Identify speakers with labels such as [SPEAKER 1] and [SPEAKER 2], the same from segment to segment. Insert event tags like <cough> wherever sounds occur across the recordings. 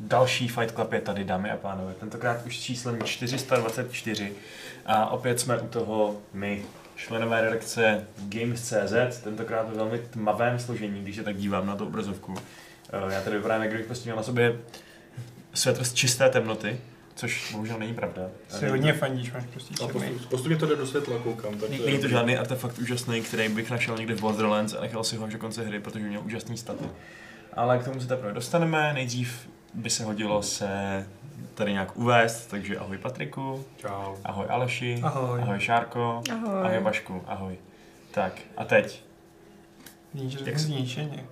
[SPEAKER 1] Další Fight Club je tady, dámy a pánové, tentokrát už s číslem 424. A opět jsme u toho my, členové redakce Games.cz, tentokrát ve velmi tmavém složení, když se tak dívám na tu obrazovku. Eh, Já tady vypadám, jak kdybych prostě měl na sobě svetr z čisté temnoty, což bohužel není pravda.
[SPEAKER 2] Jsi hodně fandíš, máš prostě
[SPEAKER 3] A
[SPEAKER 2] černý.
[SPEAKER 3] postupně, postupně to jde do světla, koukám. Takže...
[SPEAKER 1] Není to žádný artefakt úžasný, který bych našel někde v Borderlands a nechal si ho až do konce hry, protože měl úžasný staty. Ale k tomu se teprve dostaneme. Nejdřív by se hodilo se tady nějak uvést, takže ahoj Patriku,
[SPEAKER 3] Čau.
[SPEAKER 1] ahoj Aleši,
[SPEAKER 2] Ahoj.
[SPEAKER 1] ahoj Šárko,
[SPEAKER 4] Ahoj.
[SPEAKER 1] ahoj Vašku, ahoj. Tak a teď?
[SPEAKER 2] Vidíš, že
[SPEAKER 1] Jak
[SPEAKER 2] jsi zničeně.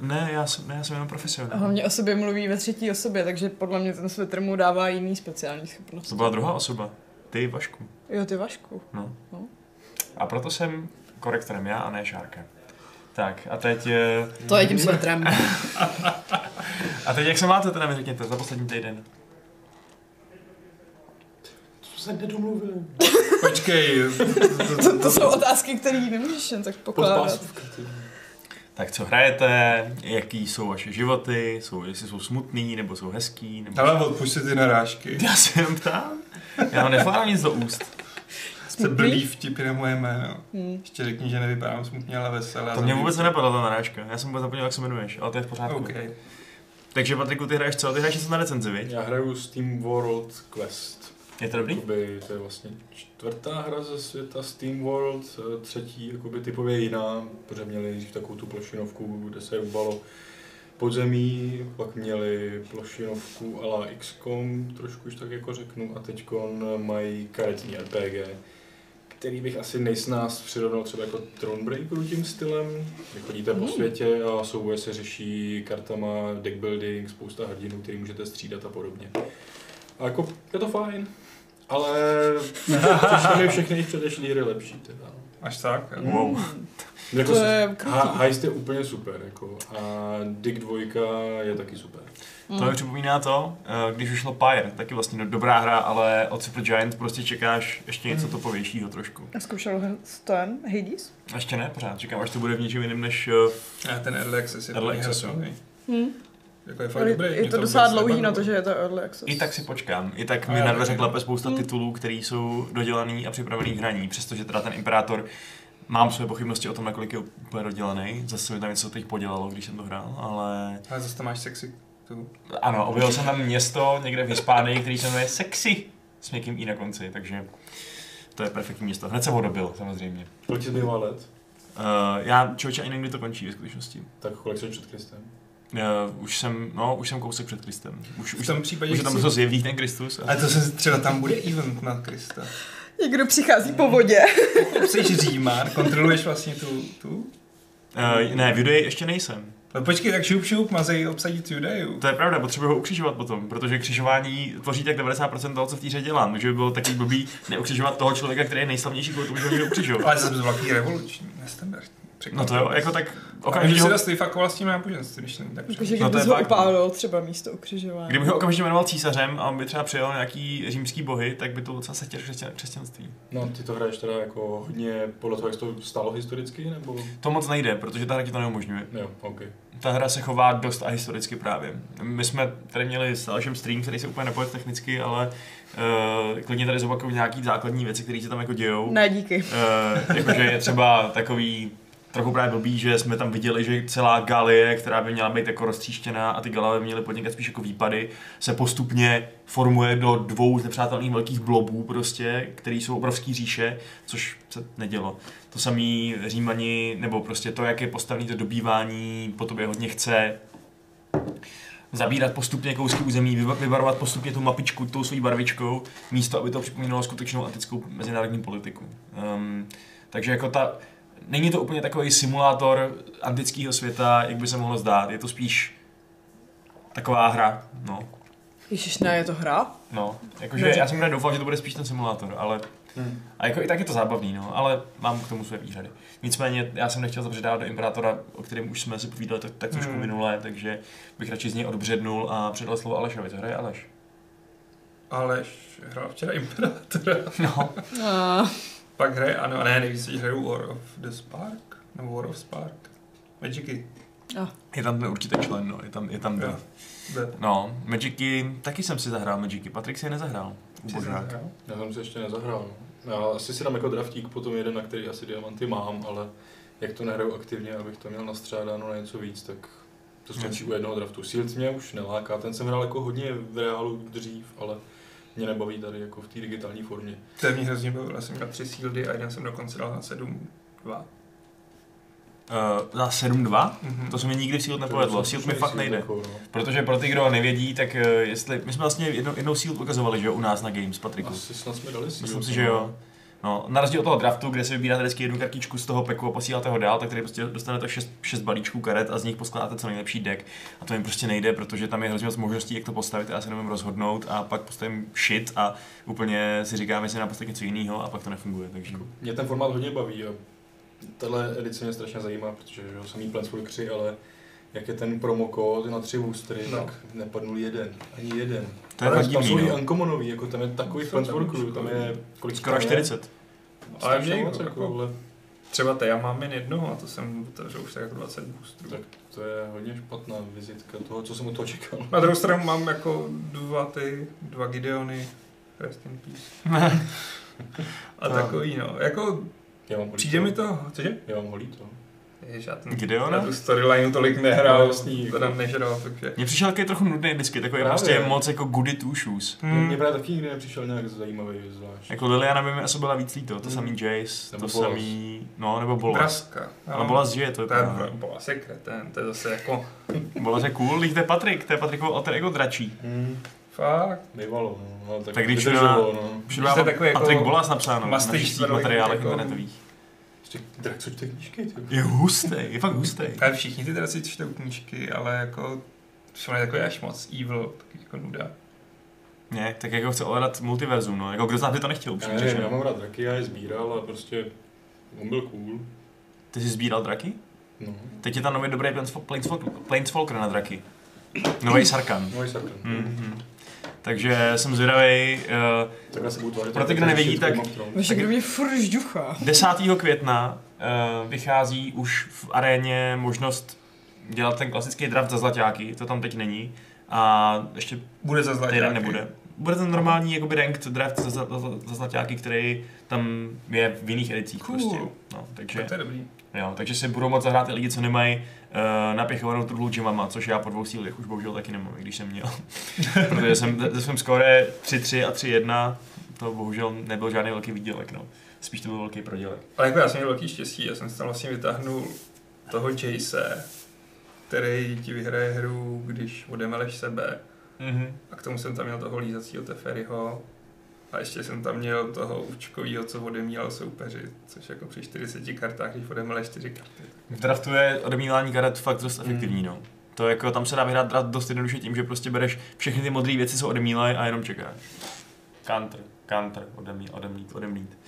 [SPEAKER 1] Ne, já jsem, ne, já jsem jenom
[SPEAKER 4] A
[SPEAKER 1] profesionál.
[SPEAKER 4] hlavně o sobě mluví ve třetí osobě, takže podle mě ten svetr mu dává jiný speciální schopnost.
[SPEAKER 1] To byla druhá osoba. Ty Vašku.
[SPEAKER 4] Jo, ty Vašku.
[SPEAKER 1] No.
[SPEAKER 4] No.
[SPEAKER 1] A proto jsem korektorem já a ne Šárka. Tak a teď... eh,
[SPEAKER 4] To je tím svetrem.
[SPEAKER 1] A teď jak se máte teda mi řekněte za poslední týden?
[SPEAKER 3] To se nedomluvili. Počkej.
[SPEAKER 4] <laughs>
[SPEAKER 2] <laughs>
[SPEAKER 4] to, to jsou otázky, které nemůžeš jen tak pokládat.
[SPEAKER 3] Podpásovka. ty.
[SPEAKER 1] Tak co hrajete, jaký jsou vaše životy, jsou, jestli jsou smutný, nebo jsou hezký, nebo...
[SPEAKER 2] Ale odpušť si <laughs> ty narážky.
[SPEAKER 1] Já se jen ptám. Já vám nevkládám nic do úst.
[SPEAKER 2] Jste blbý vtipy na moje jméno.
[SPEAKER 4] Hm.
[SPEAKER 2] Ještě řekni, že nevypadám smutně, ale veselé.
[SPEAKER 1] To mě vůbec nenapadla ta narážka. Já jsem vůbec zapomněl, jak se jmenuješ, ale to je v pořádku.
[SPEAKER 2] OK.
[SPEAKER 1] Takže Patriku, ty hraješ co? Ty hraješ něco na recenzi, viď?
[SPEAKER 3] Já hraju Steam World Quest.
[SPEAKER 1] Je to dobrý?
[SPEAKER 3] Jakoby, to je vlastně čtvrtá hra ze světa Steam World, eh, třetí jakoby typově jiná, protože měli nejdřív takovou tu plošinovku, kde se rubalo podzemí, pak měli plošinovku ala XCOM, trošku už tak jako řeknu, a teď mají karetní RPG, který bych asi nejsnáz přirovnal třeba jako Thronebreakeru tím stylem, kdy chodíte po světě a souboje se řeší kartama, deckbuilding, spousta hrdinů, který můžete střídat a podobně. A jako je to fajn, ale přišly mi všechny jejich předešlé hry lepší teda.
[SPEAKER 2] Až tak.
[SPEAKER 4] Hm.
[SPEAKER 1] Wow.
[SPEAKER 3] Jako
[SPEAKER 4] To je
[SPEAKER 3] ha-
[SPEAKER 4] krutý.
[SPEAKER 3] Heist je úplně super, jako. A Dick 2 je taky super.
[SPEAKER 4] Hmm.
[SPEAKER 1] To mi připomíná to, eh, když vyšlo Pyre, taky vlastně no- dobrá hra, ale od Supergiant prostě čekáš ještě něco
[SPEAKER 2] Mm.
[SPEAKER 1] topovějšího trošku.
[SPEAKER 4] A zkoušel ho Stan Hades?
[SPEAKER 1] A Ještě ne, pořád čekám, až to bude v něčem jiném než eh,
[SPEAKER 2] A ten Early Access je
[SPEAKER 1] Early
[SPEAKER 2] takový
[SPEAKER 1] Access,
[SPEAKER 2] hezký.
[SPEAKER 4] Hm.
[SPEAKER 2] Jako je fakt
[SPEAKER 4] Ale
[SPEAKER 2] dobrý.
[SPEAKER 4] Je
[SPEAKER 2] mě
[SPEAKER 4] to
[SPEAKER 2] vůbec
[SPEAKER 4] docela dlouhý na
[SPEAKER 2] nepadlo.
[SPEAKER 4] to, že je to early access.
[SPEAKER 1] I tak si počkám. I tak
[SPEAKER 2] A
[SPEAKER 1] mi
[SPEAKER 2] já
[SPEAKER 1] na dveře
[SPEAKER 2] taky.
[SPEAKER 1] klepe spousta
[SPEAKER 4] Hmm.
[SPEAKER 1] titulů, které jsou dodělaný a připravený k hraní. Přestože teda ten Imperátor Mám své pochybnosti o tom, nakolik je úplně dodělaný. Zase mi tam něco teď podělalo, když jsem to hrál, ale...
[SPEAKER 2] Ale zase tam máš sexy. tu.
[SPEAKER 1] Ano, objel jsem tam město někde v Hispánii, který se jmenuje Sexy. S někým i na konci, takže... To je perfektní město. Hned se ho dobil, samozřejmě.
[SPEAKER 3] Kolik ti zbývá let?
[SPEAKER 1] Uh, já člověče ani nevím, kdy to končí ve skutečnosti.
[SPEAKER 3] Tak kolik jsem před Kristem?
[SPEAKER 1] Uh, už jsem, no, už jsem kousek před Kristem. Už,
[SPEAKER 2] V
[SPEAKER 1] už,
[SPEAKER 2] tom případě
[SPEAKER 1] už se tam
[SPEAKER 2] chci-
[SPEAKER 1] prostě zjeví ten Kristus. A...
[SPEAKER 2] Ale to se třeba tam bude event na Krista.
[SPEAKER 4] Někdo přichází
[SPEAKER 1] <laughs>
[SPEAKER 4] po vodě.
[SPEAKER 2] Jsi Římán, kontroluješ vlastně tu, tu?
[SPEAKER 1] Uh, ne, v Judeji ještě nejsem.
[SPEAKER 2] No počkej, tak šup šup, mazej obsadit Judeu.
[SPEAKER 1] To je pravda, potřebuji ho ukřižovat potom, protože křižování tvoří tak 90% toho, co v té hře dělám. Takže by bylo taky blbý neukřižovat toho člověka, který je nejslavnější, kvůli tomu, že ho někdo ukřižoval.
[SPEAKER 2] Ale zase byl velký revoluční, nestandardní.
[SPEAKER 1] No to jo, jako tak
[SPEAKER 2] Okamžitě
[SPEAKER 1] okamžitě
[SPEAKER 2] se
[SPEAKER 1] ho,
[SPEAKER 2] dost vyfakoval s tím náboženstvím, když není tak
[SPEAKER 4] Jakože
[SPEAKER 1] No to
[SPEAKER 4] kdyby
[SPEAKER 1] je
[SPEAKER 4] no ho
[SPEAKER 1] fakt, no.
[SPEAKER 4] upálil třeba místo ukřižování.
[SPEAKER 1] kdyby ho okamžitě jmenoval císařem a on by třeba přijel nějaký římský bohy, tak by to docela setěl křesťan, křesťanství.
[SPEAKER 3] No, ty to hraješ teda jako hodně podle toho, jak to stalo historicky, nebo?
[SPEAKER 1] To moc nejde, protože ta hra ti to neumožňuje.
[SPEAKER 3] Jo, OK.
[SPEAKER 1] Ta hra se chová dost a historicky právě. My jsme tady měli s Alešem stream, který se úplně nepojed technicky, ale uh, klidně tady zopakuju nějaký základní věci, které se tam jako dějou.
[SPEAKER 4] Ne, díky.
[SPEAKER 1] Eh, jakože je třeba takový trochu právě blbý, že jsme tam viděli, že celá Galie, která by měla být jako roztříštěná a ty Galové by měly podnikat spíš jako výpady, se postupně formuje do dvou nepřátelných velkých blobů prostě, který jsou obrovský říše, což se nedělo. To samý Římani, nebo prostě to, jak je postavený to dobývání, po tobě hodně chce, zabírat postupně kousky území, vyba- vybarovat postupně tu mapičku tou svojí barvičkou, místo aby to připomínalo skutečnou antickou mezinárodní politiku. Um, takže jako ta, není to úplně takový simulátor antického světa, jak by se mohlo zdát, je to spíš taková hra, no.
[SPEAKER 4] Ježiš, ne, je to hra?
[SPEAKER 1] <laughs> No, jakože já jsem teda doufal, že to bude spíš ten simulátor, ale
[SPEAKER 3] Hmm.
[SPEAKER 1] a jako i tak je to zábavný, no, ale mám k tomu své výhrady. Nicméně já jsem nechtěl zabředávat do Imperátora, o kterém už jsme si povídali tak, tak trošku
[SPEAKER 2] Hmm.
[SPEAKER 1] minule, takže bych radši z něj odbřednul a předal slovo Alešovi. Co hraje Aleš?
[SPEAKER 2] Aleš hrál včera <laughs> Imperatora.
[SPEAKER 1] No,
[SPEAKER 4] A,
[SPEAKER 2] Pak No, hraje, ano, ne, nejvíc teď hraju War of the Spark. Nebo War of Spark. Magicy.
[SPEAKER 4] Ah.
[SPEAKER 1] <laughs> Je tam ten určitý člen, no, je tam, je tam
[SPEAKER 2] Jo.
[SPEAKER 1] ten. No, Magicy, taky jsem si zahrál Magicy, Patrik si je nezahrál. Ubožák.
[SPEAKER 3] Já jsem si ještě nezahrál. Já asi si dám jako draftík potom jeden, na který asi diamanty mám, ale jak to nehraju aktivně, abych to měl nastřádáno na něco víc, tak to stačí
[SPEAKER 1] Hmm.
[SPEAKER 3] u jednoho draftu. Shield mě už neláká, ten jsem hrál jako hodně v reálu dřív, ale mě nebaví tady jako v té digitální formě.
[SPEAKER 2] To mě hrozně bavilo, já jsem měl tři síldy a jeden jsem dokonce dal na sedm, dva.
[SPEAKER 1] Uh, za 7-2?
[SPEAKER 2] Mhm.
[SPEAKER 1] To se mi nikdy Shield nepovedlo, Shield mi fakt nejde.
[SPEAKER 3] Jako, no.
[SPEAKER 1] Protože pro ty, kdo nevědí, tak eh, jestli, my jsme vlastně jednou, jednou Shield ukazovali, že jo, u nás na Games, Patriku.
[SPEAKER 3] Asi snad jsme dali Shield.
[SPEAKER 1] Myslím si, že jo. No, na rozdíl od toho draftu, kde si vybíráte vždycky jednu kartičku z toho peku a posíláte ho dál, tak tady prostě dostanete šest, šest balíčků karet a z nich poskládáte co nejlepší deck. A to mi prostě nejde, protože tam je hrozně moc možností, jak to postavit a já se nemůžu rozhodnout a pak postavím shit a úplně si říkám, jestli nám postavit něco jiného a pak to nefunguje. Takže
[SPEAKER 3] Mě ten formát hodně baví a tahle edice mě strašně zajímá, protože že jo, jsem jí Planeswalk 3, ale jak je ten promokód na tři boostry,
[SPEAKER 2] No.
[SPEAKER 3] no. tak nepadnul jeden, ani jeden.
[SPEAKER 1] to je
[SPEAKER 3] tam,
[SPEAKER 1] fakt
[SPEAKER 3] tam
[SPEAKER 1] divný,
[SPEAKER 3] jsou i
[SPEAKER 1] no.
[SPEAKER 3] uncommony, jako tam je takový
[SPEAKER 2] Jsou tam
[SPEAKER 3] Planeswalků,
[SPEAKER 2] už
[SPEAKER 3] tam je kolik
[SPEAKER 1] Skoro
[SPEAKER 3] tam je?
[SPEAKER 1] 40.
[SPEAKER 2] Ale
[SPEAKER 3] Ale mě
[SPEAKER 2] mě
[SPEAKER 3] moc,
[SPEAKER 2] jako-
[SPEAKER 3] jako, ale
[SPEAKER 2] Třeba te, já mám jen jednoho a to jsem otevřel už tak jako 20 boostrů.
[SPEAKER 3] Tak. to je hodně špatná vizitka toho, co jsem od toho čekal.
[SPEAKER 2] Na druhou stranu mám jako dva ty, dva Gideony, rest in peace.
[SPEAKER 1] <laughs>
[SPEAKER 2] A
[SPEAKER 1] No.
[SPEAKER 2] takový no, jako
[SPEAKER 3] Já mám ho
[SPEAKER 2] přijde
[SPEAKER 3] líto.
[SPEAKER 2] mi to, cože?
[SPEAKER 3] Já mám ho líto.
[SPEAKER 2] Ježiš, já ten, já
[SPEAKER 1] Gideona?
[SPEAKER 2] tu storyline tolik nehrál,
[SPEAKER 3] No,
[SPEAKER 2] vlastně,
[SPEAKER 3] jasný.
[SPEAKER 2] teda nežral, takže.
[SPEAKER 1] Mně přišel takový trochu nudný vždycky, takový
[SPEAKER 3] Právě.
[SPEAKER 1] prostě moc jako goody two shoes.
[SPEAKER 3] Hmm.
[SPEAKER 2] Hmm.
[SPEAKER 3] Mě právě taky nikdy nepřišel nějak zajímavý zvlášť.
[SPEAKER 1] Jako Liliana by mi asi byla víc líto, to
[SPEAKER 3] Hmm.
[SPEAKER 1] samý Jace,
[SPEAKER 3] Nebo
[SPEAKER 1] to
[SPEAKER 3] Bolas. no.
[SPEAKER 1] samý, no nebo Bolas.
[SPEAKER 2] Braska. no.
[SPEAKER 1] Ale Bolas žije, to je
[SPEAKER 2] To je
[SPEAKER 1] pravda.
[SPEAKER 2] bola se kretén, to je zase jako
[SPEAKER 1] Bolas je cool, líh to je Patrik, to je Patrikovo alter ego dračí.
[SPEAKER 3] Hmm.
[SPEAKER 2] fakt.
[SPEAKER 3] Bývalo, no. Ale tak,
[SPEAKER 1] Tak když
[SPEAKER 3] vydrželo, no.
[SPEAKER 1] Všude má
[SPEAKER 2] Jste takový jako
[SPEAKER 1] Patrik Bolas napsáno v
[SPEAKER 2] mastý
[SPEAKER 1] našich svých
[SPEAKER 2] čtvrtek,
[SPEAKER 1] materiálech
[SPEAKER 2] jako-
[SPEAKER 1] internetových.
[SPEAKER 3] Ještě drak, co čte knížky, ty.
[SPEAKER 1] Je hustý, je fakt hustý.
[SPEAKER 2] Ale všichni ty teda si čtou knížky, ale jako všechno je takový až moc evil, taky jako nuda.
[SPEAKER 1] Ne, tak jako chce ovládat multiverzum, no. Jako kdo z nás by to nechtěl,
[SPEAKER 3] Já
[SPEAKER 1] upřímně
[SPEAKER 3] nevím, já
[SPEAKER 1] řečeno.
[SPEAKER 3] mám rád draky, já je sbíral a prostě on byl cool.
[SPEAKER 1] Ty jsi sbíral draky?
[SPEAKER 3] No,
[SPEAKER 1] Teď je tam nový dobrý planesfo- planesfo- Planeswalker na draky. Nový Sarkan.
[SPEAKER 3] no i Sarkan.
[SPEAKER 1] Mhm. Takže jsem zvědavý, eh,
[SPEAKER 3] Takhle se budu tvářit.
[SPEAKER 1] Pro ty,
[SPEAKER 3] jak
[SPEAKER 1] kdo
[SPEAKER 3] ten
[SPEAKER 1] nevidí,
[SPEAKER 3] shit
[SPEAKER 1] tak-
[SPEAKER 3] Game of Thrones.
[SPEAKER 4] Vaši, kdo mě furt žduchá.
[SPEAKER 1] 10. května uh, vychází už v aréně možnost dělat ten klasický draft za zlaťáky, to tam teď není. A ještě
[SPEAKER 2] Bude za zlaťáky.
[SPEAKER 1] týden nebude. Bude ten normální jakoby ranked draft za, za, za, za zlaťáky, který tam je v jiných edicích
[SPEAKER 2] Cool.
[SPEAKER 1] prostě. No, takže,
[SPEAKER 2] Tak to je dobrý.
[SPEAKER 1] jo, takže si budou moc zahrát i lidi, co nemají uh, napěchovanou truhlu džemama, což já po dvou sílech už bohužel taky nemám, i když jsem
[SPEAKER 2] <laughs>
[SPEAKER 1] měl. Protože jsem ze svém skóre 3-3 a 3-1, to bohužel nebyl žádný velký výdělek, no. Spíš to byl velký prodělek.
[SPEAKER 2] Ale jako já jsem měl velký štěstí, já jsem si tam vlastně vytáhnul toho Jace, který ti vyhraje hru, když odemeleš sebe.
[SPEAKER 1] Mm-hmm.
[SPEAKER 2] A k tomu jsem tam měl toho lízacího Teferiho. A ještě jsem tam měl toho učkovýho, co odemílal soupeři, což jako při 40 kartách, když odemele 4 karty.
[SPEAKER 1] V draftu je odemílání karet fakt dost
[SPEAKER 3] Mm.
[SPEAKER 1] efektivní, no. To jako, tam se dá vyhrát draft dost jednoduše tím, že prostě bereš všechny ty modré věci, co odemílají a jenom čekáš. Counter, counter, odemí, odemlít, odemlít.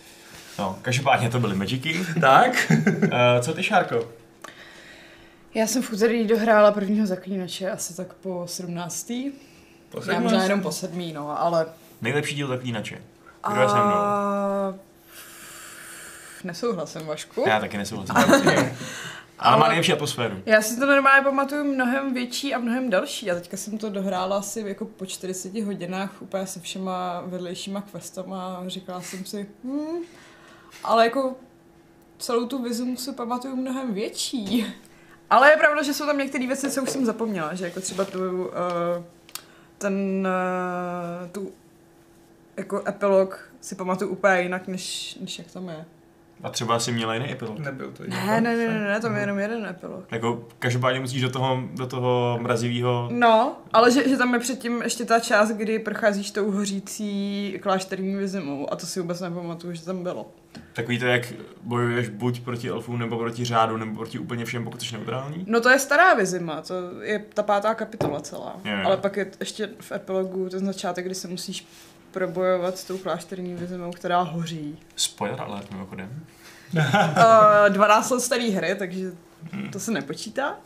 [SPEAKER 1] No, každopádně to byly Magicy.
[SPEAKER 2] Tak?
[SPEAKER 1] Uh, co ty, Šárko?
[SPEAKER 4] Já jsem v úterý dohrála prvního zaklínače asi tak po 17. Já možná jenom po sedmý, no, ale...
[SPEAKER 1] Nejlepší díl zaklínače. Kdo je se mnou?
[SPEAKER 4] A- Nesouhlasím, Vašku.
[SPEAKER 1] Já taky nesouhlasím. <laughs> Ale má
[SPEAKER 4] Eh. Ale-
[SPEAKER 1] nejlepší atmosféru.
[SPEAKER 4] Já si to normálně pamatuju mnohem větší a mnohem další. A teďka jsem to dohrála asi jako po 40 hodinách úplně se všema vedlejšíma questama a říkala jsem si, hm, ale jako celou tu vizum si pamatuju mnohem větší. Ale je pravda, že jsou tam některé věci, co už jsem zapomněla, že jako třeba tu, uh, ten, uh, tu jako epilog si pamatuju úplně jinak, než, než jak tam je.
[SPEAKER 1] A třeba si měla jiný epilog.
[SPEAKER 2] Nebyl to
[SPEAKER 4] Ne, ne, ne, ne, ne tam je jenom jeden epilog.
[SPEAKER 1] Jako, každopádně musíš do toho, do toho mrazivého...
[SPEAKER 4] No, ale že, že tam je předtím ještě ta část, kdy procházíš tou hořící klášterní vizimou a to si vůbec nepamatuju, že tam bylo.
[SPEAKER 1] Takový to, jak bojuješ buď proti elfům, nebo proti řádu, nebo proti úplně všem, pokud jsi neutrální.
[SPEAKER 4] No to je stará vizima, to je ta pátá kapitola celá.
[SPEAKER 1] Jo, jo.
[SPEAKER 4] Ale pak je t- ještě v epilogu ten začátek, kdy se musíš probojovat s tou klášterní vizimou, která <laughs> hoří.
[SPEAKER 1] Spoiler alert, mimochodem.
[SPEAKER 4] Uh, 12 let starý hry, takže to se nepočítá.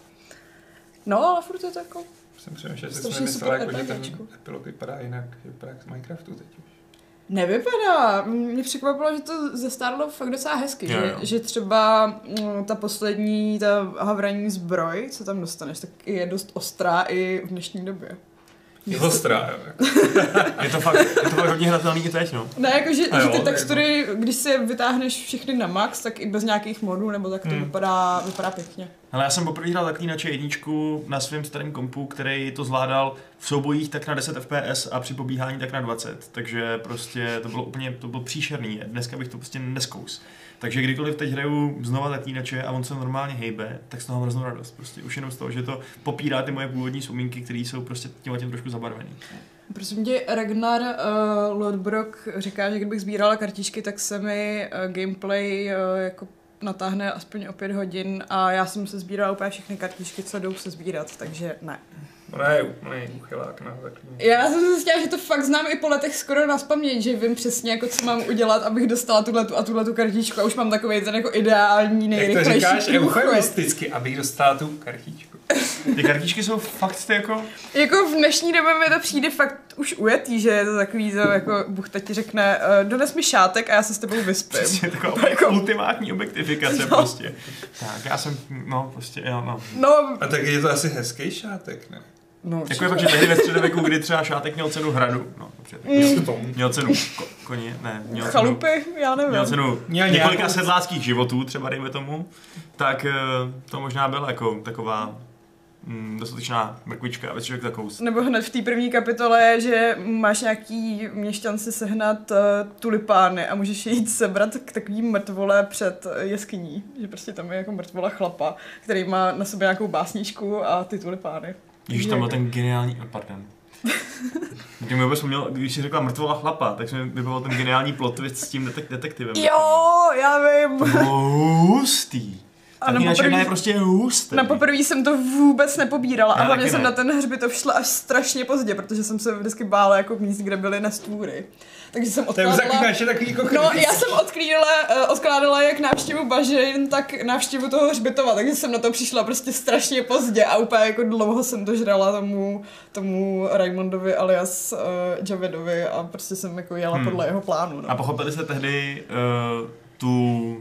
[SPEAKER 4] No, ale furt je to jako...
[SPEAKER 2] Jsem přemýšlel, jestli
[SPEAKER 4] Strašně
[SPEAKER 2] jsem myslel,
[SPEAKER 4] super
[SPEAKER 2] jako, že ten
[SPEAKER 4] RPGčko.
[SPEAKER 2] epilog vypadá jinak, že vypadá jak z Minecraftu teď už.
[SPEAKER 4] Nevypadá. Mě překvapilo, že to zestárlo fakt docela hezky,
[SPEAKER 1] Jo,
[SPEAKER 4] že,
[SPEAKER 1] jo.
[SPEAKER 4] že třeba mm, ta poslední, ta havraní zbroj, co tam dostaneš, tak je dost ostrá i v dnešní době.
[SPEAKER 2] Je ostrá, jo. jako.
[SPEAKER 1] Je to fakt, je to fakt hodně hratelný i teď, no.
[SPEAKER 4] Ne, jako že,
[SPEAKER 1] A
[SPEAKER 4] že
[SPEAKER 1] jo, no.
[SPEAKER 4] ty
[SPEAKER 1] tak
[SPEAKER 4] textury, když si je vytáhneš všechny na max, tak i bez nějakých modů, nebo tak to
[SPEAKER 1] Hmm.
[SPEAKER 4] vypadá, vypadá pěkně.
[SPEAKER 1] Ale já jsem poprvé hrál zaklínače jedničku na svém starém kompu, který to zvládal v soubojích tak na 10 FPS a při pobíhání tak na 20. Takže prostě to bylo úplně, to bylo příšerný. Dneska bych to prostě neskous. Takže kdykoliv teď hraju znova zaklínače a on se normálně hejbe, tak z toho mám hroznou radost. Prostě už jenom z toho, že to popírá ty moje původní vzpomínky, které jsou prostě tím tím trošku zabarvený.
[SPEAKER 4] Prosím tě, Ragnar uh, Lodbrok říká, že kdybych sbírala kartičky, tak se mi uh, gameplay uh, jako natáhne aspoň o pět hodin a já jsem se sbírala úplně všechny kartičky, co jdou se sbírat, takže ne.
[SPEAKER 2] Ona je úplný uchylák na zaklínač.
[SPEAKER 4] Já jsem se zjistila, že to fakt znám i po letech skoro na spaměť, že vím přesně, jako co mám udělat, abych dostala tuhle a tuhle tu kartičku a už mám takový ten jako ideální
[SPEAKER 2] Jak to
[SPEAKER 4] nejrychlejší
[SPEAKER 2] říkáš
[SPEAKER 4] průchod.
[SPEAKER 2] eufemisticky, abych dostala tu kartičku.
[SPEAKER 1] Ty kartičky jsou fakt ty jako...
[SPEAKER 4] Jako v dnešní době mi to přijde fakt už ujetý, že je to takový, to jako Bůh teď ti řekne, eh, dones mi šátek a já se s tebou vyspím.
[SPEAKER 1] <laughs> Přesně taková jako... ultimátní objektifikace no. prostě. Tak já jsem, no prostě, jo, no.
[SPEAKER 4] No,
[SPEAKER 2] A tak je to asi hezký šátek, ne?
[SPEAKER 4] no
[SPEAKER 1] Jako je pak, že tehdy ve středověku, kdy třeba šátek měl cenu hradu, no dobře, tak měl,
[SPEAKER 3] Hmm.
[SPEAKER 1] měl cenu ko, koně, ne, měl cenu,
[SPEAKER 4] Mm, chalupy, já nevím.
[SPEAKER 1] měl cenu
[SPEAKER 2] Měl
[SPEAKER 1] několika
[SPEAKER 2] nějakou-
[SPEAKER 1] sedláckých životů, třeba dejme tomu, tak eh, to možná byla jako taková mm, dostatečná mrkvička, aby si člověk zakous.
[SPEAKER 4] Nebo hned v té první kapitole, že máš nějaký měšťan si sehnat uh, tulipány a můžeš je jít sebrat k takový mrtvole před eh, jeskyní. Že prostě tam je jako mrtvola chlapa, který má na sobě nějakou básničku a ty tulipány.
[SPEAKER 1] Když tam byl ten geniální, eh, pardon. Když mi vůbec vzpomněl, když jsi řekla mrtvola chlapa, tak jsem vybavil ten geniální plot twist s tím detek- detektivem.
[SPEAKER 4] Jo, já
[SPEAKER 1] To
[SPEAKER 4] vím.
[SPEAKER 1] bylo hustý.
[SPEAKER 4] A
[SPEAKER 1] Tak
[SPEAKER 4] na
[SPEAKER 1] jinak
[SPEAKER 4] poprvé-
[SPEAKER 1] je prostě hustý.
[SPEAKER 4] Na poprvé jsem to vůbec nepobírala a
[SPEAKER 1] Já
[SPEAKER 4] hlavně
[SPEAKER 1] taky
[SPEAKER 4] jsem
[SPEAKER 1] ne.
[SPEAKER 4] na ten hřbitov šla až strašně pozdě, protože jsem se vždycky bála jako míst, kde byly nestůry. Takže jsem
[SPEAKER 2] To je
[SPEAKER 4] odkládala...
[SPEAKER 2] zaklínač, je takový jako
[SPEAKER 4] No,
[SPEAKER 2] kritický.
[SPEAKER 4] já jsem odklídala, eh, odkládala jak návštěvu bažin, tak návštěvu toho hřbitova, takže jsem na to přišla prostě strašně pozdě a úplně jako dlouho jsem to žrala tomu, tomu Raimondovi alias uh, Javedovi a prostě jsem jako jela
[SPEAKER 1] Hmm.
[SPEAKER 4] podle jeho plánu. No.
[SPEAKER 1] A pochopili jste tehdy uh, tu,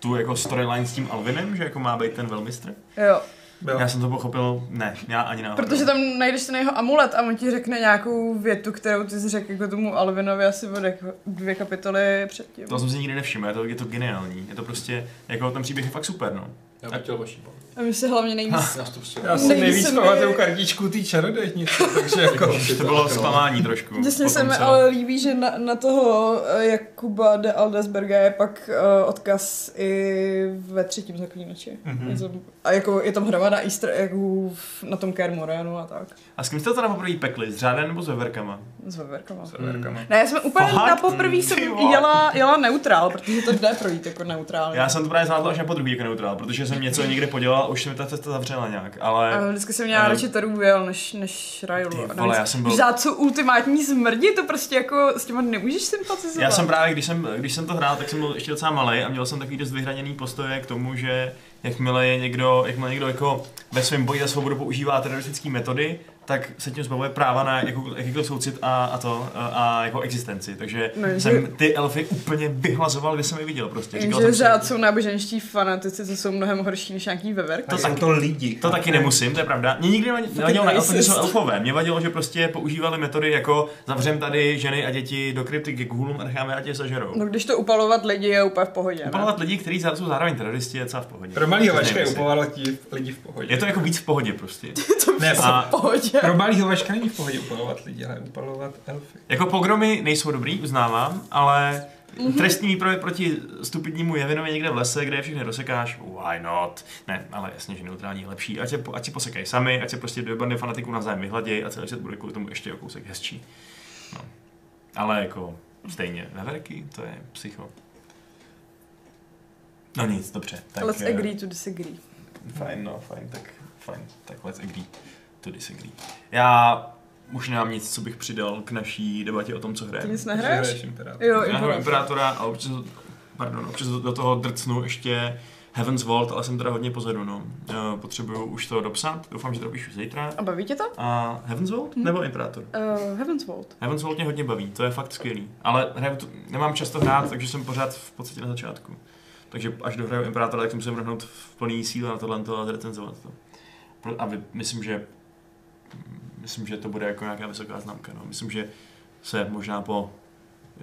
[SPEAKER 1] tu jako storyline s tím Alvinem, že jako má být ten velmistr?
[SPEAKER 4] Jo,
[SPEAKER 2] Jo.
[SPEAKER 1] Já jsem to pochopil, ne, já ani náhodou.
[SPEAKER 4] protože tam najdeš ten jeho amulet a on ti řekne nějakou větu, kterou ty jsi řekl jako tomu Alvinovi asi od jak- dvě kapitoly předtím.
[SPEAKER 1] To jsem si nikdy nevšiml, je to, je to geniální. Je to prostě, jako ten příběh je fakt super, no.
[SPEAKER 3] Já bych chtěl vaší pan.
[SPEAKER 4] A my se hlavně nejvíc...
[SPEAKER 3] Já si to prostě...
[SPEAKER 2] Já si
[SPEAKER 4] Nejsem
[SPEAKER 2] nejvíc
[SPEAKER 4] nej-
[SPEAKER 2] pamatuju kartičku té čarodejnice, <laughs> takže jako...
[SPEAKER 1] Že to bylo zklamání trošku.
[SPEAKER 4] Děsně
[SPEAKER 1] Potom
[SPEAKER 4] se mi
[SPEAKER 1] co-
[SPEAKER 4] ale líbí, že na, na toho eh, Jakuba de Aldesberga je pak uh, odkaz i ve třetím zaklínači.
[SPEAKER 2] Mhm.
[SPEAKER 4] Je to- A jako je tam hromada easter eggů v- na tom Kermorenu a tak.
[SPEAKER 1] A s kým jste to teda poprvé pekli? S řádem nebo s veverkama?
[SPEAKER 4] S veverkama.
[SPEAKER 2] S veverkama.
[SPEAKER 4] Ne, já jsem úplně
[SPEAKER 1] Fakt?
[SPEAKER 4] na poprvé jsem
[SPEAKER 1] Ty vole.
[SPEAKER 4] jela, jela neutrál, protože to jde projít jako neutrálně.
[SPEAKER 1] Já jsem to právě zvládl až na podruhý jako neutrál, protože jsem něco někde podělal a už se mi ta cesta zavřela nějak, ale...
[SPEAKER 4] A vždycky jsem měla
[SPEAKER 1] Ale-
[SPEAKER 4] radši Terubiel než, než Railu.
[SPEAKER 1] Ty
[SPEAKER 4] A
[SPEAKER 1] vole,
[SPEAKER 4] navíc
[SPEAKER 1] já jsem byl-
[SPEAKER 4] Žádcu ultimátní zmrdi, to prostě jako s těma nemůžeš sympatizovat.
[SPEAKER 1] Já jsem právě, když jsem, když jsem to hrál, tak jsem byl ještě docela malý a měl jsem takový dost vyhraněný postoje k tomu, že jakmile je někdo, jakmile někdo jako ve svém boji za svobodu používá teroristické metody, tak se tím zbavuje práva na jakou, jakýkoliv soucit a, a to, a, a jako existenci. Takže
[SPEAKER 4] No, že-
[SPEAKER 1] jsem ty elfy úplně vyhlazoval, kde jsem je viděl prostě. Říkal
[SPEAKER 4] Jenže
[SPEAKER 1] jsem si,
[SPEAKER 4] řád jsou náboženští fanatici, co jsou mnohem horší než nějaký veverk.
[SPEAKER 1] To
[SPEAKER 2] To
[SPEAKER 1] taky-
[SPEAKER 2] jsou to lidi.
[SPEAKER 1] To taky nemusím, to je pravda. Mě nikdy nevadí- nevadilo na elfy, že jsou
[SPEAKER 4] racist.
[SPEAKER 1] elfové. Mě vadilo, že prostě používali metody jako zavřem tady ženy a děti do krypty k gulům a necháme a tě sežerou.
[SPEAKER 4] No když to upalovat lidi je úplně v pohodě. Ne?
[SPEAKER 1] Upalovat lidi, kteří zá- jsou zároveň teroristi, je docela v pohodě.
[SPEAKER 2] Pro malýhovačka je
[SPEAKER 1] Přiznejme si.
[SPEAKER 2] upovala ti lidi v pohodě.
[SPEAKER 1] Je to jako víc v pohodě prostě.
[SPEAKER 2] ne,
[SPEAKER 1] A
[SPEAKER 4] V pohodě.
[SPEAKER 2] pro malýhovačka není v pohodě upalovat lidi, ale upalovat elfy.
[SPEAKER 1] jako pogromy nejsou dobrý, uznávám, ale trestní výpravy proti stupidnímu jevinovi někde v lese, kde je všechny rozsekáš, why not? Ne, ale jasně, že neutrální je lepší. Ať se, po- ať se posekají sami, ať se prostě dvě bandy fanatiků navzájem vyhladějí a celý svět bude kvůli tomu ještě o kousek hezčí. No. Ale jako stejně, veverky, to je psycho. No nic, dobře. Tak,
[SPEAKER 4] Let's
[SPEAKER 1] eh,
[SPEAKER 4] agree to disagree.
[SPEAKER 1] Fajn, no, fajn, tak fajn, tak let's agree to disagree. Já už nemám nic, co bych přidal k naší debatě o tom, co
[SPEAKER 4] Ty
[SPEAKER 1] hrajeme.
[SPEAKER 4] nic nehraješ?
[SPEAKER 2] Že hraješ imperátor.
[SPEAKER 4] Jo,
[SPEAKER 1] Já hraju
[SPEAKER 4] improviz.
[SPEAKER 1] Imperátora a občas, pardon, občas do toho drcnu ještě Heaven's Vault, ale jsem teda hodně pozadu, no. Eh, Potřebuju už to dopsat, doufám, že to dopíšu zítra.
[SPEAKER 4] A baví tě to?
[SPEAKER 1] A Heaven's Vault
[SPEAKER 4] Hm.
[SPEAKER 1] nebo Imperator?
[SPEAKER 4] Uh, Heaven's Vault.
[SPEAKER 1] Heaven's Vault mě hodně baví, to je fakt skvělý. Ale hraju to, nemám často hrát, takže jsem pořád v podstatě na začátku. Takže až dohraju Imperatora, tak to musím vrhnout v plný síle na tohle to a zrecenzovat to. Pro- A vy- myslím, že myslím, že to bude jako nějaká vysoká známka. No. Myslím, že se možná po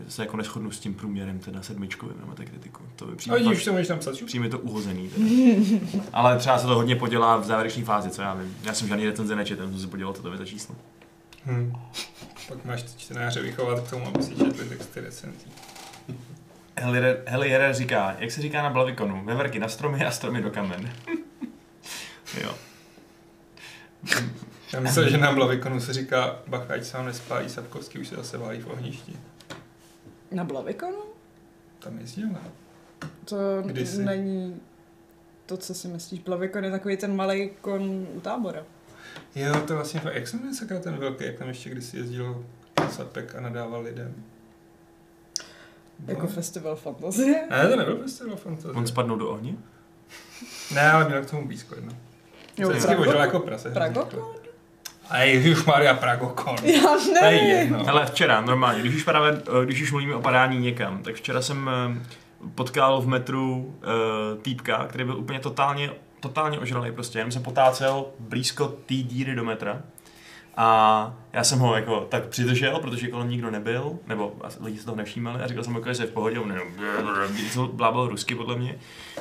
[SPEAKER 1] se jako neschodnu s tím průměrem, teda sedmičkovým na metakritiku. To by
[SPEAKER 2] A
[SPEAKER 1] přijde,
[SPEAKER 2] vidíš,
[SPEAKER 1] fakt,
[SPEAKER 2] No, to můžeš napsat. šup.
[SPEAKER 1] přijde mi to uhozený. Teda. Ale třeba se to hodně podělá v závěrečné fázi, co já vím. Já jsem žádný recenze nečetl, jsem se podělal, co to je za číslo.
[SPEAKER 2] Hm. Pak máš ty čtenáře vychovat k tomu, aby si četli texty recenzí.
[SPEAKER 1] Helier- Helier říká, jak se říká na Blavikonu, veverky na stromy a stromy do kamen. <laughs> jo.
[SPEAKER 2] Já myslel, že na Blavikonu se říká, bacha, ať se vám nespálí, Sapkovský už se zase válí v ohništi.
[SPEAKER 4] Na Blavikonu?
[SPEAKER 2] Tam jezdil, ne?
[SPEAKER 4] To
[SPEAKER 2] Kdysi.
[SPEAKER 4] není to, co si myslíš. Blavikon je takový ten malý kon u tábora.
[SPEAKER 2] Jo, to je vlastně, fakt- jak se jmenuje sakra ten velký, jak tam ještě kdysi jezdil Sapek a nadával lidem. Bylo-
[SPEAKER 4] Jako festival fantazie.
[SPEAKER 2] Ne, to nebyl festival fantazie.
[SPEAKER 1] On spadnou do ohně?
[SPEAKER 2] Ne, ale měl k tomu blízko jedno.
[SPEAKER 4] Jo,
[SPEAKER 2] Jo, vždycky
[SPEAKER 4] Prago-
[SPEAKER 2] vožil jako prase.
[SPEAKER 4] Pragokon?
[SPEAKER 2] A Ježíš Maria
[SPEAKER 4] <laughs>
[SPEAKER 2] Pragokon.
[SPEAKER 4] Já
[SPEAKER 2] To je
[SPEAKER 4] nevím.
[SPEAKER 2] jedno.
[SPEAKER 1] Ale včera, normálně, když už, padáme, eh, když už mluvíme o padání někam, tak včera jsem eh, potkal v metru uh, týpka, který byl úplně totálně, totálně ožralý prostě, jenom se potácel blízko té díry do metra. A já jsem ho jako tak přidržel, protože kolem nikdo nebyl, nebo asi lidi se toho nevšímali a říkal jsem mu, jako, že je v pohodě, on jenom něco blábal rusky podle mě.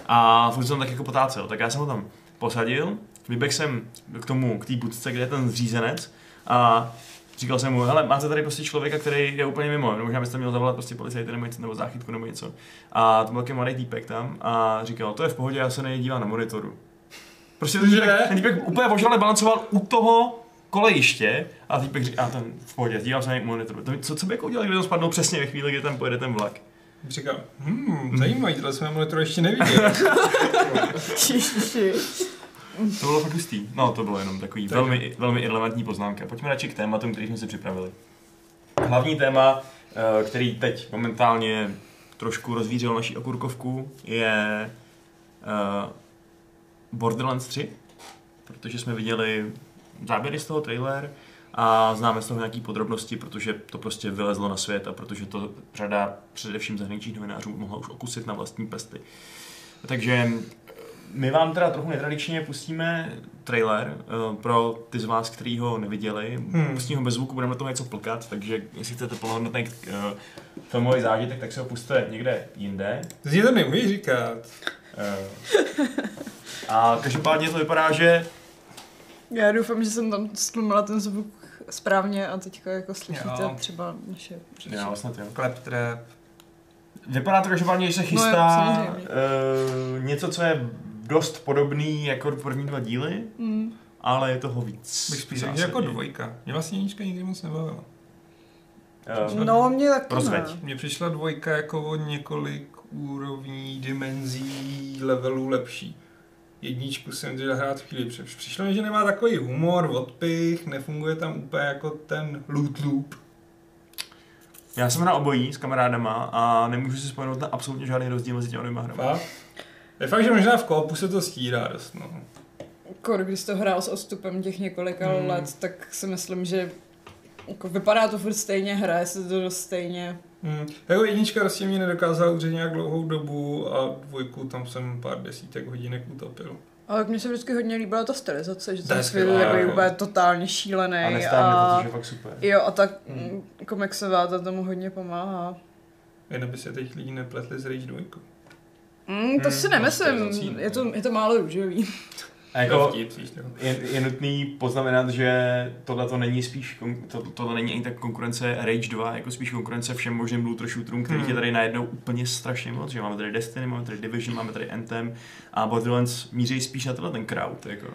[SPEAKER 1] A furt jsem tak jako potácel, tak já jsem ho tam posadil, vyběhl jsem k tomu, k té budce, kde je ten zřízenec a Říkal jsem mu, hele, máte tady prostě člověka, který je úplně mimo, no, možná byste měl zavolat prostě policajty nebo, něco, nebo záchytku nebo něco. A to byl takový mladý týpek tam a říkal, to je v pohodě, já se nejdívám na monitoru. Prostě ten týpek, ten týpek úplně ožrale balancoval u toho kolejiště a týpek říká, a ten v pohodě, díval se na něj monitoru. To, co, co by jako udělal, kdyby to spadnou přesně ve chvíli, kdy tam pojede ten vlak?
[SPEAKER 2] Říkám, hm, zajímavý, tohle jsme monitoru ještě neviděl.
[SPEAKER 4] Čiši.
[SPEAKER 1] To bylo fakt hustý. No, to bylo jenom takový
[SPEAKER 2] Tak.
[SPEAKER 1] velmi, velmi irrelevantní poznámka. Pojďme radši k tématům, který jsme si připravili. Hlavní téma, eh, který teď momentálně trošku rozvířil naši okurkovku, je eh, Borderlands 3, protože jsme viděli záběry z toho trailer a známe z toho nějaký podrobnosti, protože to prostě vylezlo na svět a protože to řada především zahraničních novinářů mohla už okusit na vlastní prsty. Takže my vám teda trochu netradičně pustíme trailer eh, pro ty z vás, kteří ho neviděli. Hmm.
[SPEAKER 2] Hmm.
[SPEAKER 1] Pustíme ho bez zvuku, budeme to něco plkat, takže jestli chcete plnohodnotný eh, filmový zážitek, tak se ho pustte někde jinde.
[SPEAKER 2] To si to nemůžeš říkat.
[SPEAKER 1] Eh, A každopádně to vypadá, že
[SPEAKER 4] Já doufám, že jsem tam stlumila ten zvuk správně a teďka jako slyšíte
[SPEAKER 2] Jo.
[SPEAKER 4] třeba naše řeči.
[SPEAKER 1] Já, snad, jo.
[SPEAKER 2] Klep trap.
[SPEAKER 1] Vypadá to každopádně, že se
[SPEAKER 4] No jo,
[SPEAKER 1] chystá
[SPEAKER 4] samozřejmě.
[SPEAKER 1] eh, něco, co je dost podobný jako první dva díly,
[SPEAKER 4] Mm.
[SPEAKER 1] ale je toho víc.
[SPEAKER 2] Bych spíš
[SPEAKER 1] v
[SPEAKER 2] řekl, že jako
[SPEAKER 1] zásadě.
[SPEAKER 2] dvojka. Mě vlastně jednička nikdy moc nebavila.
[SPEAKER 1] Eh,
[SPEAKER 4] No, mě tak
[SPEAKER 1] Rozveď.
[SPEAKER 2] Mně přišla dvojka jako o několik úrovní, dimenzí, levelů lepší. Jedničku jsem chtěl hrát chvíli před. Přišlo mi, že nemá takový humor, odpich, nefunguje tam úplně jako ten loot loop.
[SPEAKER 1] Já jsem na obojí s kamarádama a nemůžu si vzpomenout na absolutně žádný rozdíl mezi těmi dvěma hrami.
[SPEAKER 2] Fakt. Je fakt, že možná v koopu se to stírá dost, no.
[SPEAKER 4] Kor, když jsi Jako, to hrál s odstupem těch několika
[SPEAKER 2] Mm.
[SPEAKER 4] hmm. let, tak si myslím, že jako vypadá to furt stejně, hraje se to dost stejně.
[SPEAKER 2] Hmm. Jako jednička prostě mě nedokázala udržet nějak dlouhou dobu a dvojku tam jsem pár desítek hodinek utopil.
[SPEAKER 4] Ale mně se vždycky hodně líbila ta stylizace, že
[SPEAKER 2] To je
[SPEAKER 4] ten svět je
[SPEAKER 2] skvělá,
[SPEAKER 4] takový
[SPEAKER 2] jako.
[SPEAKER 4] úplně totálně šílený.
[SPEAKER 1] A nestárne,
[SPEAKER 4] a...
[SPEAKER 1] protože je fakt super.
[SPEAKER 4] Jo, a ta
[SPEAKER 2] Mm.
[SPEAKER 4] mm. komiksová ta tomu hodně pomáhá.
[SPEAKER 2] Jen aby se teď lidi nepletli s Rage 2.
[SPEAKER 4] Mm, to
[SPEAKER 2] Mm,
[SPEAKER 4] si
[SPEAKER 2] to je
[SPEAKER 4] nemyslím,
[SPEAKER 2] stylizací,
[SPEAKER 4] je to,
[SPEAKER 2] no.
[SPEAKER 4] je to málo růžový.
[SPEAKER 1] A
[SPEAKER 2] To
[SPEAKER 1] jako
[SPEAKER 2] je vtip, víš, no. jo.
[SPEAKER 1] je, je nutný poznamenat, že tohle to není spíš, kon- to, tohle není ani tak konkurence Rage 2, jako spíš konkurence všem možným looter shooterům, kterých
[SPEAKER 2] Hmm.
[SPEAKER 1] je tady najednou úplně strašně moc, že máme tady Destiny, máme tady Division, máme tady Anthem a Borderlands míří spíš na tenhle ten crowd, jako.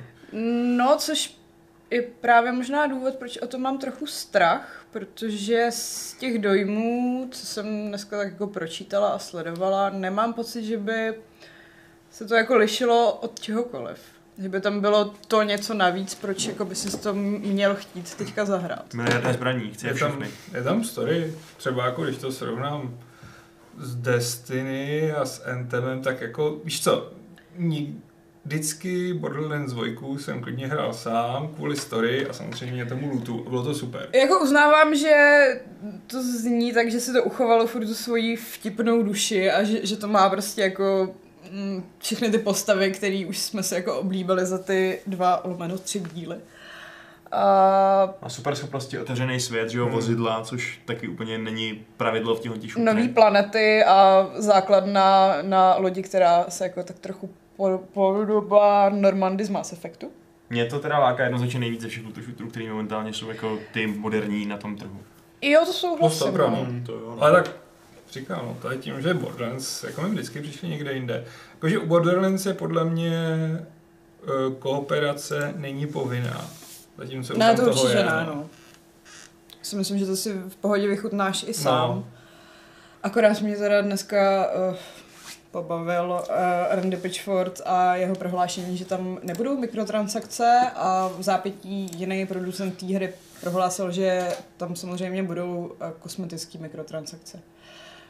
[SPEAKER 4] No, což je právě možná důvod, proč o tom mám trochu strach, protože z těch dojmů, co jsem dneska tak jako pročítala a sledovala, nemám pocit, že by se to jako lišilo od čehokoliv. Že by tam bylo to něco navíc, proč jako by si to měl chtít teďka zahrát.
[SPEAKER 1] Miliarda zbraní, chci je
[SPEAKER 2] je, tam,
[SPEAKER 1] všechny.
[SPEAKER 2] je tam story, třeba jako když to srovnám s Destiny a s Anthemem, tak jako, víš co, ni- vždycky Borderlands 2 jsem klidně hrál sám kvůli story a samozřejmě tomu lootu a bylo to super.
[SPEAKER 4] Jako uznávám, že to zní tak, že si to uchovalo furt tu svoji vtipnou duši a že, že to má prostě jako mm, všechny ty postavy, které už jsme se jako oblíbili za ty dva lomeno tři díly. A
[SPEAKER 1] Má super schopnosti otevřený svět, že jo,
[SPEAKER 2] Hmm.
[SPEAKER 1] vozidla, což taky úplně není pravidlo v těchto šutrech.
[SPEAKER 4] nový planety a základna na lodi, která se jako tak trochu po- podobá Normandy z Mass Effectu.
[SPEAKER 1] Mě to teda láká jednoznačně nejvíc ze všech shooterů, který momentálně jsou jako ty moderní na tom trhu.
[SPEAKER 4] I jo, to souhlasím.
[SPEAKER 2] Postavra,
[SPEAKER 4] no.
[SPEAKER 2] no.
[SPEAKER 3] Hmm, to jo, no.
[SPEAKER 2] Ale tak říkám, no, to je tím, že Borderlands, jako my vždycky přišli někde jinde. Jakože u Borderlands je podle mě e, kooperace není povinná. Zatímco
[SPEAKER 4] Ne,
[SPEAKER 2] tam
[SPEAKER 4] to
[SPEAKER 2] toho
[SPEAKER 4] určitě
[SPEAKER 2] je,
[SPEAKER 4] ne,
[SPEAKER 2] no.
[SPEAKER 4] no. Si myslím, že to si v pohodě vychutnáš i sám. No. Akorát mě teda dneska uh, pobavil uh, Randy Pitchford a jeho prohlášení, že tam nebudou mikrotransakce a v zápětí jiný producent té hry prohlásil, že tam samozřejmě budou uh, kosmetické mikrotransakce.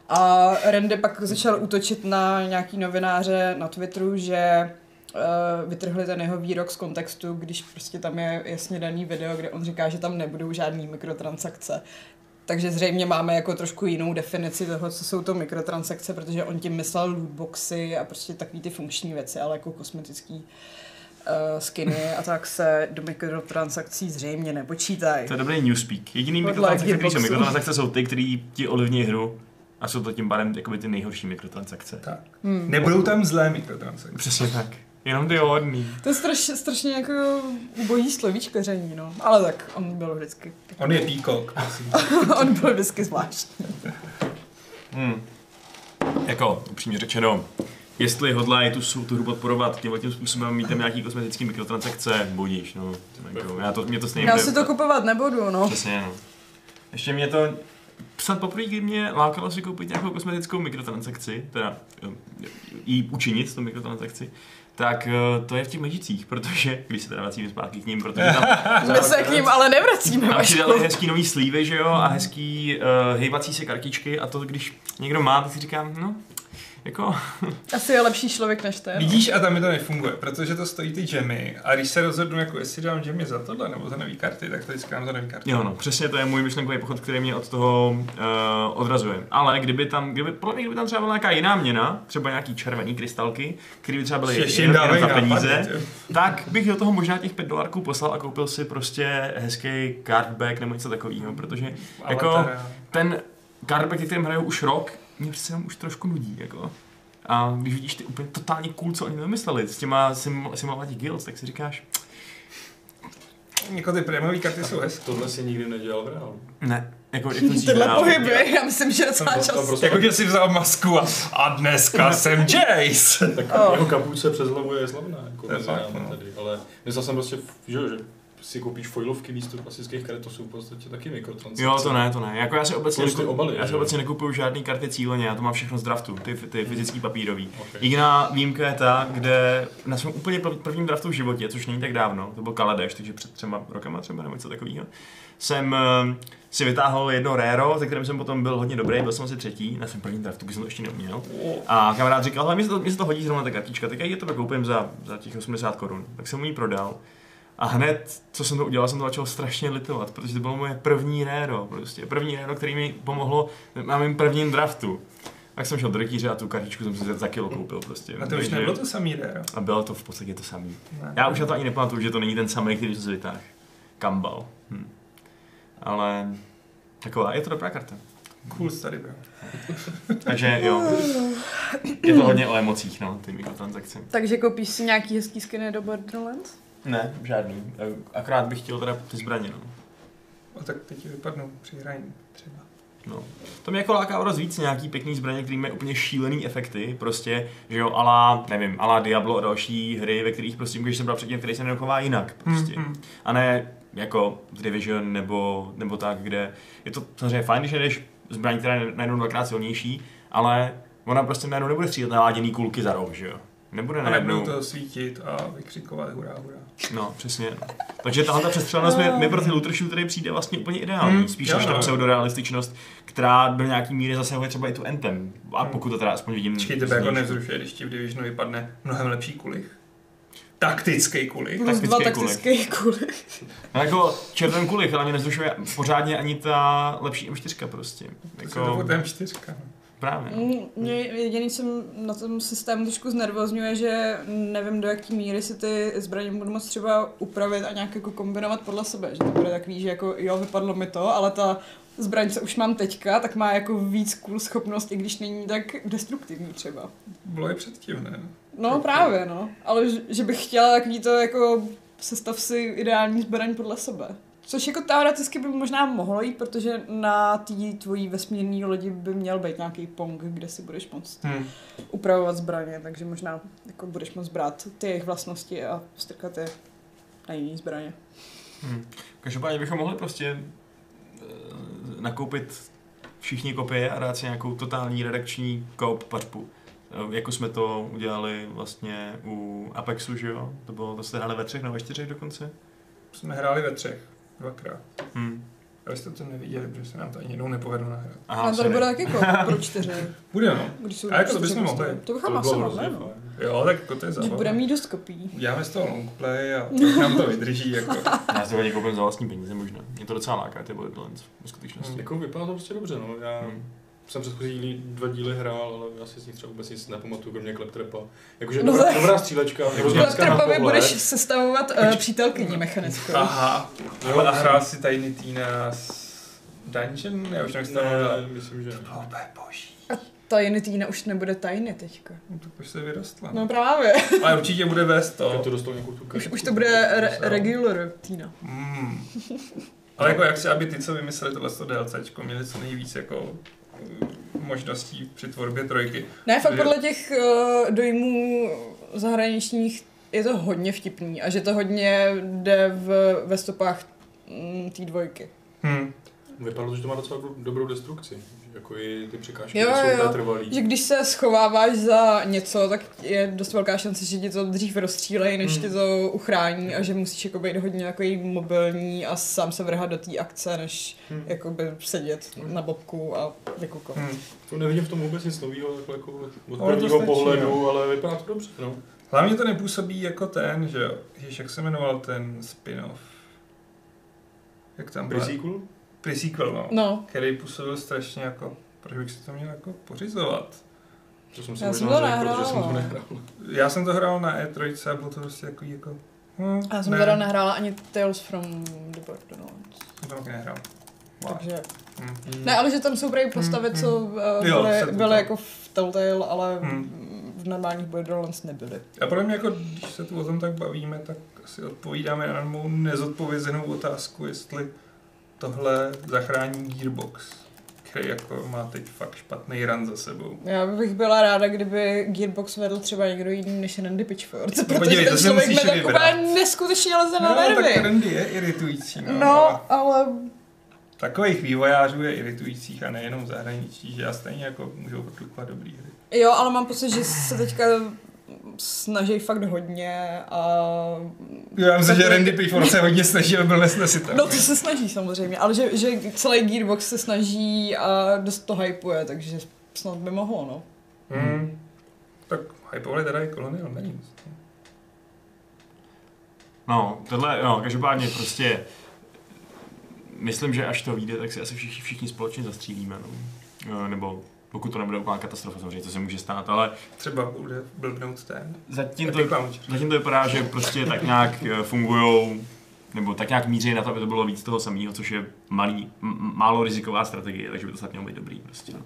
[SPEAKER 4] A Randy pak začal útočit na nějaký novináře na Twitteru, že eh, vytrhli ten jeho výrok z kontextu, když prostě tam je jasně daný video, kde on říká, že tam nebudou žádný mikrotransakce. Takže zřejmě máme jako trošku jinou definici toho, co jsou to mikrotransakce, protože on tím myslel lootboxy a prostě takový ty funkční věci, ale jako kosmetický eh, skiny a tak se do mikrotransakcí zřejmě nepočítají.
[SPEAKER 1] To je dobrý newspeak. Jediný
[SPEAKER 4] Podle
[SPEAKER 1] mikrotransakce, který jsou
[SPEAKER 4] Gearboxu.
[SPEAKER 1] mikrotransakce, jsou ty, které ti ovlivní hru a jsou to tím pádem jakoby ty nejhorší mikrotransakce.
[SPEAKER 2] Tak.
[SPEAKER 4] Hmm.
[SPEAKER 2] Nebudou tam zlé mikrotransakce.
[SPEAKER 1] Přesně tak. Jenom ty hodný.
[SPEAKER 4] To je straš, strašně jako ubojí slovíčkaření, no. Ale tak, on byl vždycky,
[SPEAKER 2] On je píkok, prosím.
[SPEAKER 4] on byl vždycky zvláštní.
[SPEAKER 1] Hmm. Jako, upřímně řečeno, jestli hodlají tu, sou- tu hru podporovat tímhle tím způsobem, mít tam nějaký kosmetický mikrotransakce, budíš, no. Jako, já to, mě to stejně
[SPEAKER 4] Já
[SPEAKER 1] bude-
[SPEAKER 4] si to kupovat nebudu,
[SPEAKER 1] <laughs>
[SPEAKER 4] no.
[SPEAKER 1] Přesně, no. Ještě mě to... Snad poprvé, kdy mě lákalo si koupit nějakou kosmetickou mikrotransakci, teda eh, jí učinit, tu mikrotransakci, tak eh, to je v těch ležících, protože, když se teda vracíme zpátky k ním, protože tam,
[SPEAKER 4] My se k ním ale nevracíme,
[SPEAKER 1] tam si
[SPEAKER 4] Vašku.
[SPEAKER 1] dali hezký nový slívy, že jo, a hezký uh, hejbací se kartičky a to, když někdo má, tak si říkám, no, jako,
[SPEAKER 4] Asi je lepší člověk než ten.
[SPEAKER 2] Vidíš, a tam mi to nefunguje, protože to stojí ty džemy a když se rozhodnu, jako jestli dám džemy za tohle nebo za nový karty, tak to vždycky dám za nový karty.
[SPEAKER 1] jo no, přesně to je můj myšlenkový pochod, který mě od toho uh, odrazuje. Ale kdyby tam, kdyby, podle mě, kdyby tam třeba byla nějaká jiná měna, třeba nějaký červený krystalky, které by třeba byly
[SPEAKER 2] Ještě
[SPEAKER 1] jen,
[SPEAKER 2] dávej
[SPEAKER 1] jen za
[SPEAKER 2] nápady,
[SPEAKER 1] peníze,
[SPEAKER 2] ty.
[SPEAKER 1] tak bych do toho možná těch 5 dolarků poslal a koupil si prostě hezký cardback nebo něco takového, protože jako
[SPEAKER 2] Avatara.
[SPEAKER 1] ten cardback, který kterým hraju už rok, mě přece jenom už trošku nudí, jako. A když vidíš ty úplně totálně cool, co oni vymysleli s těma sim, simování guilds, tak si říkáš,
[SPEAKER 2] Jako ty prémiové karty jsou hezké.
[SPEAKER 3] Tohle si nikdy nedělal v reálu.
[SPEAKER 1] ne, jako jak to dřív
[SPEAKER 4] Tyhle
[SPEAKER 1] hrál.
[SPEAKER 4] pohyby, <laughs> já myslím, že docela
[SPEAKER 3] Tam- tam
[SPEAKER 4] často.
[SPEAKER 3] prostě-
[SPEAKER 2] Jako že si vzal masku a, a dneska
[SPEAKER 1] <laughs>
[SPEAKER 2] jsem Jace.
[SPEAKER 3] Tak
[SPEAKER 4] Oh.
[SPEAKER 3] oh. jeho kapuce přes hlavu je slavná, jako
[SPEAKER 2] To je
[SPEAKER 3] mezi
[SPEAKER 2] fakt,
[SPEAKER 3] námi
[SPEAKER 2] no.
[SPEAKER 3] tady, ale myslel jsem prostě, že, jo, že si koupíš foilovky místo klasických karet, to jsou v podstatě taky mikrotransakce.
[SPEAKER 1] Jo, to ne, to ne. Jako já si obecně,
[SPEAKER 3] Plus ty obaly,
[SPEAKER 1] já si
[SPEAKER 3] jo. Mhm.
[SPEAKER 1] obecně nekupuju žádný karty cíleně, já to mám všechno z draftu, ty, ty fyzický papírový.
[SPEAKER 3] Okay.
[SPEAKER 1] Jediná výjimka je ta, kde na svém úplně prv- prvním draftu v životě, což není tak dávno, to byl Kaladeš, takže před třema rokama třeba nebo něco takového, jsem eh, si vytáhl jedno Rero, ze kterým jsem potom byl hodně dobrý, byl jsem asi třetí, na svém prvním draftu, když jsem to ještě neuměl. A kamarád říkal, ale mně se to, mně se to hodí zrovna ta kartička, tak já ji to koupím za, za těch 80 korun. Tak jsem mu ji prodal. A hned, co jsem to udělal, jsem to začal strašně litovat, protože to bylo moje první réro, prostě. První réro, který mi pomohlo na mém prvním draftu. Tak jsem šel do rytíře a tu kartičku jsem si za- za kilo koupil prostě.
[SPEAKER 2] A to už
[SPEAKER 1] Takže-
[SPEAKER 2] nebylo to samý Rero.
[SPEAKER 1] A bylo to v podstatě to samé.
[SPEAKER 2] Ne.
[SPEAKER 1] Já už na to ani nepamatuju, že to není ten samý, který jsem si vytáhl. Kambal. Hm. Ale taková, je to dobrá karta.
[SPEAKER 2] Cool tady byl.
[SPEAKER 1] Takže jo, je to hodně o emocích, no, ty mikrotransakce.
[SPEAKER 4] Takže koupíš si nějaký hezký skiny do Borderlands?
[SPEAKER 1] Ne, žádný. E, Akorát bych chtěl teda ty zbraně, no.
[SPEAKER 2] A tak teď ti vypadnou při hraní třeba.
[SPEAKER 1] No. To mě jako láká o dost víc nějaký pěkný zbraně, který mají úplně šílený efekty, prostě, že jo, ala, nevím, ala Diablo a další hry, ve kterých prostě můžeš sebrat předtím, který se nedochová jinak, prostě.
[SPEAKER 2] Mhm.
[SPEAKER 1] A ne jako v Division nebo, nebo tak, kde je to samozřejmě fajn, když jdeš zbraň, která je najednou dvakrát silnější, ale ona prostě najednou nebude střílet naláděný kulky za roh, že jo. Nebude
[SPEAKER 2] A nebudou
[SPEAKER 1] najednou.
[SPEAKER 2] to svítit a vykřikovat hurá, hurá.
[SPEAKER 1] No, přesně. no. Takže tahle ta přestřelenost mi, mi pro ty looter shootery přijde vlastně úplně ideální.
[SPEAKER 2] Hmm,
[SPEAKER 1] Spíš
[SPEAKER 2] jo,
[SPEAKER 1] než ta
[SPEAKER 2] no.
[SPEAKER 1] pseudorealističnost, která do nějaký míry zasahuje třeba i tu Anthem. A pokud to teda aspoň vidím.
[SPEAKER 2] Hmm. Počkej, tebe jako
[SPEAKER 1] zníž.
[SPEAKER 2] nevzrušuje, když ti v Divisionu vypadne mnohem lepší kulich. Taktický kulich.
[SPEAKER 4] Plus dva
[SPEAKER 1] taktický
[SPEAKER 4] taktické kuly.
[SPEAKER 1] No jako červen kulich, ale mě nezrušuje pořádně ani ta lepší M4 prostě.
[SPEAKER 2] Jako...
[SPEAKER 1] Jako,
[SPEAKER 2] To je čtyřka.
[SPEAKER 1] právě. no.
[SPEAKER 4] Mm, Mě jediný, co m- na tom systému trošku znervozňuje, že nevím, do jaký míry si ty zbraně budu moc třeba upravit a nějak jako kombinovat podle sebe. Že to bude takový, že jako jo, vypadlo mi to, ale ta zbraň, co už mám teďka, tak má jako víc cool schopnost, i když není tak destruktivní třeba.
[SPEAKER 2] Bylo je předtím, ne?
[SPEAKER 4] No právě, no. Ale ž- že bych chtěla takový to jako sestav si ideální zbraň podle sebe. Což jako teoreticky by možná mohlo jít, protože na té tvojí vesmírné lodi by měl být nějaký pong, kde si budeš moct
[SPEAKER 2] Hm.
[SPEAKER 4] upravovat zbraně, takže možná jako budeš moc brát ty jejich vlastnosti a strkat je na jiný zbraně.
[SPEAKER 1] Hmm. Každopádně bychom mohli prostě eh, nakoupit všichni kopie a dát si nějakou totální redakční koop pařbu. Eh, Jako jsme to udělali vlastně u Apexu, že jo? To bylo, to jste hráli ve třech nebo ve čtyřech dokonce?
[SPEAKER 2] Jsme hráli ve třech. Dvakrát.
[SPEAKER 1] Hmm.
[SPEAKER 2] Ale jste to neviděli, protože se nám to ani jednou nepovedlo nahrát.
[SPEAKER 1] Aha,
[SPEAKER 4] A to
[SPEAKER 1] sorry.
[SPEAKER 4] bude taky jako pro čtyři.
[SPEAKER 2] Bude, no.
[SPEAKER 4] Když jsou
[SPEAKER 2] A jako to
[SPEAKER 4] čtyři
[SPEAKER 2] bychom
[SPEAKER 4] postavy.
[SPEAKER 2] mohli.
[SPEAKER 4] To
[SPEAKER 3] To
[SPEAKER 4] bychom
[SPEAKER 3] by
[SPEAKER 4] asi
[SPEAKER 3] bylo
[SPEAKER 4] mohli.
[SPEAKER 3] hrozně
[SPEAKER 4] no.
[SPEAKER 3] fajn.
[SPEAKER 2] Jo, tak jako to je
[SPEAKER 4] Když
[SPEAKER 2] zábava.
[SPEAKER 4] budeme mít dost kopií.
[SPEAKER 2] Uděláme z toho longplay
[SPEAKER 4] <laughs>
[SPEAKER 2] a tak nám to vydrží. Jako.
[SPEAKER 1] Já si to koupím za vlastní peníze možná. Mě to docela láká, ty Borderlands, v skutečnosti.
[SPEAKER 3] Jako vypadá to prostě dobře, no. Já
[SPEAKER 1] Hmm.
[SPEAKER 3] jsem předchozí dní- dva díly hrál, ale já si z nich třeba vůbec nic nepamatuju, kromě Kleptrepa. Jakože
[SPEAKER 4] No
[SPEAKER 3] dobrá,
[SPEAKER 4] tak-
[SPEAKER 3] dobrá střílečka,
[SPEAKER 1] Kleptrepa
[SPEAKER 3] rozmanská na
[SPEAKER 4] Trpavě
[SPEAKER 3] pohled.
[SPEAKER 4] budeš sestavovat uh, přítelkyni mechanickou.
[SPEAKER 2] Aha. Jo, a hrál si tajný týna s Dungeon? Já už
[SPEAKER 3] Ne,
[SPEAKER 2] nechci tam hledat.
[SPEAKER 3] myslím, že ne.
[SPEAKER 2] To bylo boží.
[SPEAKER 4] Tajny týna už nebude tajny teďka.
[SPEAKER 2] No, to už se vyrostla.
[SPEAKER 4] No právě.
[SPEAKER 2] Ale určitě bude vést
[SPEAKER 3] Tak
[SPEAKER 2] to.
[SPEAKER 3] to dostal nějakou tu
[SPEAKER 4] Už,
[SPEAKER 3] kartu.
[SPEAKER 4] už to bude re-
[SPEAKER 2] Jo.
[SPEAKER 4] regular no. týna.
[SPEAKER 2] Mm. Ale jako jak si, aby ty, co vymysleli tohle DLCčko, měli co nejvíc jako eh, možností při tvorbě trojky.
[SPEAKER 4] Ne, fakt
[SPEAKER 2] Jo.
[SPEAKER 4] podle těch uh, dojmů zahraničních je to hodně vtipný a že to hodně jde v, ve stopách mm, té dvojky.
[SPEAKER 2] Hm.
[SPEAKER 3] Vypadalo, že to má docela do- dobrou destrukci. Jako i ty překážky
[SPEAKER 4] Jo,
[SPEAKER 3] jo,
[SPEAKER 4] jo,
[SPEAKER 3] jsou
[SPEAKER 4] jo.
[SPEAKER 3] jo. trvalý.
[SPEAKER 4] Že když se schováváš za něco, tak je dost velká šance, že ti to dřív rozstřílejí, než
[SPEAKER 2] Mm.
[SPEAKER 4] ti to uchrání a že musíš jako být hodně takový mobilní a sám se vrhat do té akce, než
[SPEAKER 2] Hmm.
[SPEAKER 3] Hm.
[SPEAKER 4] jakoby sedět na bobku a jako vykukovat.
[SPEAKER 2] Hm.
[SPEAKER 3] To nevidím v tom vůbec nic nového, takhle jako od
[SPEAKER 2] to
[SPEAKER 3] prvního
[SPEAKER 2] stačí,
[SPEAKER 3] pohledu,
[SPEAKER 2] jo.
[SPEAKER 3] ale vypadá to dobře, no.
[SPEAKER 2] Hlavně to nepůsobí jako ten, že jo. Ježiš, jak se jmenoval ten spin-off? Jak tam byl?
[SPEAKER 3] Pre-sequel?
[SPEAKER 2] Pre-sequel, no.
[SPEAKER 4] No,
[SPEAKER 2] Který působil strašně jako, proč bych si to měl jako pořizovat?
[SPEAKER 3] To jsem si
[SPEAKER 4] Já jsem
[SPEAKER 3] možná
[SPEAKER 4] to
[SPEAKER 3] řekl, protože jsem
[SPEAKER 4] nehrála.
[SPEAKER 3] to nehrál.
[SPEAKER 2] Já jsem to hrál na E3 a bylo to prostě jako, jako hm,
[SPEAKER 4] a já jsem
[SPEAKER 2] ne,
[SPEAKER 4] teda nehrála ani Tales from the Borderlands.
[SPEAKER 2] Jsem to taky nehrál. Wow.
[SPEAKER 4] Takže...
[SPEAKER 2] Hm.
[SPEAKER 4] Hmm. Ne, ale že tam jsou prý postavy,
[SPEAKER 2] Mm,
[SPEAKER 4] co
[SPEAKER 2] mm.
[SPEAKER 4] eh,
[SPEAKER 2] Jo,
[SPEAKER 4] byly,
[SPEAKER 2] se to-
[SPEAKER 4] byly jako v Telltale, ale
[SPEAKER 2] Mm.
[SPEAKER 4] v normálních Borderlands nebyly.
[SPEAKER 2] A podle mě, jako, když se tu o tom tak bavíme, tak si odpovídáme na mou nezodpovězenou otázku, jestli tohle zachrání Gearbox, který jako má teď fakt špatný run za sebou.
[SPEAKER 4] Já bych byla ráda, kdyby Gearbox vedl třeba někdo jiný než Randy Pitchford, protože
[SPEAKER 2] No, podívej, to
[SPEAKER 4] ten
[SPEAKER 2] si
[SPEAKER 4] člověk mi
[SPEAKER 2] musíš
[SPEAKER 4] tak
[SPEAKER 2] vybrat.
[SPEAKER 4] úplně neskutečně leze na
[SPEAKER 2] No, tak
[SPEAKER 4] nervy.
[SPEAKER 2] trendy je iritující. No. ale
[SPEAKER 4] No, ale
[SPEAKER 2] Takových vývojářů je iritujících a nejenom v zahraničí, že já stejně jako můžou produkovat dobrý hry.
[SPEAKER 4] jo, ale mám pocit, že se teďka snaží fakt hodně a...
[SPEAKER 2] Já myslím, že Randy Pitchford se hodně snaží, aby byl nesnesitelný.
[SPEAKER 4] No to se snaží samozřejmě, ale že, že celý Gearbox se snaží a dost to hypuje, takže snad by mohlo, no.
[SPEAKER 2] Hmm. Tak hypovali teda i Colonial Marines. no.
[SPEAKER 1] No, tohle, no, každopádně prostě myslím, že až to vyjde, tak si asi všichni, všichni společně zastřílíme, no. Eh, Nebo pokud to nebude úplná katastrofa, samozřejmě, to se může stát, ale
[SPEAKER 2] Třeba bude blbnout ten.
[SPEAKER 1] zatím to,
[SPEAKER 2] Epic Launch.
[SPEAKER 1] zatím to vypadá, že prostě tak nějak fungují nebo tak nějak míří na to, aby to bylo víc toho samého, což je malý, m- málo riziková strategie, takže by to snad mělo být dobrý prostě, no.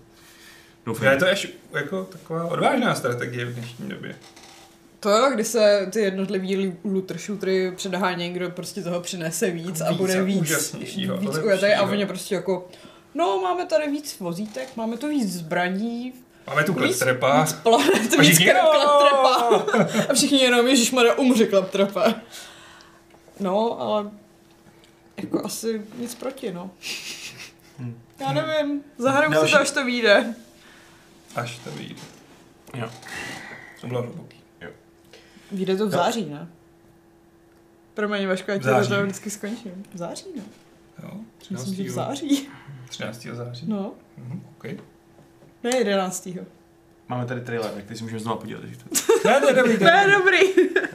[SPEAKER 1] Doufám.
[SPEAKER 2] Já je to až jako taková odvážná strategie v dnešní době.
[SPEAKER 4] To jo, kdy se ty jednotlivý looter shootery předhání, kdo prostě toho přinese víc a
[SPEAKER 2] Víc
[SPEAKER 4] bude
[SPEAKER 2] a
[SPEAKER 4] víc,
[SPEAKER 2] úžasnějšího,
[SPEAKER 4] víc
[SPEAKER 2] lepšího.
[SPEAKER 4] ujetej a oni prostě jako, no máme tady víc vozítek, máme tu víc zbraní,
[SPEAKER 2] Máme tu
[SPEAKER 4] Víc-
[SPEAKER 2] kleptrepa.
[SPEAKER 4] víc planet,
[SPEAKER 2] A
[SPEAKER 4] víc
[SPEAKER 2] všichni, "Jo!"
[SPEAKER 4] klaptrepa. A všichni jenom, ježišmarja, umře klaptrepa. No, ale jako asi nic proti, no.
[SPEAKER 2] Hm.
[SPEAKER 4] Já nevím, zahraju se
[SPEAKER 1] Další.
[SPEAKER 4] to, až to vyjde.
[SPEAKER 2] Až to vyjde.
[SPEAKER 1] Jo.
[SPEAKER 2] To bylo hluboký.
[SPEAKER 1] Jo.
[SPEAKER 4] Vyjde to v
[SPEAKER 3] Jo.
[SPEAKER 4] září, ne? Promiň, Vašku, já
[SPEAKER 2] V
[SPEAKER 4] ti
[SPEAKER 2] září.
[SPEAKER 4] to tam vždycky skončím. V září, no. ne?
[SPEAKER 2] Jo,
[SPEAKER 4] Myslím, že v
[SPEAKER 3] 13.
[SPEAKER 4] září.
[SPEAKER 2] 13. září.
[SPEAKER 4] No,
[SPEAKER 2] Mhm, OK.
[SPEAKER 4] ne 11.
[SPEAKER 1] Máme tady trailer, tak teď si můžeme znovu podívat. když to-
[SPEAKER 2] Ne, to je
[SPEAKER 4] <laughs>
[SPEAKER 2] dobrý, to
[SPEAKER 4] To
[SPEAKER 2] je
[SPEAKER 4] je
[SPEAKER 2] dobrý.
[SPEAKER 4] dobrý.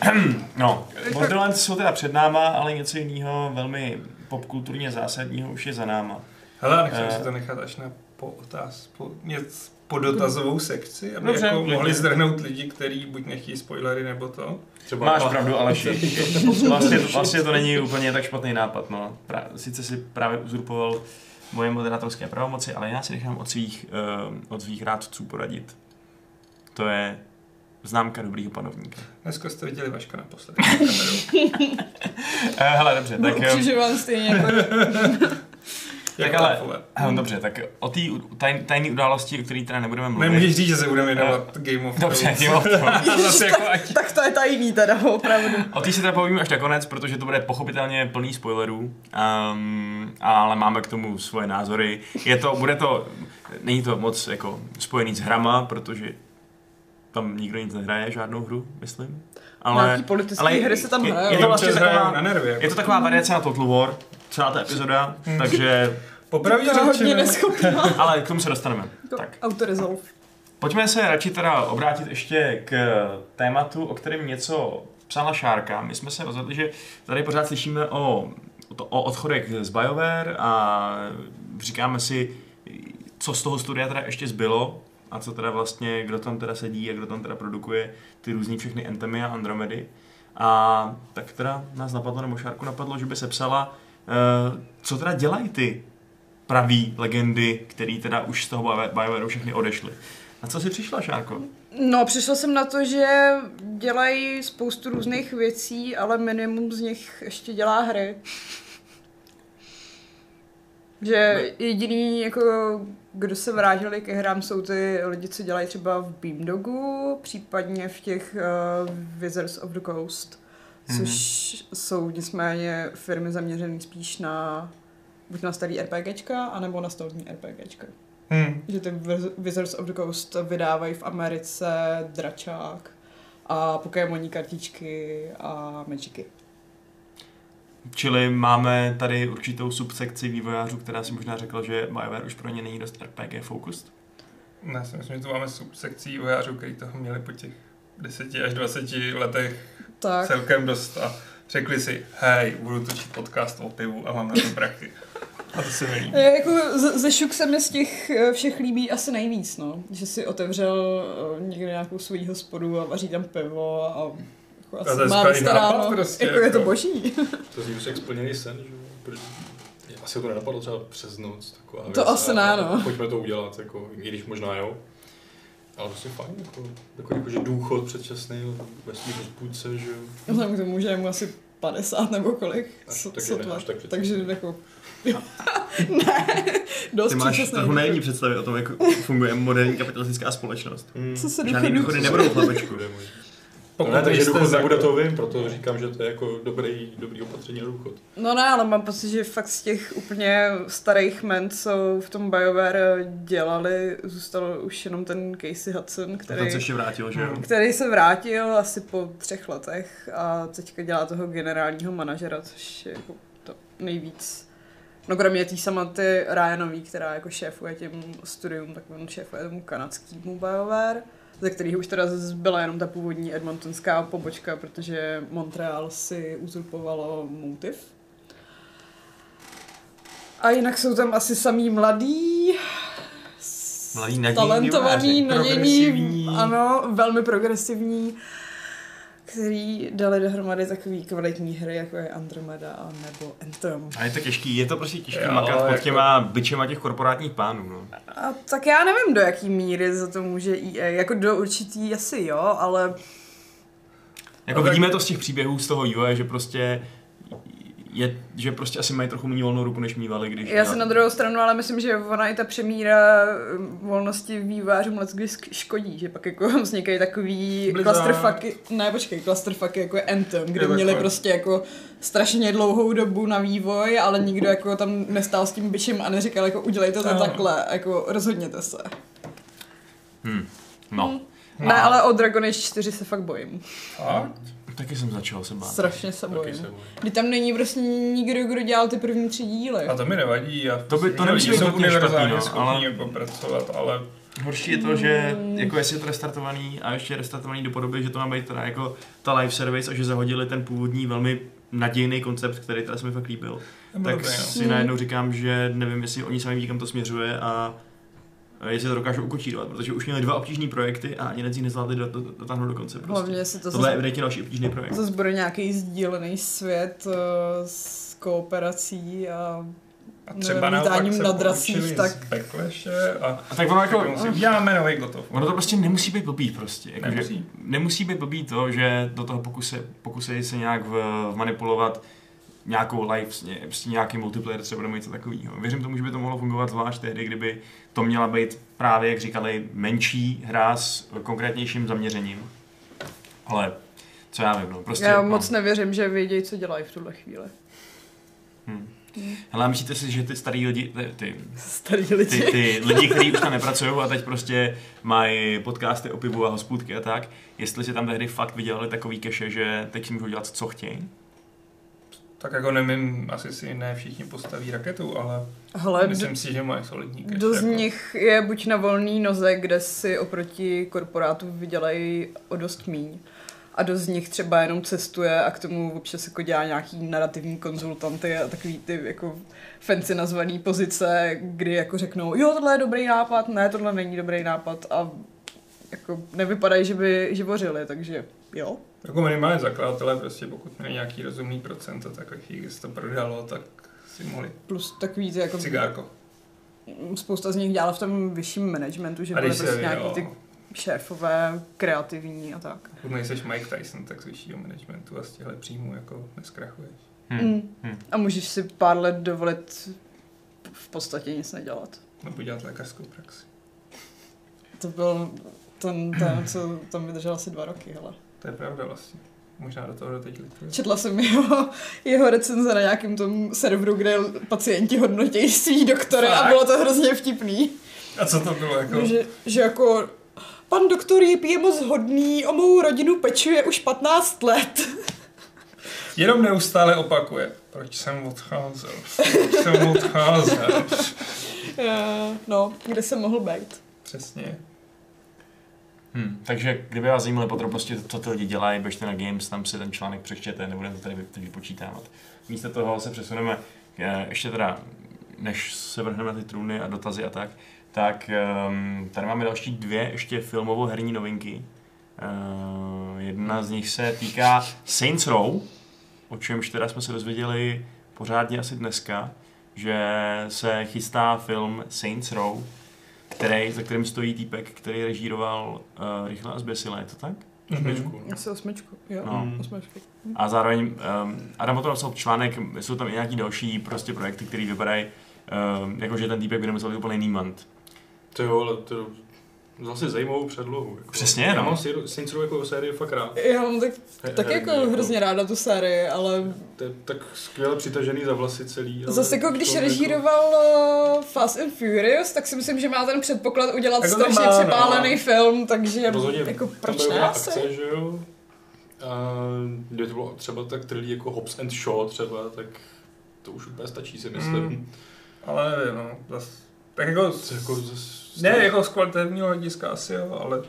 [SPEAKER 1] Ehm, <clears throat> no, Borderlands jsou teda před náma, ale něco jiného velmi popkulturně zásadního už je za náma.
[SPEAKER 2] Hele, nechci si
[SPEAKER 1] Eh.
[SPEAKER 2] to nechat až na po otáz, po, něco, po dotazovou sekci,
[SPEAKER 1] Dobře,
[SPEAKER 2] aby Dobře, jako
[SPEAKER 1] klidně.
[SPEAKER 2] mohli zdrhnout lidi, kteří buď nechtějí spoilery nebo to.
[SPEAKER 3] Třeba
[SPEAKER 1] Máš pravdu, Aleši. <laughs> Vlastně, vlastně to není úplně tak špatný nápad. No. Pra, sice si právě uzurpoval moje moderátorské pravomoci, ale já si nechám od svých, uh, od svých rádců poradit. To je známka dobrýho panovníka.
[SPEAKER 2] Dneska jste viděli Vaška naposledy.
[SPEAKER 4] <laughs>
[SPEAKER 2] na kameru.
[SPEAKER 1] Uh, hele, dobře, tak...
[SPEAKER 4] Tak
[SPEAKER 1] eh,
[SPEAKER 4] ukřižován stejně
[SPEAKER 1] <laughs>
[SPEAKER 4] jako...
[SPEAKER 1] Tak
[SPEAKER 2] Jak
[SPEAKER 1] ale-
[SPEAKER 2] ale,
[SPEAKER 1] Hm, Dobře, tak o té u- taj, tajné události, o které teda nebudeme mluvit.
[SPEAKER 2] Nemůžeš říct, že se budeme jmenovat Game of Thrones.
[SPEAKER 1] Eh. Dobře, Game of Thrones.
[SPEAKER 2] <laughs> Zase jako ať...
[SPEAKER 4] tak to je tajný teda, opravdu.
[SPEAKER 1] O té se teda povíme až nakonec, protože to bude pochopitelně plný spoilerů, um, ale máme k tomu svoje názory. Je to, bude to, není to moc jako spojený s hrama, protože tam nikdo nic nehraje, žádnou hru, myslím. Ale
[SPEAKER 4] Nějaký politický
[SPEAKER 1] ale-
[SPEAKER 4] hry se tam
[SPEAKER 1] je-
[SPEAKER 4] hraje.
[SPEAKER 1] je to vlastně
[SPEAKER 2] Občas
[SPEAKER 1] taková-
[SPEAKER 2] hrajou na nervy. Jako.
[SPEAKER 1] je to taková variace na Total War, celá ta epizoda, takže,
[SPEAKER 2] Popravdě
[SPEAKER 4] To je Jako hodně
[SPEAKER 2] řečeno,
[SPEAKER 4] neschopná.
[SPEAKER 1] ale k tomu se dostaneme. Tak.
[SPEAKER 4] Tak. Autoresolve.
[SPEAKER 1] Pojďme se radši teda obrátit ještě k tématu, o kterém něco psala Šárka. My jsme se rozhodli, že tady pořád slyšíme o, to, o odchodech z BioWare a říkáme si, co z toho studia teda ještě zbylo a co teda vlastně, kdo tam teda sedí a kdo tam teda produkuje ty různý všechny Entemy a Andromedy. A tak teda nás napadlo, nebo Šárku napadlo, že by se psala, eh, co teda dělají ty pravý legendy, který teda už z toho Bio- BioWareu všechny odešly. Na co jsi přišla, jako? Šárko?
[SPEAKER 4] No, přišla jsem na to, že dělají spoustu různých věcí, ale minimum z nich ještě dělá hry. Že jediný, jako, kdo se vrátili ke hrám, jsou ty lidi, co dělají třeba v Beamdogu, případně v těch uh, Wizards of the Coast, což jsou nicméně firmy zaměřené spíš na buď na starý RPGčka, anebo na stolní RPGčka.
[SPEAKER 2] Hm.
[SPEAKER 4] Že ty Wiz- Wizards of the Coast vydávají v Americe dračák a pokémoní kartičky a magiky.
[SPEAKER 1] Čili máme tady určitou subsekci vývojářů, která si možná řekla, že BioWare už pro ně není dost RPG focused.
[SPEAKER 2] Já si myslím, že tu máme subsekcí vojářů, kteří toho měli po těch 10 až 20 letech
[SPEAKER 4] Tak,
[SPEAKER 2] celkem dost a řekli si, hej, budu točit podcast o pivu a mám na to prachy. A to se mi líbí.
[SPEAKER 4] Je, jako z- ze šuk se mi z těch eh, všech líbí asi nejvíc, no. Že si otevřel eh, někde nějakou svůj hospodu a vaří tam pivo a jako
[SPEAKER 2] to je skvělý nápad prostě,
[SPEAKER 4] jako, je to
[SPEAKER 2] jako.
[SPEAKER 4] boží.
[SPEAKER 3] To zní už jak splněný sen, že jo. Pr- Asi to nenapadlo třeba přes noc, taková
[SPEAKER 4] To asi ne, no.
[SPEAKER 3] Pojďme to udělat, jako, i když možná jo. Ale prostě fajn, jako, jako, jako že důchod předčasný, vesmír rozpůjce, že jo.
[SPEAKER 4] Vzhledem k tomu, že je mu asi 50 nebo kolik.
[SPEAKER 3] Až
[SPEAKER 4] so-
[SPEAKER 3] taky
[SPEAKER 4] sotva.
[SPEAKER 3] ne, až taky.
[SPEAKER 4] Takže jako... <laughs> ne, dost
[SPEAKER 1] Ty máš
[SPEAKER 4] předčasný.
[SPEAKER 1] trochu naivní představy o tom, jak funguje moderní kapitalistická společnost.
[SPEAKER 3] Hmm.
[SPEAKER 4] Co se
[SPEAKER 1] Žádný
[SPEAKER 4] důchodů
[SPEAKER 1] důchody nebudou, chlapečku.
[SPEAKER 3] Bude můj.
[SPEAKER 2] Pokud
[SPEAKER 3] ne, takže
[SPEAKER 2] jste
[SPEAKER 3] důchod
[SPEAKER 2] za-
[SPEAKER 3] nebude to vím, proto říkám, že to je jako dobrý, dobrý opatření na důchod.
[SPEAKER 4] No ne, ale mám pocit, že fakt z těch úplně starých men, co v tom BioWare dělali, zůstal už jenom ten Casey Hudson,
[SPEAKER 1] A ten
[SPEAKER 4] který,
[SPEAKER 1] se ještě vrátil, že jo?
[SPEAKER 2] Hmm.
[SPEAKER 4] který se vrátil asi po třech letech a teďka dělá toho generálního manažera, což je jako to nejvíc. No kromě té Samanty Ryanový, která jako šéfuje těm studium, tak on šéfuje tomu kanadskému BioWare, ze kterého už teda zbyla jenom ta původní edmontonská pobočka, protože Montreal si uzurpovalo Motiv. A jinak jsou tam asi samý mladí, s-
[SPEAKER 1] Mladí nadějní
[SPEAKER 4] talentovaní,
[SPEAKER 2] diváři,
[SPEAKER 4] nadějní,
[SPEAKER 2] progresivní.
[SPEAKER 4] ano, velmi progresivní, který dali dohromady takový kvalitní hry, jako je Andromeda a nebo Anthem.
[SPEAKER 1] A je to těžký, je to prostě těžký
[SPEAKER 2] Jo,
[SPEAKER 1] makat pod
[SPEAKER 2] jako-
[SPEAKER 1] těma bičema těch korporátních pánů, no.
[SPEAKER 4] A tak já nevím, do jaký míry za to může EA, jako do určitý asi jo, ale
[SPEAKER 1] Jako
[SPEAKER 4] No
[SPEAKER 2] A tak-
[SPEAKER 1] vidíme to z těch příběhů z toho UI, že prostě je, že prostě asi mají trochu méně volnou ruku, než mývali, když...
[SPEAKER 4] já si na druhou stranu, ale myslím, že ona i ta přemíra eh, volnosti vývářům moc kdy sk- škodí, že pak jako <laughs> vznikají takový
[SPEAKER 2] Blizzard.
[SPEAKER 4] clusterfucky, ne počkej, clusterfucky jako je Anthem, kde
[SPEAKER 2] Je to
[SPEAKER 4] měli
[SPEAKER 2] fakt.
[SPEAKER 4] prostě jako strašně dlouhou dobu na vývoj, ale nikdo jako tam nestál s tím bičem a neříkal jako udělejte to
[SPEAKER 2] Ano.
[SPEAKER 4] takhle, jako rozhodněte se.
[SPEAKER 1] Hmm. No.
[SPEAKER 4] Ne, ale o Dragon Age 4 se fakt bojím.
[SPEAKER 2] Fakt?
[SPEAKER 1] Taky jsem začal No. se bát.
[SPEAKER 4] Strašně se
[SPEAKER 3] Taky
[SPEAKER 4] bojím.
[SPEAKER 3] se bojím.
[SPEAKER 4] Kdy tam není prostě nikdo, kdo dělal ty první tři díly.
[SPEAKER 2] A to mi nevadí. Já
[SPEAKER 1] To by- to nemusí být
[SPEAKER 2] jsou
[SPEAKER 1] nutně špatný,
[SPEAKER 2] univerzálně
[SPEAKER 1] no,
[SPEAKER 2] schopni ale... popracovat, ale
[SPEAKER 1] Horší je to, že jako jestli je to restartovaný a ještě je restartovaný do podoby, že to má být teda jako ta live service a že zahodili ten původní velmi nadějný koncept, který teda se mi fakt líbil.
[SPEAKER 2] nebylo
[SPEAKER 1] tak
[SPEAKER 2] dobré, no.
[SPEAKER 1] si najednou říkám, že nevím, jestli oni sami ví, kam to směřuje a jestli to dokážou ukočírovat, protože už měli dva obtížné projekty a ani jeden z nich nezvládli do- do- dotáhnout do konce. Prostě.
[SPEAKER 4] Hlavně se to
[SPEAKER 1] Tohle je
[SPEAKER 4] zase,
[SPEAKER 1] evidentně další obtížný projekt.
[SPEAKER 4] zase bude nějaký sdílený svět eh, s kooperací a
[SPEAKER 2] A třeba
[SPEAKER 4] nevím,
[SPEAKER 2] naopak
[SPEAKER 4] lítáním
[SPEAKER 2] se
[SPEAKER 4] na
[SPEAKER 2] na
[SPEAKER 4] dracích,
[SPEAKER 2] dracích,
[SPEAKER 4] tak-
[SPEAKER 2] z Backlashe a
[SPEAKER 1] A tak ono jako,
[SPEAKER 2] jako, uděláme nový God of War.
[SPEAKER 1] ono to prostě nemusí být blbý prostě. Jako, že-
[SPEAKER 2] Nemusí.
[SPEAKER 1] nemusí být blbý to, že do toho pokuse, pokusí se nějak v, manipulovat nějakou live, s ně- prostě nějaký multiplayer třeba nebo něco takového. Věřím tomu, že by to mohlo fungovat zvlášť tehdy, kdyby to měla být právě, jak říkali, menší hra s konkrétnějším zaměřením. Ale co já vím, no, prostě...
[SPEAKER 4] já
[SPEAKER 1] no.
[SPEAKER 4] moc nevěřím, že vědějí, co dělají v tuhle chvíli.
[SPEAKER 1] Hm.
[SPEAKER 4] Hm.
[SPEAKER 1] Hele, myslíte si, že ty starý lidi, ty, ty,
[SPEAKER 4] Starý
[SPEAKER 1] ty,
[SPEAKER 4] lidi.
[SPEAKER 1] ty lidi, kteří už tam nepracují a teď prostě mají podcasty o pivu a hospůdky a tak, jestli si tam tehdy fakt vydělali takový keše, že teď si můžou dělat, co chtějí?
[SPEAKER 2] Tak jako nevím, asi si ne všichni postaví raketu, ale
[SPEAKER 4] Hele, d-
[SPEAKER 2] myslím si, že mají solidní cash.
[SPEAKER 4] do z
[SPEAKER 2] jako.
[SPEAKER 4] nich je buď na volný noze, kde si oproti korporátu vydělají o dost míň. A do z nich třeba jenom cestuje a k tomu občas jako dělá nějaký narrativní konzultanty a takový ty jako fancy nazvaný pozice, kdy jako řeknou, jo, tohle je dobrý nápad, ne, tohle není dobrý nápad a jako nevypadají, že by živořili, takže jo.
[SPEAKER 2] Jako minimálně zakladatelé, prostě pokud měli nějaký rozumný procento, tak jak jich to prodalo, tak si mohli
[SPEAKER 4] Plus takový ty jako
[SPEAKER 2] cigárko.
[SPEAKER 4] spousta z nich dělala v tom vyšším managementu, že
[SPEAKER 2] A
[SPEAKER 4] byly
[SPEAKER 2] když se,
[SPEAKER 4] prostě nějaký
[SPEAKER 2] jo,
[SPEAKER 4] ty šéfové, kreativní a tak.
[SPEAKER 2] pokud nejseš Mike Tyson, tak z vyššího managementu a z těchto příjmů jako neskrachuješ.
[SPEAKER 4] Mm.
[SPEAKER 1] Hmm.
[SPEAKER 4] A můžeš si pár let dovolit v podstatě nic nedělat.
[SPEAKER 2] Nebo dělat No, lékařskou praxi.
[SPEAKER 4] To byl ten, ten co tam vydržel asi dva roky, hele.
[SPEAKER 2] To je pravda vlastně. Možná do toho teď lituje.
[SPEAKER 4] Četla jsem jeho, jeho recenze na nějakém tom serveru, kde pacienti hodnotí svý doktory a
[SPEAKER 2] Fakt?
[SPEAKER 4] bylo to hrozně vtipný.
[SPEAKER 2] A co to bylo jako?
[SPEAKER 4] Že, že jako pan doktor Jip je moc hodný, o mou rodinu pečuje už 15 let.
[SPEAKER 2] Jenom neustále opakuje. Proč jsem odcházel? Proč jsem
[SPEAKER 4] <laughs>
[SPEAKER 2] odcházel?
[SPEAKER 4] Eh, No, kde jsem mohl být.
[SPEAKER 2] Přesně.
[SPEAKER 1] Hmm. Takže kdyby vás zajímaly podrobnosti, co ty lidi dělají, běžte na Games, tam si ten článek přečtěte, nebudeme to tady vy- teď vypočítávat. Místo toho se přesuneme, eh, ještě teda, než se vrhneme na ty trůny a dotazy a tak, tak ehm, tady máme další dvě ještě filmovo-herní novinky. Eh, Jedna z nich se týká Saints Row, o čemž teda jsme se dozvěděli pořádně asi dneska, že se chystá film Saints Row, který, za kterým stojí týpek, který režíroval uh, Rychle a zběsile, je to tak?
[SPEAKER 2] Mhm.
[SPEAKER 3] Špičku, no.
[SPEAKER 4] Asi osmičku, jo,
[SPEAKER 1] No.
[SPEAKER 4] osmičku.
[SPEAKER 1] A zároveň um, Adam o tom napsal článek, jsou tam i nějaký další prostě projekty, které vypadají, um, jako že ten týpek by nemusel být úplný nímant.
[SPEAKER 3] To jo, ale to zase zajímavou předlohu. Jako.
[SPEAKER 1] Přesně,
[SPEAKER 3] Já
[SPEAKER 1] no.
[SPEAKER 3] mám Sir- Saints Row jako sérii fakt rád.
[SPEAKER 4] Já mám tak,
[SPEAKER 3] He-
[SPEAKER 4] tak jako
[SPEAKER 3] herní,
[SPEAKER 4] hrozně ráda tu sérii, ale
[SPEAKER 3] To je tak skvěle přitažený za vlasy celý. ale
[SPEAKER 4] zase jako když
[SPEAKER 3] to
[SPEAKER 4] režíroval uh, Fast and Furious, tak si myslím, že má ten předpoklad udělat
[SPEAKER 2] Jako to
[SPEAKER 4] strašně
[SPEAKER 2] má, no.
[SPEAKER 4] přepálený film, takže
[SPEAKER 3] Rozhodně
[SPEAKER 4] jako
[SPEAKER 3] tam
[SPEAKER 4] proč
[SPEAKER 3] byla
[SPEAKER 4] ne
[SPEAKER 3] nějaká
[SPEAKER 4] asi?
[SPEAKER 3] akce, že jo? A kdyby to bylo třeba tak trilí jako Hobbs and Shaw třeba, tak to už úplně stačí si myslím.
[SPEAKER 2] Mm. Ale nevím, no. Zas, tak jako,
[SPEAKER 3] To jako zase,
[SPEAKER 2] ne jako z kvalitativního hlediska asi jo, ale z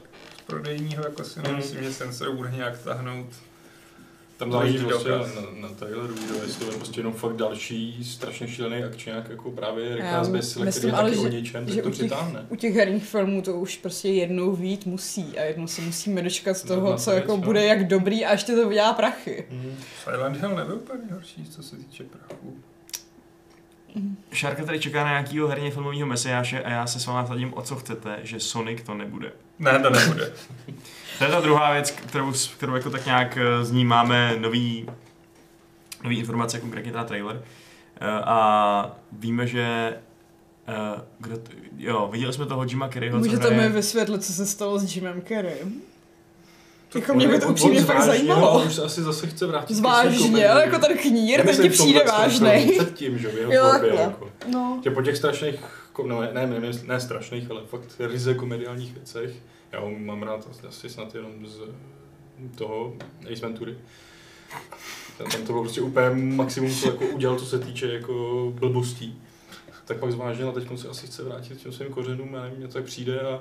[SPEAKER 2] prodejního jako si nemyslím, že sensor bude nějak tahnout.
[SPEAKER 3] Tam záleží
[SPEAKER 2] Dobrý
[SPEAKER 3] prostě
[SPEAKER 2] dokaz.
[SPEAKER 3] na, na traileru, kdo jestli to je prostě jenom fakt další strašně šílený akčňák, jako právě
[SPEAKER 4] Já
[SPEAKER 3] Rikás Besile,
[SPEAKER 4] myslím,
[SPEAKER 3] který je
[SPEAKER 4] ale
[SPEAKER 3] taky
[SPEAKER 4] že-
[SPEAKER 3] o ničem,
[SPEAKER 4] že
[SPEAKER 3] tak to
[SPEAKER 4] u těch-
[SPEAKER 3] přitáhne.
[SPEAKER 4] U těch herních filmů to už prostě jednou vít musí a jednou se musíme dočkat z
[SPEAKER 3] No,
[SPEAKER 4] toho,
[SPEAKER 3] na
[SPEAKER 4] co
[SPEAKER 3] to věc,
[SPEAKER 4] jako
[SPEAKER 3] no.
[SPEAKER 4] bude jak dobrý a ještě to udělá prachy.
[SPEAKER 2] Silent Hill nebyl úplně horší, co se týče prachu.
[SPEAKER 1] Šárka tady čeká na nějakého herně filmového mesiáše a já se s váma sadím o co chcete, že Sonic to nebude.
[SPEAKER 2] Ne, to nebude.
[SPEAKER 1] To je ta druhá věc, kterou, s- kterou jako tak nějak eh, z ní máme nový, nový informace, konkrétně teda trailer. Eh, A víme, že eh, kdo to, jo, viděli jsme toho Jima Carreyho, co
[SPEAKER 4] Můžete mi
[SPEAKER 1] hraje,
[SPEAKER 4] vysvětlit, co se stalo s Jimem Carrey?
[SPEAKER 2] To
[SPEAKER 4] Jako mě by to upřímně fakt zajímalo.
[SPEAKER 3] On už se asi zase chce vrátit.
[SPEAKER 4] Zvážně, jako ten knír, ten ti přijde vážný.
[SPEAKER 3] Předtím, že v jeho
[SPEAKER 4] Jo,
[SPEAKER 3] tvorbě,
[SPEAKER 4] takhle.
[SPEAKER 3] jako.
[SPEAKER 4] No.
[SPEAKER 3] Že po těch strašných, ko- no, ne, ne, ne, ne strašných, ale fakt ryze komediálních věcech, Já ho mám rád asi- asi snad jenom z toho Ace Ventury. Tam tam to bylo prostě úplně maximum, co jako udělal, co se týče jako blbostí. Tak pak zvážil a teď se asi chce vrátit k těm svým kořenům, já nevím, mě to tak přijde a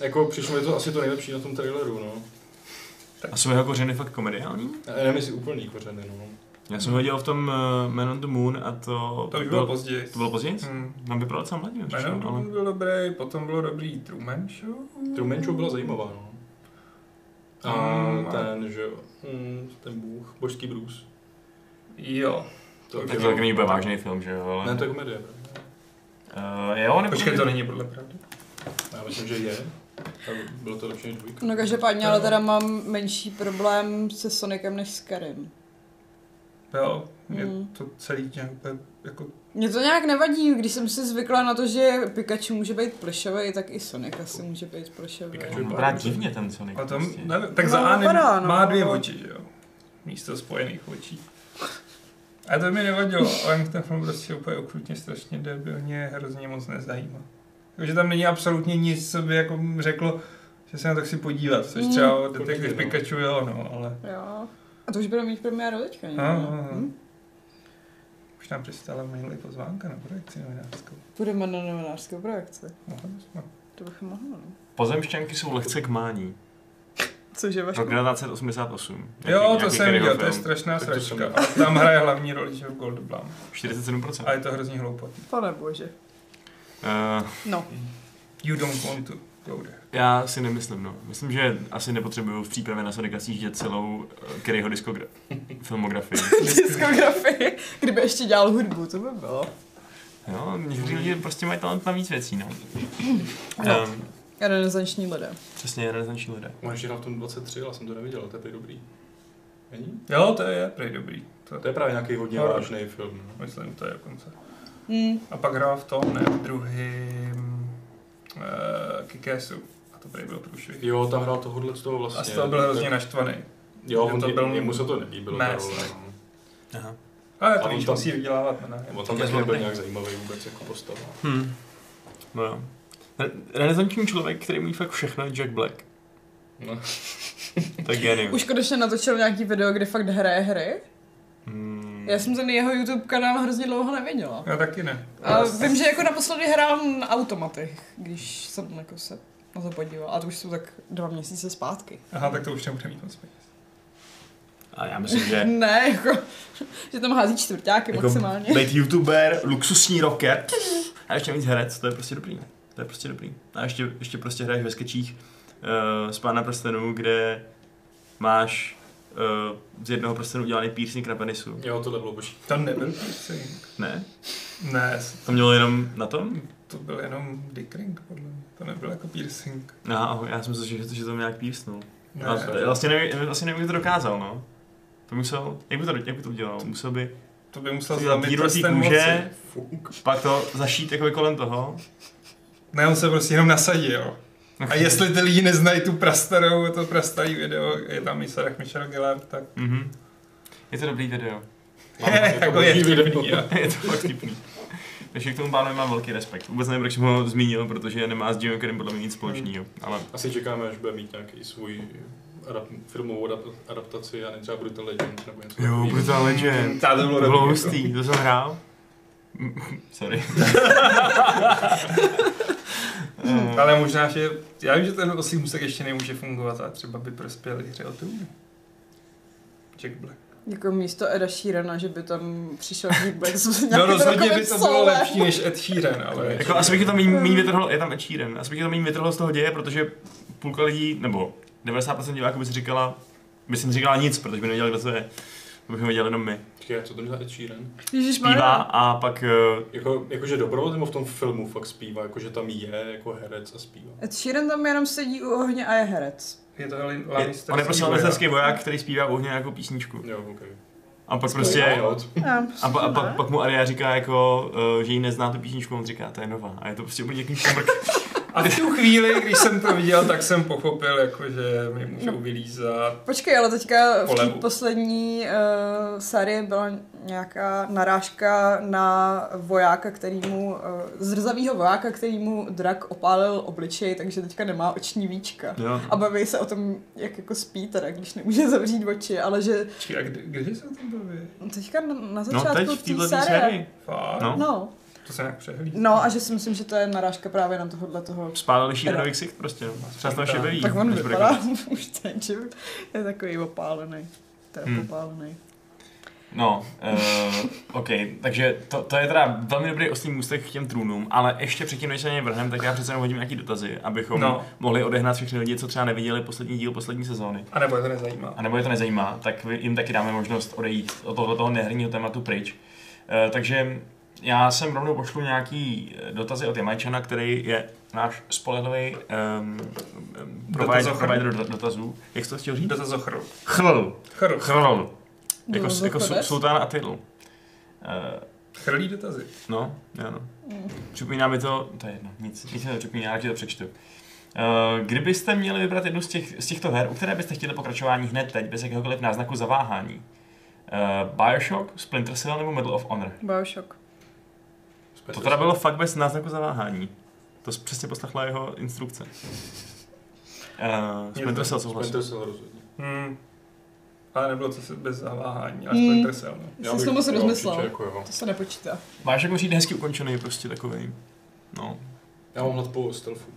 [SPEAKER 3] jako přišlo mi to asi to nejlepší na tom traileru, no.
[SPEAKER 1] A jsou jeho kořeny fakt komediální?
[SPEAKER 3] Já nevím, jestli úplný kořeny, no.
[SPEAKER 1] Já jsem ho viděl v tom uh, Man on the Moon a to...
[SPEAKER 2] <laughs> To by bylo později.
[SPEAKER 1] To bylo později?
[SPEAKER 2] Hmm. no,
[SPEAKER 1] Nám vypadal celá mladě,
[SPEAKER 2] Ano,
[SPEAKER 1] přišel,
[SPEAKER 2] ale...
[SPEAKER 1] ale...
[SPEAKER 2] byl dobrý, potom bylo dobrý Truman Show.
[SPEAKER 3] Truman Show byla zajímavá, no. A
[SPEAKER 2] Mm, a-
[SPEAKER 3] ten, že jo, mm, ten bůh, božský Bruce.
[SPEAKER 2] Jo.
[SPEAKER 3] To,
[SPEAKER 1] Tak to taky není úplně vážný film, že jo, ale...
[SPEAKER 3] Ne, to je komedie, pravda.
[SPEAKER 1] Uh, jo, nebo...
[SPEAKER 2] Počkej, to není podle pravdy.
[SPEAKER 3] Já myslím, že je. A Bylo to lepší než dvojka.
[SPEAKER 4] No každopádně, ale teda mám menší problém se Sonicem než s Karim.
[SPEAKER 2] Jo, mě
[SPEAKER 4] Hmm.
[SPEAKER 2] to celý nějak úplně jako...
[SPEAKER 4] Mně to nějak nevadí, když jsem si zvykla na to, že Pikachu může být plišový, tak i Sonic asi může být plišový.
[SPEAKER 3] Pikachu.
[SPEAKER 1] On vypadá divně ten Sonic.
[SPEAKER 2] A tam,
[SPEAKER 1] prostě.
[SPEAKER 2] nevím, tak
[SPEAKER 4] No,
[SPEAKER 2] za A ne,
[SPEAKER 4] vypadá, no.
[SPEAKER 2] má dvě oči, že jo? Místo spojených očí. A to mi nevadilo, ale mě ten film prostě úplně okrutně strašně debilně hrozně moc nezajímá. Takže tam není absolutně nic, co by jako řeklo, že se na to chci podívat, což
[SPEAKER 4] Mm.
[SPEAKER 2] třeba detektiv
[SPEAKER 3] Určitě, no.
[SPEAKER 2] Pikachu jo, no, ale...
[SPEAKER 4] Jo. A to už bude mít premiéru teďka, ne?
[SPEAKER 2] Aha, aha.
[SPEAKER 4] Hm?
[SPEAKER 2] Už nám přistala v mailu i pozvánka na projekci novinářskou.
[SPEAKER 4] Budeme na novinářské projekci.
[SPEAKER 2] Mohli No, jsme.
[SPEAKER 4] To bych mohla, no.
[SPEAKER 1] Pozemšťanky jsou lehce k mání.
[SPEAKER 4] Cože, Vašku?
[SPEAKER 2] No.
[SPEAKER 1] Rok 1988.
[SPEAKER 2] Jo,
[SPEAKER 1] Nějaký-
[SPEAKER 2] to
[SPEAKER 1] nějaký
[SPEAKER 2] jsem
[SPEAKER 1] Kerryho
[SPEAKER 2] viděl, to je
[SPEAKER 1] film.
[SPEAKER 2] strašná
[SPEAKER 3] Tak to jsem
[SPEAKER 2] sračka. A Tam hraje hlavní roli, že jo, Goldblum.
[SPEAKER 1] 47%.
[SPEAKER 2] A je to hrozně hloupotý.
[SPEAKER 4] Pane bože.
[SPEAKER 1] Eh,
[SPEAKER 4] No.
[SPEAKER 2] <laughs>
[SPEAKER 4] <laughs>
[SPEAKER 2] You don't want to go there.
[SPEAKER 1] já si nemyslím, no. Myslím, že asi nepotřebuju v přípravě na Sonica sjíždět celou eh, Kerryho diskogra- filmografii.
[SPEAKER 4] Diskografii. Kdyby ještě dělal hudbu, to by bylo.
[SPEAKER 1] Jo, někdy lidi prostě mají talent na víc věcí, no.
[SPEAKER 4] No.
[SPEAKER 1] Ehm,
[SPEAKER 4] Renesanční lidé.
[SPEAKER 1] přesně, renesanční lidé.
[SPEAKER 3] On ještě hrál v tom 23, ale jsem to neviděl, ale to je prý dobrý. Není?
[SPEAKER 2] Jo, to je prej dobrý. To,
[SPEAKER 3] To je právě nějaký hodně
[SPEAKER 2] Horor.
[SPEAKER 3] vážný film. No.
[SPEAKER 2] myslím, to je dokonce.
[SPEAKER 4] Hm.
[SPEAKER 2] A pak hrál v tom, ne, v druhým uh, Kikesu. A to prej byl průšvih.
[SPEAKER 3] Jo, tam hrál tohohle z toho vlastně.
[SPEAKER 2] A z toho byl hrozně naštvaný.
[SPEAKER 3] Jo, on
[SPEAKER 2] to
[SPEAKER 3] to
[SPEAKER 2] byl-
[SPEAKER 3] byl... jemu se to nelíbilo. ta
[SPEAKER 2] Mest.
[SPEAKER 3] role, no.
[SPEAKER 1] Aha.
[SPEAKER 2] Ale
[SPEAKER 3] A
[SPEAKER 2] to
[SPEAKER 3] on
[SPEAKER 2] víš,
[SPEAKER 3] tam-
[SPEAKER 2] musí vydělávat na nájem.
[SPEAKER 3] On tam taky nebyl nějak zajímavý vůbec jako postava.
[SPEAKER 1] Hm. No jo. Re- renesanční člověk, který umí fakt všechno, je Jack Black.
[SPEAKER 3] No.
[SPEAKER 1] Tak genius.
[SPEAKER 4] Už konečně natočil nějaký video, kde fakt hraje hry.
[SPEAKER 1] Hmm.
[SPEAKER 4] Já jsem ten jeho YouTube kanál hrozně dlouho neviděla.
[SPEAKER 2] Já taky ne.
[SPEAKER 4] A vím, že jako naposledy hrál na automatech, když jsem jako se na to podívala. A to už jsou tak dva měsíce zpátky.
[SPEAKER 2] Aha, tak to už nebude mít moc peněz.
[SPEAKER 1] A já myslím,
[SPEAKER 4] <laughs>
[SPEAKER 1] že
[SPEAKER 4] Ne, jako, že tam hází čtvrtáky jako maximálně.
[SPEAKER 1] být youtuber, luxusní rocket a ještě mít herec, to je prostě dobrý. To je prostě dobrý. A ještě, ještě prostě hraješ ve skečích uh, z Pána prstenů, kde máš uh, z jednoho prstenu udělaný piercing na penisu.
[SPEAKER 3] Jo, tohle bylo boží.
[SPEAKER 2] To nebyl piercing.
[SPEAKER 1] Ne?
[SPEAKER 2] Ne,
[SPEAKER 1] To mělo jenom na tom?
[SPEAKER 2] to byl jenom dick ring, podle mě. To nebyl jako piercing.
[SPEAKER 1] No, ahoj, já jsem myslel, že, že to nějak písnul.
[SPEAKER 2] Ne.
[SPEAKER 1] A to- Vlastně nevím, vlastně nevím, jak to dokázal, no. To musel, jak by to, jak by to udělal? Musel by
[SPEAKER 2] To by musel
[SPEAKER 1] si udělat
[SPEAKER 2] zlomit
[SPEAKER 1] díru do té
[SPEAKER 2] prsten moci.
[SPEAKER 1] kůže, pak to zašít jakoby kolem toho.
[SPEAKER 2] Ne, on se prostě jenom nasadil.
[SPEAKER 3] <laughs>
[SPEAKER 2] A jestli ty lidi neznají tu prastarou, to prastarý video, je tam i Sarah Michelle Gellar, tak
[SPEAKER 1] Mhm. Je to dobrý video.
[SPEAKER 2] je, <laughs>
[SPEAKER 3] to
[SPEAKER 2] jako je
[SPEAKER 3] boží video.
[SPEAKER 2] divný, jo.
[SPEAKER 1] <laughs> je to fakt tipný. Takže k tomu pánovi mám velký respekt. Vůbec nevím, proč jsem ho zmínil, protože nemá s Jimem Kerrym podle mě nic společného.
[SPEAKER 2] Hmm.
[SPEAKER 1] Ale
[SPEAKER 3] Asi čekáme, až bude mít nějaký svůj adap- filmovou adap- adaptaci, a ne třeba Brutal Legend nebo něco takového.
[SPEAKER 1] Brutal
[SPEAKER 2] Legend. Ta to bylo
[SPEAKER 1] to bylo
[SPEAKER 2] dobrý,
[SPEAKER 1] hustý, to jsem hrál. <laughs> Sorry. Eh,
[SPEAKER 2] Ale možná, že já vím, že ten osí musek ještě nemůže fungovat, ale třeba by prospěl i hře o trůny. Jack Black.
[SPEAKER 4] Jako místo Eda Sheerana, že by tam přišel Jack Black <laughs> s
[SPEAKER 2] No
[SPEAKER 4] nějakým
[SPEAKER 2] rozhodně by
[SPEAKER 4] rockovým
[SPEAKER 2] to
[SPEAKER 4] soulem.
[SPEAKER 2] bylo lepší než Ed Sheeran, ale...
[SPEAKER 1] Jako asi bych to tam méně méně vytrhl, je tam Ed Sheeran, asi bych to tam méně vytrhl z toho děje, protože půlka lidí, nebo 90% diváků by si říkala, by si říkala nic, protože by nevěděla, kdo to je. To bychom věděli jenom my.
[SPEAKER 3] Počkej, co to měl za Ed Sheeran?
[SPEAKER 4] Ježišmarja.
[SPEAKER 1] Pívá a pak eh,
[SPEAKER 3] Jako, jakože dobrovolně nebo v tom filmu fakt zpívá, jakože tam je jako herec a zpívá.
[SPEAKER 4] Ed Sheeran tam jenom sedí u ohně a je herec.
[SPEAKER 2] Je to Lani-
[SPEAKER 1] je-
[SPEAKER 2] Lannister.
[SPEAKER 1] on je prostě lesterský voják, který zpívá u ohně jako písničku.
[SPEAKER 3] Jo, ok.
[SPEAKER 1] A pak
[SPEAKER 3] Why
[SPEAKER 1] prostě,
[SPEAKER 3] not?
[SPEAKER 1] a, pa, a pak, pak mu Aria říká jako, eh, že ji nezná tu písničku, on říká, to je nová. A je to prostě úplně nějaký šmrk.
[SPEAKER 2] A v tu chvíli, když jsem to viděl, tak jsem pochopil, jako, že mi
[SPEAKER 4] No.
[SPEAKER 2] můžou vylízat.
[SPEAKER 4] Počkej, ale teďka v té
[SPEAKER 2] Polevu.
[SPEAKER 4] poslední uh, sérii byla nějaká narážka na vojáka, kterýmu, uh, zrzavýho vojáka, kterýmu drak opálil obličej, takže teďka nemá oční víčka.
[SPEAKER 1] Jo.
[SPEAKER 4] A baví se o tom, jak jako spí teda, když nemůže zavřít oči, ale že
[SPEAKER 2] Počkej, a kdy, kdy jsem tam byl vy?
[SPEAKER 4] teďka na, na
[SPEAKER 1] No
[SPEAKER 4] začátku
[SPEAKER 1] teď v
[SPEAKER 4] té
[SPEAKER 1] této sérii.
[SPEAKER 2] Fakt?
[SPEAKER 1] No.
[SPEAKER 4] No.
[SPEAKER 2] To se nějak přehlídl.
[SPEAKER 4] no a že si myslím, že to je narážka právě na tohohle toho.
[SPEAKER 1] Spálili šílený ksicht prostě, no. Třeba se tam šebeví.
[SPEAKER 4] Tak on
[SPEAKER 1] než bude
[SPEAKER 4] vypadá
[SPEAKER 1] konec.
[SPEAKER 4] <laughs> už ten život. Je takový opálený. To je
[SPEAKER 1] Hmm.
[SPEAKER 4] opálený.
[SPEAKER 1] No, uh, OK, takže to, to, je teda velmi dobrý oslý můstek k těm trůnům, ale ještě předtím, než se na ně vrhneme, tak já přece jenom hodím nějaký dotazy, abychom
[SPEAKER 2] No.
[SPEAKER 1] no. mohli odehnat všechny lidi, co třeba neviděli poslední díl poslední sezóny.
[SPEAKER 2] A nebo je to nezajímá.
[SPEAKER 1] A nebo je to nezajímá, tak vy- jim taky dáme možnost odejít od tohoto toho nehrního tématu pryč. Eh, takže já jsem rovnou pošlu nějaký eh, dotazy od Jamajčana, který je náš spolehlivý um, provider,
[SPEAKER 2] Dotazochr.
[SPEAKER 1] provider dot- dotazů. Jak jsi to chtěl říct?
[SPEAKER 2] Kdo to zochrl?
[SPEAKER 1] Chrl.
[SPEAKER 2] Chrl.
[SPEAKER 1] Chrl. Jako,
[SPEAKER 4] Dotazochodec?
[SPEAKER 1] jako su- sultán a titl. Eh,
[SPEAKER 2] Chrlí dotazy.
[SPEAKER 1] No, jo, no.
[SPEAKER 4] Mm.
[SPEAKER 1] Připomíná mi to, to je jedno, nic, nic mi to připomíná, takže to přečtu. Eh, Kdybyste měli vybrat jednu z, těch, z těchto her, u které byste chtěli pokračování hned teď, bez jakéhokoliv náznaku zaváhání, Eh, Bioshock, Splinter Cell nebo Medal of Honor?
[SPEAKER 4] Bioshock.
[SPEAKER 1] To teda bylo fakt bez náznaku zaváhání. To jsi přesně poslechla jeho instrukce. Uh, Splinter Cell souhlasí.
[SPEAKER 3] Splinter Cell rozhodně.
[SPEAKER 2] Hmm. Ale nebylo to se- bez zaváhání, ale
[SPEAKER 4] Hmm.
[SPEAKER 2] Splinter Cell, no.
[SPEAKER 4] Já jsem to moc
[SPEAKER 3] jo, určitě
[SPEAKER 4] rozmyslel.
[SPEAKER 3] Jako jo.
[SPEAKER 4] To se nepočítá.
[SPEAKER 1] Bioshock mi přijde jako hezky ukončený, prostě takový. No,
[SPEAKER 3] Já mám hlad po stealthu.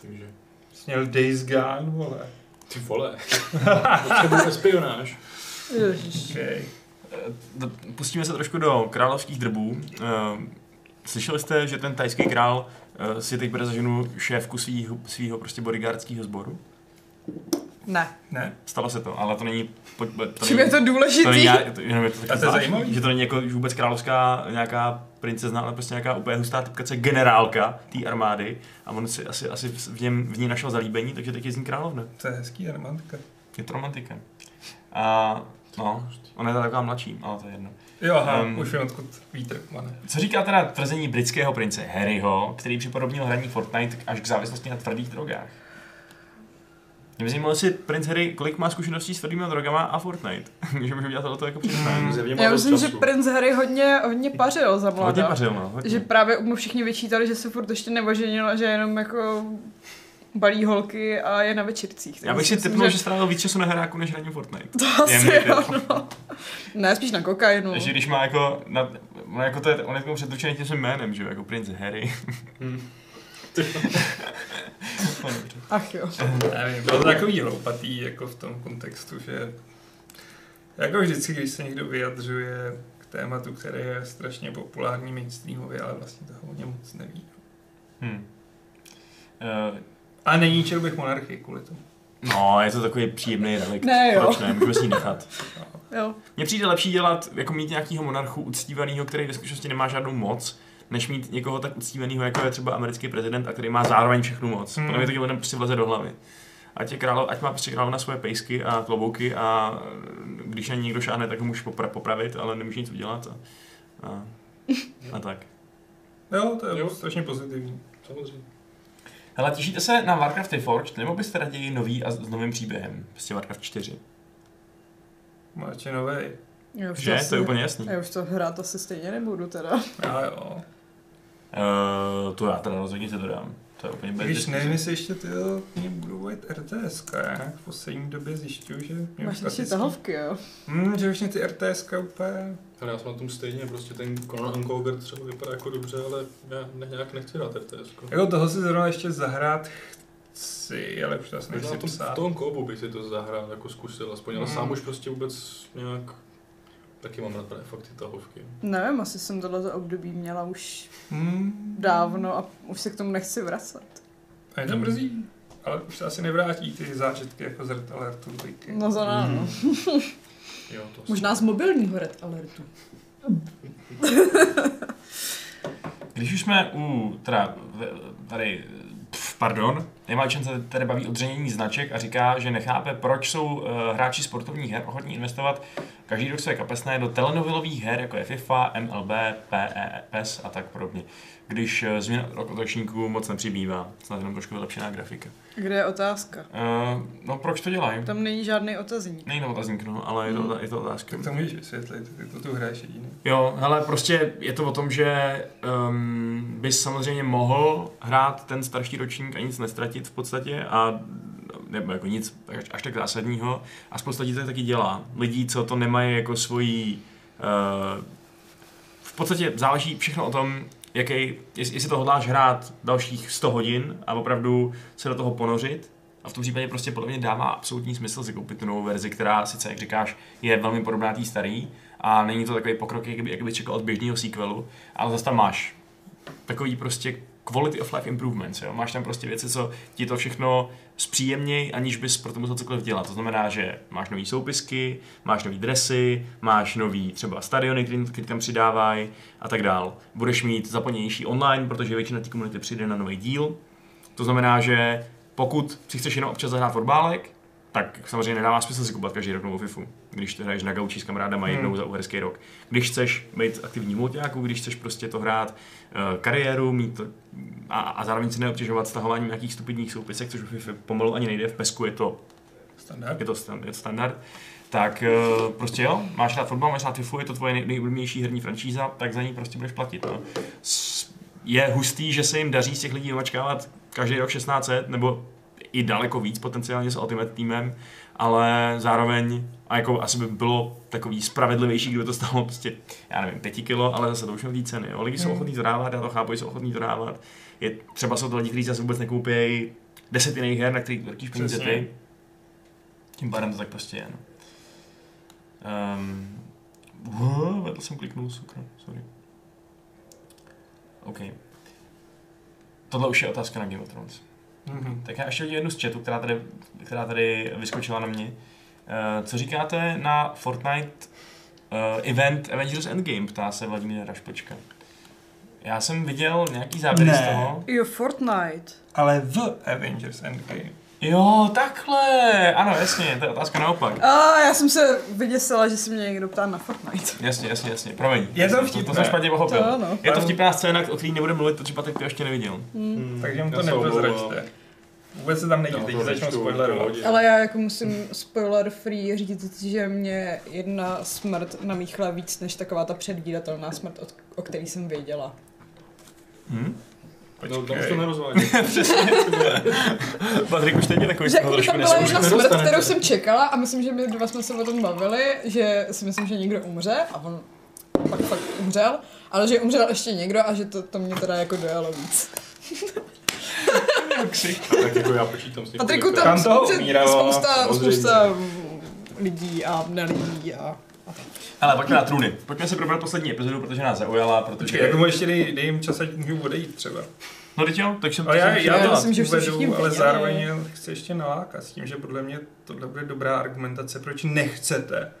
[SPEAKER 3] Takže,
[SPEAKER 2] Jsi Měl Days Gone, vole.
[SPEAKER 3] ty vole, <laughs> potřebuji espionáž.
[SPEAKER 4] Ježiš.
[SPEAKER 2] Okay.
[SPEAKER 1] Eh, D- Pustíme se trošku do královských drbů. Ehm, Slyšeli jste, že ten tajský král eh, si teď bude za ženu šéfku svýho, svýho prostě bodyguardského sboru?
[SPEAKER 4] Ne.
[SPEAKER 2] Ne.
[SPEAKER 1] Stalo se to, ale to není... pojď- To
[SPEAKER 4] Čím je to
[SPEAKER 1] to
[SPEAKER 4] důležitý?
[SPEAKER 1] není, já- to, jenom je to, taky
[SPEAKER 2] A to je
[SPEAKER 1] zvláštní,
[SPEAKER 2] zajímavý.
[SPEAKER 1] Že to není jako že vůbec královská nějaká princezna, ale prostě nějaká úplně hustá typkace generálka té armády a on si asi, asi v, něm, v ní našel zalíbení, takže teď je z ní královna.
[SPEAKER 2] To je hezký animantka.
[SPEAKER 1] Je to romantika. A no, ona je teda taková mladší, ale to je jedno.
[SPEAKER 2] Jo, aha,
[SPEAKER 1] Ehm.
[SPEAKER 2] um, už vím, odkud víte, mane.
[SPEAKER 1] Co říká teda tvrzení britského prince Harryho, který připodobnil hraní Fortnite až k závislosti na tvrdých drogách? Mě by zajímalo, jestli prince Harry kolik má zkušeností s tvrdými drogama a Fortnite. <laughs> že můžeme dělat tohleto jako přirovnání.
[SPEAKER 3] Zjevně má
[SPEAKER 4] Já
[SPEAKER 3] dost
[SPEAKER 4] myslím, že
[SPEAKER 3] času.
[SPEAKER 4] princ Harry hodně, hodně pařil za
[SPEAKER 1] Hodně
[SPEAKER 4] mladá.
[SPEAKER 1] pařil, no. hodně.
[SPEAKER 4] Že právě mu všichni vyčítali, že se furt ještě nevoženil a že jenom jako balí holky a je na večírcích.
[SPEAKER 1] Já bych si
[SPEAKER 4] myslím,
[SPEAKER 1] typnul, že strávil víc času na heráku, než hraní Fortnite.
[SPEAKER 4] To
[SPEAKER 1] je
[SPEAKER 4] asi
[SPEAKER 1] můj typ.
[SPEAKER 4] jo, no. Ne, spíš na kokainu.
[SPEAKER 1] Takže když má jako, na, on jako to je, on je tomu předručený tím svým jménem, že jo, jako prince Harry.
[SPEAKER 3] Hm.
[SPEAKER 1] No, dobře.
[SPEAKER 4] Ach jo.
[SPEAKER 2] Nevím, bylo to takový hloupatý, jako v tom kontextu, že jako vždycky, když se někdo vyjadřuje k tématu, které je strašně populární mainstreamově, ale vlastně toho o něm moc neví.
[SPEAKER 1] hm. Eh,
[SPEAKER 2] A není čel bych monarchii kvůli tomu.
[SPEAKER 1] No, je to takový příjemný relikt.
[SPEAKER 4] Ne, jo.
[SPEAKER 1] Proč ne? Můžeme si ji nechat.
[SPEAKER 4] jo.
[SPEAKER 1] Mně přijde lepší dělat, jako mít nějakého monarchu uctívaného, který ve skutečnosti nemá žádnou moc, než mít někoho tak uctívaného, jako je třeba americký prezident, a který má zároveň všechnu moc. Hmm.
[SPEAKER 2] Hmm.
[SPEAKER 1] Podle mě to lidem prostě vleze do hlavy. Ať, je králo, ať má prostě královna svoje pejsky a klobouky a eh, když na ní někdo šáhne, tak ho může popra- popravit, ale nemůže nic udělat. A, a, a tak.
[SPEAKER 2] Jo, to je
[SPEAKER 3] Jo.
[SPEAKER 2] strašně pozitivní.
[SPEAKER 3] Samozřejmě.
[SPEAKER 1] <laughs> Hele, těšíte se na Warcraft Reforged, nebo byste raději nový a s s novým příběhem? Prostě Warcraft 4.
[SPEAKER 2] Máče novej.
[SPEAKER 4] Já už
[SPEAKER 1] Že?
[SPEAKER 4] asi-
[SPEAKER 1] To je úplně jasný.
[SPEAKER 4] Já už to hrát asi stejně nebudu teda.
[SPEAKER 2] Já jo.
[SPEAKER 1] Uh, to já teda rozhodně se to dám. To je úplně bez
[SPEAKER 2] Když
[SPEAKER 1] diskuze.
[SPEAKER 2] nevím, jestli ještě ty mě budou volit RTS, já nějak v poslední době zjišťuju, že mě
[SPEAKER 4] Máš
[SPEAKER 2] už
[SPEAKER 4] ještě
[SPEAKER 2] klasický-
[SPEAKER 4] tahovky, jo.
[SPEAKER 2] Hmm, že už mě ty RTS úplně...
[SPEAKER 3] Ale já jsem na tom stejně, prostě ten
[SPEAKER 2] No.
[SPEAKER 3] Conan Uncovered třeba vypadá jako dobře, ale já ne, nějak nechci dát RTS.
[SPEAKER 2] Jako toho si zrovna ještě zahrát chci, ale už to asi
[SPEAKER 3] Možná
[SPEAKER 2] nechci
[SPEAKER 3] to, v
[SPEAKER 2] psát.
[SPEAKER 3] tom koubu bych si to zahrál, jako zkusil aspoň, ale
[SPEAKER 2] Hmm.
[SPEAKER 3] sám už prostě vůbec nějak... Taky mám rád právě fakt ty tahovky.
[SPEAKER 4] Nevím, asi jsem tohleto období měla už
[SPEAKER 2] Hmm.
[SPEAKER 4] dávno a už se k tomu nechci vracet.
[SPEAKER 2] A je to mrzí. Ale už se asi nevrátí ty zážitky jako z Red Alertu. dvojky.
[SPEAKER 4] No za náno.
[SPEAKER 2] Hmm.
[SPEAKER 3] Mm. Jo, to asi-
[SPEAKER 4] Možná z mobilního Red Alertu.
[SPEAKER 1] Když už jsme u, teda, v- tady, pf, pardon, Nemalčen se tady baví o dřenění značek a říká, že nechápe, proč jsou eh, hráči sportovních her ochotní investovat Každý rok své kapesné do telenovelových her, jako je FIFA, MLB, PE, PES E a tak podobně. Když eh, změna rok od ročníku moc nepřibývá, snad jenom trošku vylepšená grafika.
[SPEAKER 4] Kde je otázka?
[SPEAKER 1] Uh, no proč to dělají?
[SPEAKER 4] Tam není žádný otazník.
[SPEAKER 1] Není to otazník, no, ale je to, je to otázka.
[SPEAKER 2] Tak to můžeš vysvětlit, ty to tu hraješ jediný.
[SPEAKER 1] Jo, hele, prostě je to o tom, že um, bys samozřejmě mohl hrát ten starší ročník a nic nestratit v podstatě a nebo jako nic až, až tak zásadního a spousta lidí to taky dělá. Lidí, co to nemají jako svoji uh, v podstatě záleží všechno o tom, jaký, jest- jestli to hodláš hrát dalších 100 hodin a opravdu se do toho ponořit. A v tom případě prostě podle mě dává absolutní smysl si koupit tu novou verzi, která sice, jak říkáš, je velmi podobná té starý a není to takový pokrok, jak by, jak by čekal od běžného sequelu, ale zase tam máš takový prostě quality of life improvements. Jo? Máš tam prostě věci, co ti to všechno zpříjemněj, aniž bys pro to musel cokoliv dělat. To znamená, že máš nový soupisky, máš nový dresy, máš nový třeba stadiony, který, který tam přidávají a tak dál. Budeš mít zaplněnější online, protože většina té komunity přijde na nový díl. To znamená, že pokud si chceš jenom občas zahrát fotbálek, tak samozřejmě nedává smysl si kupovat každý rok novou FIFU, když to hraješ na gauči s kamarádama jednou za uherský rok. Když chceš být aktivní v multiáku, když chceš prostě to hrát eh, kariéru, mít to, a, a zároveň si neobtěžovat stahováním nějakých stupidních soupisek, což v FIFA pomalu ani nejde, v PESku je to
[SPEAKER 2] Standard.
[SPEAKER 1] je to, stan- je to standard, tak eh, prostě jo, máš rád fotbal, máš rád FIFU, je to tvoje nej- nejulíbenější herní franšíza, tak za ní prostě budeš platit. No. S- Je hustý, že se jim daří z těch lidí vymačkávat každý rok 1600, nebo i daleko víc potenciálně s Ultimate týmem, ale zároveň a jako asi by bylo takový spravedlivější, kdyby to stalo prostě, já nevím, 5 kilo, ale zase to už nový ceny. Jo. Lidi jsou ochotní to dávat, já to chápu, že jsou ochotní to dávat. Je, třeba jsou to lidi, kteří zase vůbec nekoupí deset jiných her, na kterých vrtíš peníze
[SPEAKER 2] Přesně.
[SPEAKER 1] ty. Tím pádem to tak prostě je, no. Um, uh, vedl jsem kliknul, sukra, sorry. OK. Tohle už je otázka na Game of Thrones.
[SPEAKER 2] Mhm.
[SPEAKER 1] Tak já ještě vidím jednu z chatu, která tady, která tady vyskočila na mě. Eh, Co říkáte na Fortnite eh, event Avengers Endgame, ptá se Vladimír Rašpočka. Já jsem viděl nějaký záběry
[SPEAKER 2] Ne.
[SPEAKER 1] z toho.
[SPEAKER 4] Jo, Fortnite.
[SPEAKER 2] Ale v Avengers Endgame.
[SPEAKER 1] Jo, takhle! Ano, jasně, to je otázka naopak.
[SPEAKER 4] A já jsem se vyděsila, že se mě někdo ptá na Fortnite.
[SPEAKER 1] Jasně, jasně, jasně, promiň.
[SPEAKER 2] Je to
[SPEAKER 1] To, to
[SPEAKER 2] vtipné.
[SPEAKER 1] jsem špatně
[SPEAKER 4] To
[SPEAKER 1] pochopil.
[SPEAKER 4] ano. Mhm.
[SPEAKER 1] Je to vtipná scéna, o který nebudeme mluvit, protože Patrik to ještě neviděl.
[SPEAKER 3] Hmm.
[SPEAKER 2] Takže mu
[SPEAKER 3] Já
[SPEAKER 2] Mhm. to
[SPEAKER 3] se omlouvám.
[SPEAKER 2] neprozraďte. Vůbec se tam nejdi,
[SPEAKER 3] Já
[SPEAKER 2] teď
[SPEAKER 3] to
[SPEAKER 2] začnou
[SPEAKER 3] nečtu,
[SPEAKER 2] spoilerovat.
[SPEAKER 3] pohodě.
[SPEAKER 4] Ale já jako musím spoiler free říct, že mě jedna smrt namíchla víc než taková ta předvídatelná smrt, od- o který jsem věděla.
[SPEAKER 1] Hm?
[SPEAKER 3] No, tam už
[SPEAKER 2] Počkej.
[SPEAKER 3] to nerozvádí.
[SPEAKER 1] <laughs>
[SPEAKER 2] <laughs>
[SPEAKER 1] Patrik už teď je takový
[SPEAKER 4] Že
[SPEAKER 1] z
[SPEAKER 4] jako
[SPEAKER 1] toho
[SPEAKER 4] tam
[SPEAKER 1] trošku
[SPEAKER 4] byla jedna
[SPEAKER 1] nesoužil.
[SPEAKER 4] smrt,
[SPEAKER 3] nedostanete.
[SPEAKER 4] kterou jsem čekala a myslím, že my dva jsme se o tom bavili, že si myslím, že někdo umře a on pak fakt umřel, ale že umřel ještě někdo a že to, to mě teda jako dojalo víc.
[SPEAKER 3] tak jako já počítám s tím.
[SPEAKER 4] Patriku tam,
[SPEAKER 2] Tam toho
[SPEAKER 4] spousta-
[SPEAKER 2] umíralo,
[SPEAKER 4] spousta,
[SPEAKER 3] samozřejmě.
[SPEAKER 4] spousta lidí a nelidí a
[SPEAKER 1] Ale pojďme na trůny. Pojďme se probrat poslední epizodu, protože nás zaujala, protože...
[SPEAKER 2] Počkej, jako mu ještě dej, dej jim čas, ať můžu odejít třeba.
[SPEAKER 1] No teď jo, tak jsem
[SPEAKER 2] Ale já, já,
[SPEAKER 4] já
[SPEAKER 2] já
[SPEAKER 4] myslím, že už se všichni
[SPEAKER 2] uvedu, ale
[SPEAKER 4] viděli.
[SPEAKER 2] zároveň je chci ještě nalákat s tím, že podle mě tohle bude dobrá argumentace, proč nechcete,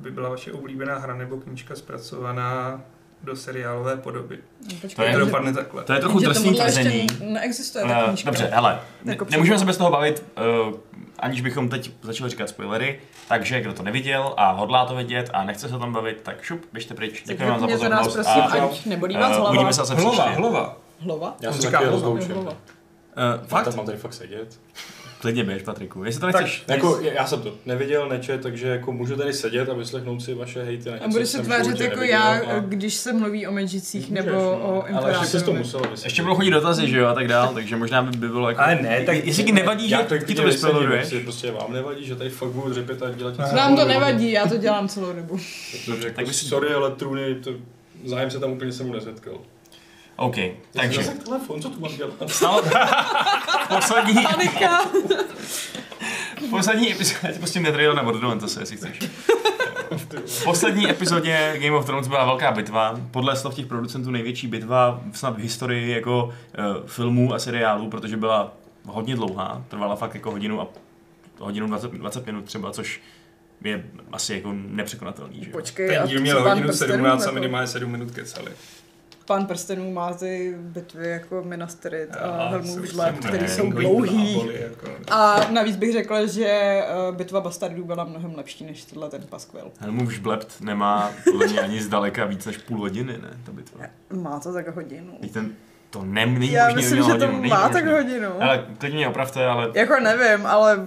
[SPEAKER 2] aby byla vaše oblíbená hra nebo knížka zpracovaná do seriálové podoby.
[SPEAKER 4] No,
[SPEAKER 1] To je-
[SPEAKER 2] To dopadne takhle.
[SPEAKER 1] To je trochu drsný tvrzení.
[SPEAKER 4] Neexistuje
[SPEAKER 1] Eh,
[SPEAKER 4] ta knížka.
[SPEAKER 1] Dobře, hele, ne,
[SPEAKER 4] Jako před-
[SPEAKER 1] nemůžeme se bez toho bavit, uh, aniž bychom teď začali říkat spoilery, takže kdo to neviděl a hodlá to vidět a nechce se o tom bavit, tak šup, běžte pryč. Děkuji vám za
[SPEAKER 4] Řekněte nás,
[SPEAKER 1] pozornost
[SPEAKER 4] prosím,
[SPEAKER 1] a
[SPEAKER 4] ať nebolí
[SPEAKER 1] eh,
[SPEAKER 4] vás hlava.
[SPEAKER 1] uvidíme se zase
[SPEAKER 2] Hlava,
[SPEAKER 1] příště.
[SPEAKER 2] hlava.
[SPEAKER 4] Hlava?
[SPEAKER 3] Já
[SPEAKER 2] On
[SPEAKER 3] jsem
[SPEAKER 2] říká
[SPEAKER 3] taky
[SPEAKER 2] hlava,
[SPEAKER 3] rozdoučen.
[SPEAKER 4] Jo, hlava.
[SPEAKER 1] Eh,
[SPEAKER 3] Fakt?
[SPEAKER 1] Fakt?
[SPEAKER 3] Tam mám tady fakt sedět.
[SPEAKER 1] Klidně běž, Patriku. Jestli to
[SPEAKER 2] Tak,
[SPEAKER 1] nechceš...
[SPEAKER 3] Jako, já jsem to neviděl, nečet, takže jako můžu tady sedět a vyslechnout si vaše hejty na něco,
[SPEAKER 4] A bude
[SPEAKER 3] co
[SPEAKER 4] se
[SPEAKER 3] jsem
[SPEAKER 4] tvářit
[SPEAKER 3] životě
[SPEAKER 4] jako
[SPEAKER 3] neviděl
[SPEAKER 4] já,
[SPEAKER 3] a-
[SPEAKER 4] když se mluví o magicích
[SPEAKER 3] Můžeš,
[SPEAKER 4] nebo
[SPEAKER 3] no.
[SPEAKER 4] o
[SPEAKER 3] Ale ještě jsi to
[SPEAKER 4] imperátorech.
[SPEAKER 3] musel vysvětlit.
[SPEAKER 1] Ještě budou chodit dotazy, že jo, a tak dál, takže možná by, by bylo jako...
[SPEAKER 2] Ale ne, tak-
[SPEAKER 1] Jestli ti nevadí,
[SPEAKER 3] Já
[SPEAKER 1] že ti to
[SPEAKER 3] klidně vysedím,
[SPEAKER 1] vyspeluješ,
[SPEAKER 3] jestli Prostě vám nevadí, že tady fakt budu řepet a dělat
[SPEAKER 2] Ne.
[SPEAKER 3] něco.
[SPEAKER 4] Nám to nevadí, já to dělám celou dobu.
[SPEAKER 3] Protože
[SPEAKER 1] Tak
[SPEAKER 3] jako,
[SPEAKER 1] by si-
[SPEAKER 3] sorry, ale trůny, to zájem se tam úplně se mu nesetkal.
[SPEAKER 1] OK, takže...
[SPEAKER 3] Zase telefon, co tu mám dělat?
[SPEAKER 1] Stalo... Poslední,
[SPEAKER 4] Panika!
[SPEAKER 1] poslední epizodě, já ti pustím netrailer na Borderlands zase, jestli chceš. V poslední epizodě Game of Thrones byla velká bitva, podle slov těch producentů největší bitva snad v historii jako eh, filmů a seriálů, protože byla hodně dlouhá, trvala fakt jako hodinu a hodinu 20, 20 minut třeba, což je asi jako nepřekonatelný, že jo?
[SPEAKER 4] <laughs> Počkej,
[SPEAKER 2] Ten
[SPEAKER 4] a
[SPEAKER 2] díl
[SPEAKER 4] co
[SPEAKER 2] měl
[SPEAKER 4] pan
[SPEAKER 2] hodinu
[SPEAKER 4] prstenů
[SPEAKER 2] 17 a
[SPEAKER 4] nebo-
[SPEAKER 2] minimálně 7 minut kecali.
[SPEAKER 4] Pán jako prstenů má ty bitvy jako Minas Tirith a
[SPEAKER 2] jsou
[SPEAKER 4] Helmův žleb,
[SPEAKER 2] sem
[SPEAKER 4] který jsou
[SPEAKER 2] takový
[SPEAKER 4] dlouhý.
[SPEAKER 2] bláboli, Jako.
[SPEAKER 4] A navíc bych řekla, že eh, bitva bastardů byla mnohem lepší než tenhle ten paskvil.
[SPEAKER 1] Helmův žblept nemá podle mě ani zdaleka víc než půl hodiny, ne, ta bitva.
[SPEAKER 4] Má to tak hodinu.
[SPEAKER 1] Teď ten, to ne, není
[SPEAKER 4] Já
[SPEAKER 1] možný,
[SPEAKER 4] myslím,
[SPEAKER 1] měla
[SPEAKER 4] že to
[SPEAKER 1] hodinu, není
[SPEAKER 4] má
[SPEAKER 1] možný.
[SPEAKER 4] tak hodinu.
[SPEAKER 1] Ale klidně mě opravte, ale
[SPEAKER 4] Jako nevím, ale...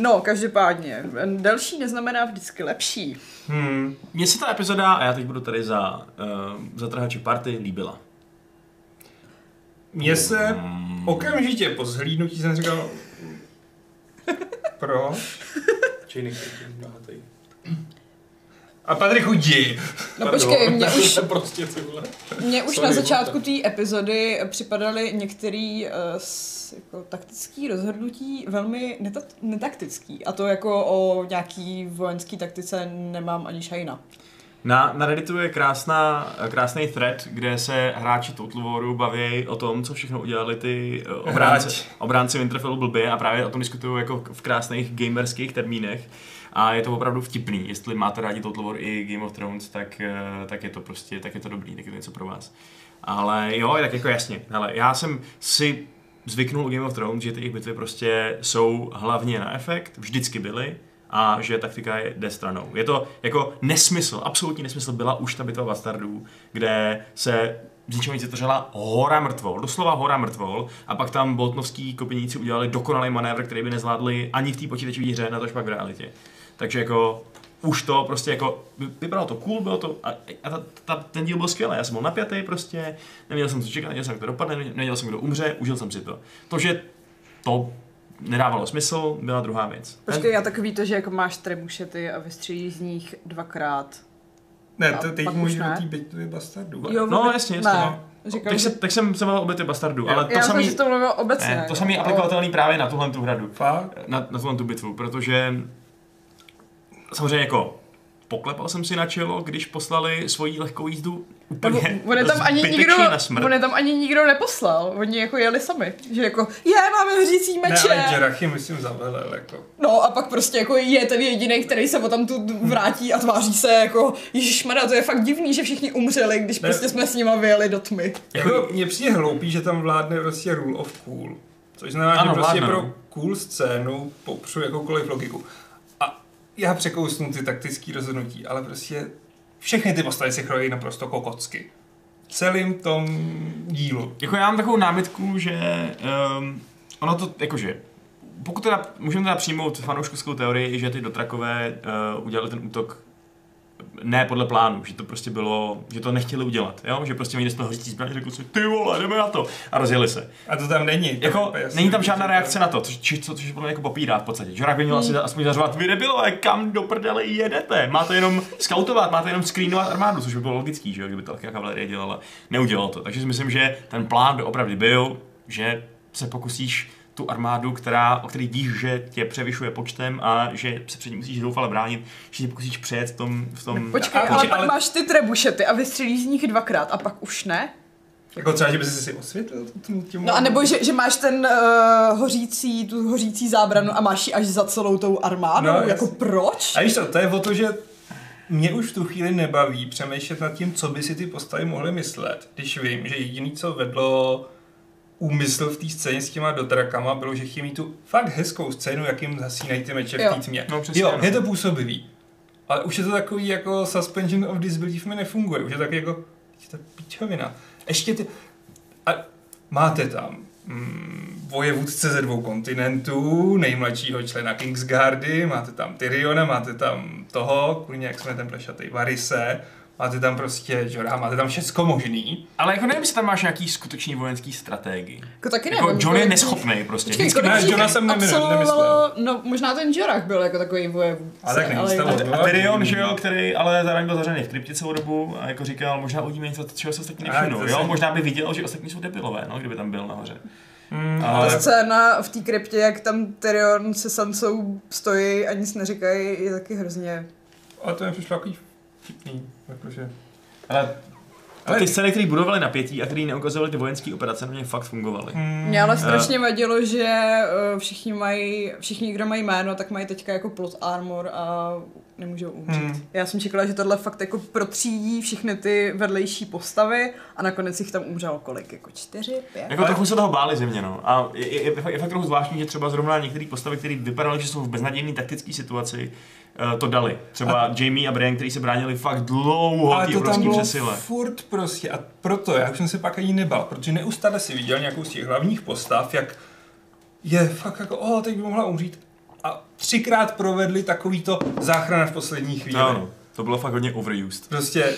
[SPEAKER 4] No, každopádně. Delší neznamená vždycky lepší.
[SPEAKER 1] Hmm. Mně se ta epizoda, a já teď budu tady za, uh, za trhači party, líbila.
[SPEAKER 2] Mně se
[SPEAKER 1] Mm.
[SPEAKER 2] okamžitě po zhlídnutí jsem říkal... Pro?
[SPEAKER 3] Čejny, který máte.
[SPEAKER 2] A Patriku, jdi!
[SPEAKER 4] No počkej, mě už,
[SPEAKER 3] <laughs> prostě tohle.
[SPEAKER 4] mě už
[SPEAKER 3] Sorry,
[SPEAKER 4] na začátku té epizody připadaly některé eh, jako, taktické rozhodnutí velmi neta- netaktický. A to jako o nějaký vojenský taktice nemám ani šajna.
[SPEAKER 1] Na, na Redditu je krásná, krásný thread, kde se hráči Total Waru baví o tom, co všechno udělali ty eh, obránci,
[SPEAKER 2] Hráč.
[SPEAKER 1] obránci Winterfellu blbě a právě o tom diskutují jako v krásných gamerských termínech. A je to opravdu vtipný. Jestli máte rádi Total War i Game of Thrones, tak, eh, tak je to prostě, tak je to dobrý, tak je to něco pro vás. Ale jo, tak jako jasně. Hele, já jsem si zvyknul u Game of Thrones, že ty jejich bitvy prostě jsou hlavně na efekt, vždycky byly a že taktika je, jde stranou. Je to jako nesmysl, absolutní nesmysl byla už ta bitva bastardů, kde se z ničeho nic vytvořila hora mrtvol, doslova hora mrtvol, a pak tam boltnovský kopiníci udělali dokonalý manévr, který by nezvládli ani v té počítačové hře, na to pak v realitě. Takže jako už to prostě jako, vy- vypadalo to cool, bylo to, a, a ta, ta, ten díl byl skvělý, já jsem byl napjatý prostě, neměl jsem co čekat, nevěděl jsem, jak to dopadne, nevěděl jsem, kdo umře, užil jsem si to. To, že to nedávalo smysl, byla druhá věc.
[SPEAKER 4] Počkej, já takový to, že jako máš trebušety a vystřílíš z nich dvakrát.
[SPEAKER 2] Ne,
[SPEAKER 4] A
[SPEAKER 2] to teď
[SPEAKER 4] pak už
[SPEAKER 2] můžu do
[SPEAKER 4] ne.
[SPEAKER 2] té bitvy bastardů.
[SPEAKER 4] Jo,
[SPEAKER 1] no, jasně, jasně.
[SPEAKER 4] Ne, říkám,
[SPEAKER 1] Tak,
[SPEAKER 4] že...
[SPEAKER 1] se, tak jsem se bavil o bitvě bastardů, ale to
[SPEAKER 4] já
[SPEAKER 1] samý,
[SPEAKER 4] jsem, že to mluvil obecně.
[SPEAKER 1] ne, to samý je
[SPEAKER 4] ale-
[SPEAKER 1] <laughs> aplikovatelný právě na tuhle tu hradu.
[SPEAKER 2] Fakt?
[SPEAKER 1] na, na tuhle tu bitvu, protože samozřejmě jako poklepal jsem si na čelo, když poslali svoji lehkou jízdu úplně
[SPEAKER 4] On je tam ani
[SPEAKER 1] zbytečně
[SPEAKER 4] nikdo,
[SPEAKER 1] na smrt.
[SPEAKER 4] on je tam ani nikdo neposlal, oni jako jeli sami, že jako je, máme hřící
[SPEAKER 2] Ne, ale
[SPEAKER 4] meče,
[SPEAKER 2] Jerachy myslím zavelel, jako.
[SPEAKER 4] no a pak prostě jako je ten jediný, který se potom tu vrátí a tváří se jako ježišmarja, to je fakt divný, že všichni umřeli, když
[SPEAKER 2] Ne.
[SPEAKER 4] prostě jsme s nima vyjeli do tmy.
[SPEAKER 2] Jako, mně přijde hloupý, že tam vládne prostě rule of cool. Což znamená,
[SPEAKER 1] Ano,
[SPEAKER 2] že prostě
[SPEAKER 1] vládne,
[SPEAKER 2] pro
[SPEAKER 1] no.
[SPEAKER 2] cool scénu popřu jakoukoliv logiku. A já překousnu ty taktické rozhodnutí, ale prostě všechny ty postavy se chovají naprosto kokocky. V celém tom dílu.
[SPEAKER 1] Jako já mám takovou námitku, že um, ono to, jakože, pokud teda, můžeme teda přijmout fanouškovskou teorii, že ty dotrakové uh, udělali ten útok ne podle plánu, že to prostě bylo, že to nechtěli udělat, jo? že prostě měli z toho hřící zbraně, řekli si, ty vole, jdeme na to a rozjeli se.
[SPEAKER 2] A to tam není. To
[SPEAKER 1] Jako,
[SPEAKER 2] úplně jasný,
[SPEAKER 1] není tam žádná
[SPEAKER 2] že to-
[SPEAKER 1] reakce na to, což, či, co, což podle mě jako popírá v podstatě. Žorák by měl
[SPEAKER 4] Hmm.
[SPEAKER 1] asi aspoň zařvat, vy debilové, kam do prdele jedete? Máte jenom skautovat, máte jenom screenovat armádu, což by bylo logický, že jo, kdyby to taky kavalerie dělala. Neudělal to, takže si myslím, že ten plán doopravdy byl, že se pokusíš tu armádu, která, o který víš, že tě převyšuje počtem a že se před ní musíš zoufale bránit, že tě pokusíš přejet v tom, v tom
[SPEAKER 4] Počkej,
[SPEAKER 2] A-
[SPEAKER 4] ale pak
[SPEAKER 2] ale-
[SPEAKER 4] máš ty trebušety a vystřelíš z nich dvakrát a pak už ne?
[SPEAKER 2] Jako třeba, že by si si osvětlil tu- tu- tím.
[SPEAKER 4] No a nebo že, že máš ten uh, hořící, tu hořící zábranu a máš ji až za celou tou armádou,
[SPEAKER 2] No,
[SPEAKER 4] no, jako
[SPEAKER 2] jasně.
[SPEAKER 4] proč?
[SPEAKER 2] A víš to, to je o to, že mě už v tu chvíli nebaví přemýšlet nad tím, co by si ty postavy mohly myslet, když vím, že jediný, co vedlo úmysl v té scéně s těma dotrakama, bylo, že chtějí mít tu fakt hezkou scénu, jak jim zasínají ty meče
[SPEAKER 4] Jo.
[SPEAKER 2] v té tmě.
[SPEAKER 1] No, přesně,
[SPEAKER 2] jo,
[SPEAKER 1] no.
[SPEAKER 2] je to působivý. Ale už je to takový jako suspension of disbelief mi nefunguje. Už je taky jako, je to pičovina. Ještě ty... A máte tam mm, vojevůdce ze dvou kontinentů, nejmladšího člena Kingsguardy, máte tam Tyriona, máte tam toho, kvůli jak jsme ten plešatý Varise, máte tam prostě Jorah, máte tam všecko možný.
[SPEAKER 1] Ale jako nevím, jestli tam máš nějaký skutečný vojenský strategii.
[SPEAKER 4] Jako taky
[SPEAKER 1] Jako
[SPEAKER 4] nevím,
[SPEAKER 1] John je
[SPEAKER 4] kolik-
[SPEAKER 1] neschopný prostě.
[SPEAKER 4] Počkej, jako
[SPEAKER 1] Vždycky
[SPEAKER 4] kolik
[SPEAKER 2] Ne,
[SPEAKER 4] jich
[SPEAKER 2] Johna jsem nemyslel,
[SPEAKER 4] absolvovalo- No, možná ten Jorah byl jako takový vojevůdce.
[SPEAKER 2] Ale tak není stavu-
[SPEAKER 1] A Tyrion, že jo, který ale zároveň byl zavřený v kryptě celou dobu a jako říkal, možná uvidíme něco, čeho se ostatní
[SPEAKER 2] A,
[SPEAKER 1] nevšimnou,
[SPEAKER 2] zase-
[SPEAKER 1] jo, možná by viděl, že ostatní jsou debilové, no, kdyby tam byl nahoře.
[SPEAKER 2] Mm,
[SPEAKER 1] Ale-
[SPEAKER 4] Ta scéna v té kryptě, jak tam Tyrion se Sansou stojí a nic neříkají, je taky hrozně...
[SPEAKER 2] A to mi přišlo takový vtipný, jakože...
[SPEAKER 1] Ale Tak ty scény, které budovaly napětí a které neukazovaly ty vojenské operace, na mě fakt fungovaly.
[SPEAKER 2] Hmm.
[SPEAKER 4] Mě
[SPEAKER 1] Mm.
[SPEAKER 4] ale strašně vadilo, že eh, všichni mají, všichni, kdo mají jméno, tak mají teďka jako plot armor a nemůžou umřít.
[SPEAKER 1] Mm.
[SPEAKER 2] Hmm.
[SPEAKER 4] Já jsem čekala, že tohle fakt jako protřídí všechny ty vedlejší postavy a nakonec jich tam umřelo kolik? Jako čtyři, pět?
[SPEAKER 1] Jako trochu se toho báli země, no. A je, je, je, fakt- je fakt trochu zvláštní, že třeba zrovna některé postavy, které vypadaly, že jsou v beznadějné taktické situaci, eh, to dali. Třeba a... Jamie a Brian, kteří se bránili fakt dlouho
[SPEAKER 2] Ale
[SPEAKER 1] v té
[SPEAKER 2] to tam
[SPEAKER 1] obrovské
[SPEAKER 2] bylo
[SPEAKER 1] přesile.
[SPEAKER 2] furt prostě a proto já už jsem se pak ani nebal, protože neustále si viděl nějakou z těch hlavních postav, jak je fakt jako, o, teď by mohla umřít a třikrát provedli takovýto záchrana v poslední chvíli.
[SPEAKER 1] No, no, to bylo fakt hodně overused.
[SPEAKER 2] Prostě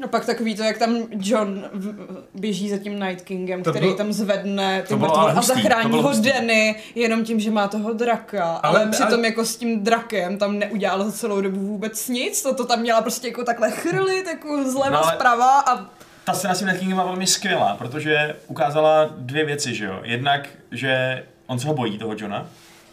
[SPEAKER 4] No pak takový to, jak tam John v- běží za tím Night Kingem,
[SPEAKER 2] To
[SPEAKER 4] který
[SPEAKER 2] bylo-
[SPEAKER 4] tam zvedne ty
[SPEAKER 1] to bylo
[SPEAKER 4] mrtvoly
[SPEAKER 1] ale
[SPEAKER 4] a
[SPEAKER 1] hustý, to
[SPEAKER 4] zachrání
[SPEAKER 1] bylo
[SPEAKER 4] ho
[SPEAKER 1] hustý.
[SPEAKER 4] Denny jenom tím, že má toho draka. Ale,
[SPEAKER 2] Ale-
[SPEAKER 4] ale přitom
[SPEAKER 2] ale-
[SPEAKER 4] jako s tím drakem tam neudělal za celou dobu vůbec nic, to, to tam měla prostě jako takhle chrlit, jako zleva,
[SPEAKER 1] No ale-
[SPEAKER 4] zprava a
[SPEAKER 1] Ta scéna s tím Night Kingem byla velmi skvělá, protože ukázala dvě věci, že jo. Jednak, že on se ho bojí, toho Johna,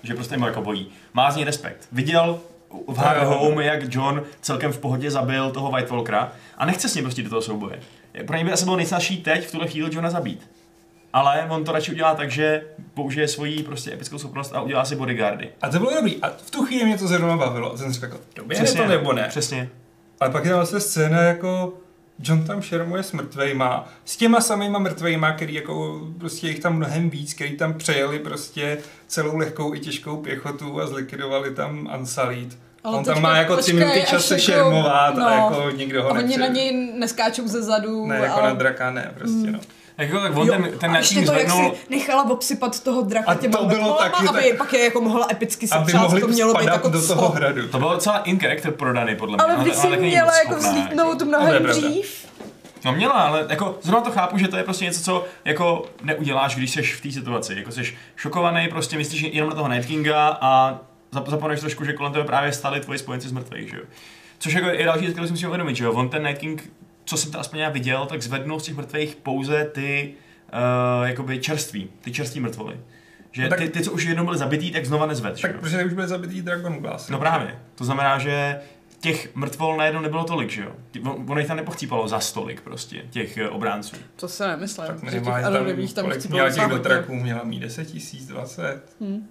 [SPEAKER 1] že prostě mu jako bojí. Má z něj respekt. Viděl v Hard Home, jak John celkem v pohodě zabil toho White Walkera a nechce s ním prostě do toho souboje. Pro něj by asi bylo nejsnažší teď v tuhle chvíli Johna zabít. Ale on to radši udělá tak, že použije svoji prostě epickou schopnost a udělá si bodyguardy.
[SPEAKER 2] a to bylo dobrý. A v tu chvíli mě to zrovna bavilo. A jsem si řekl, jako, dobrý je
[SPEAKER 1] Přesně,
[SPEAKER 2] to nebo ne.
[SPEAKER 1] Přesně.
[SPEAKER 2] Ale pak je tam vlastně scéna jako John tam šermuje s mrtvejma, s těma samýma mrtvejma, který jako prostě jich tam mnohem víc, který tam přejeli prostě celou lehkou i těžkou pěchotu a zlikvidovali tam Ansalit.
[SPEAKER 4] Ale
[SPEAKER 2] On tam
[SPEAKER 4] teďka
[SPEAKER 2] má jako tři
[SPEAKER 4] počkej,
[SPEAKER 2] minuty
[SPEAKER 4] až
[SPEAKER 2] čas se
[SPEAKER 4] jako-
[SPEAKER 2] šermovat
[SPEAKER 4] no.
[SPEAKER 2] a jako nikdo ho
[SPEAKER 4] a oni
[SPEAKER 2] nechce.
[SPEAKER 4] na něj Hmm. neskáčou ze zadu.
[SPEAKER 2] Ne, jako
[SPEAKER 4] ale...
[SPEAKER 2] na draka ne, prostě no.
[SPEAKER 1] Jako, tak on
[SPEAKER 4] Jo,
[SPEAKER 1] ten, ten
[SPEAKER 4] a
[SPEAKER 1] Night
[SPEAKER 4] ještě
[SPEAKER 1] King
[SPEAKER 4] to, jak
[SPEAKER 1] zvednul...
[SPEAKER 4] si nechala obsypat toho draka
[SPEAKER 2] A
[SPEAKER 4] těma
[SPEAKER 2] to bylo
[SPEAKER 4] mrtvolama,
[SPEAKER 2] taky
[SPEAKER 4] aby
[SPEAKER 2] tak-
[SPEAKER 4] pak je jako mohla epicky se
[SPEAKER 2] Aby mohli
[SPEAKER 4] to mělo být
[SPEAKER 2] spadat
[SPEAKER 4] jako
[SPEAKER 2] do toho
[SPEAKER 4] co?
[SPEAKER 2] hradu.
[SPEAKER 1] To bylo docela in-character pro Dany, podle mě.
[SPEAKER 4] Ale
[SPEAKER 1] Ona-
[SPEAKER 4] vždyť
[SPEAKER 1] ona
[SPEAKER 4] si
[SPEAKER 1] taky není
[SPEAKER 4] měla
[SPEAKER 1] moc
[SPEAKER 4] jako
[SPEAKER 1] schopná, jako.
[SPEAKER 4] vzlítnout
[SPEAKER 2] To je
[SPEAKER 4] mnohem
[SPEAKER 2] pravda.
[SPEAKER 4] dřív.
[SPEAKER 1] No měla, ale jako zrovna to chápu, že to je prostě něco, co jako neuděláš, když jsi v té situaci. Jako jsi šokovaný, prostě myslíš jenom na toho Night Kinga a zap- zapomeneš trošku, že kolem tebe právě stali tvoji spojenci z mrtvých, že jo. Což jako je další věc, kterou si musím uvědomit, že jo. On ten Night King, co jsem to aspoň já viděl, tak zvednul z těch mrtvých pouze ty uh, jakoby čerství, ty čerství mrtvoly. Že
[SPEAKER 2] No tak-
[SPEAKER 1] ty, ty, co už jednou byly zabitý, tak znova nezved, že
[SPEAKER 2] Tak
[SPEAKER 1] jo.
[SPEAKER 2] protože už byli zabitý Dragon Glass.
[SPEAKER 1] No právě. To znamená, že těch mrtvol najednou nebylo tolik, že jo? Ty- on- Ono jich tam nepochcípalo za stolik prostě, těch eh, obránců.
[SPEAKER 4] To se nemyslím.
[SPEAKER 2] Tak
[SPEAKER 4] že těch
[SPEAKER 2] minimálně tam,
[SPEAKER 4] anonymních tam
[SPEAKER 2] kolik
[SPEAKER 4] chci jako-
[SPEAKER 2] měla
[SPEAKER 4] bylo
[SPEAKER 2] těch do
[SPEAKER 4] hodně.
[SPEAKER 2] traků, měla mít 10 tisíc, 20.
[SPEAKER 4] Hmm.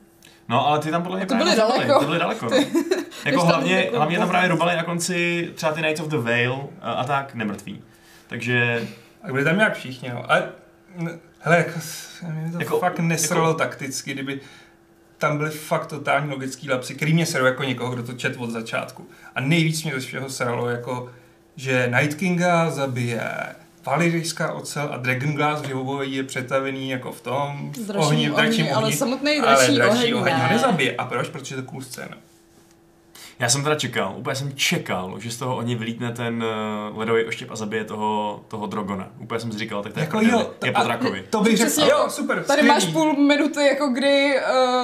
[SPEAKER 1] No, ale ty tam podle mě
[SPEAKER 4] to
[SPEAKER 1] právě
[SPEAKER 4] byly
[SPEAKER 1] rozhodli,
[SPEAKER 4] daleko.
[SPEAKER 1] Ty byly
[SPEAKER 4] <laughs>
[SPEAKER 1] daleko. no.
[SPEAKER 4] Když
[SPEAKER 1] jako
[SPEAKER 4] tam
[SPEAKER 1] hlavně,
[SPEAKER 4] jako
[SPEAKER 1] hlavně tam
[SPEAKER 4] poznat.
[SPEAKER 1] právě rubali na konci třeba ty Knights of the Vale eh, a tak nemrtví. Takže
[SPEAKER 2] A byli tam nějak všichni, no. Ale, n- hele, jako, s- mě to
[SPEAKER 1] Jako-
[SPEAKER 2] jako, fakt nesralo
[SPEAKER 1] jako-
[SPEAKER 2] jako, takticky, kdyby tam byly fakt totální logický lapsy, který mě serou jako někoho, kdo to čet od začátku. A nejvíc mě ze všeho sralo, jako, že Night Kinga zabije valirijská ocel a Dragon Glass živobojí je přetavený jako v tom v
[SPEAKER 4] Dračí
[SPEAKER 2] ohni, v dračím
[SPEAKER 4] ohni,
[SPEAKER 2] ohni,
[SPEAKER 4] ale samotný dračí
[SPEAKER 2] ale dračí
[SPEAKER 4] oheň
[SPEAKER 2] oheň ho
[SPEAKER 4] ne.
[SPEAKER 2] nezabije. A proč? Protože je to cool scéna.
[SPEAKER 1] já jsem teda čekal, úplně jsem čekal, že z toho oni vylítne ten eh, ledový oštěp a zabije toho, toho Drogona. Úplně jsem si říkal, tak to je,
[SPEAKER 2] Jako
[SPEAKER 1] jako
[SPEAKER 2] jo,
[SPEAKER 1] je
[SPEAKER 2] ta-
[SPEAKER 1] po
[SPEAKER 2] a-
[SPEAKER 1] drakovi.
[SPEAKER 2] To bych
[SPEAKER 4] Přesně,
[SPEAKER 2] řekl, jo, super,
[SPEAKER 4] Tady
[SPEAKER 2] skvělý.
[SPEAKER 4] máš půl minuty, jako kdy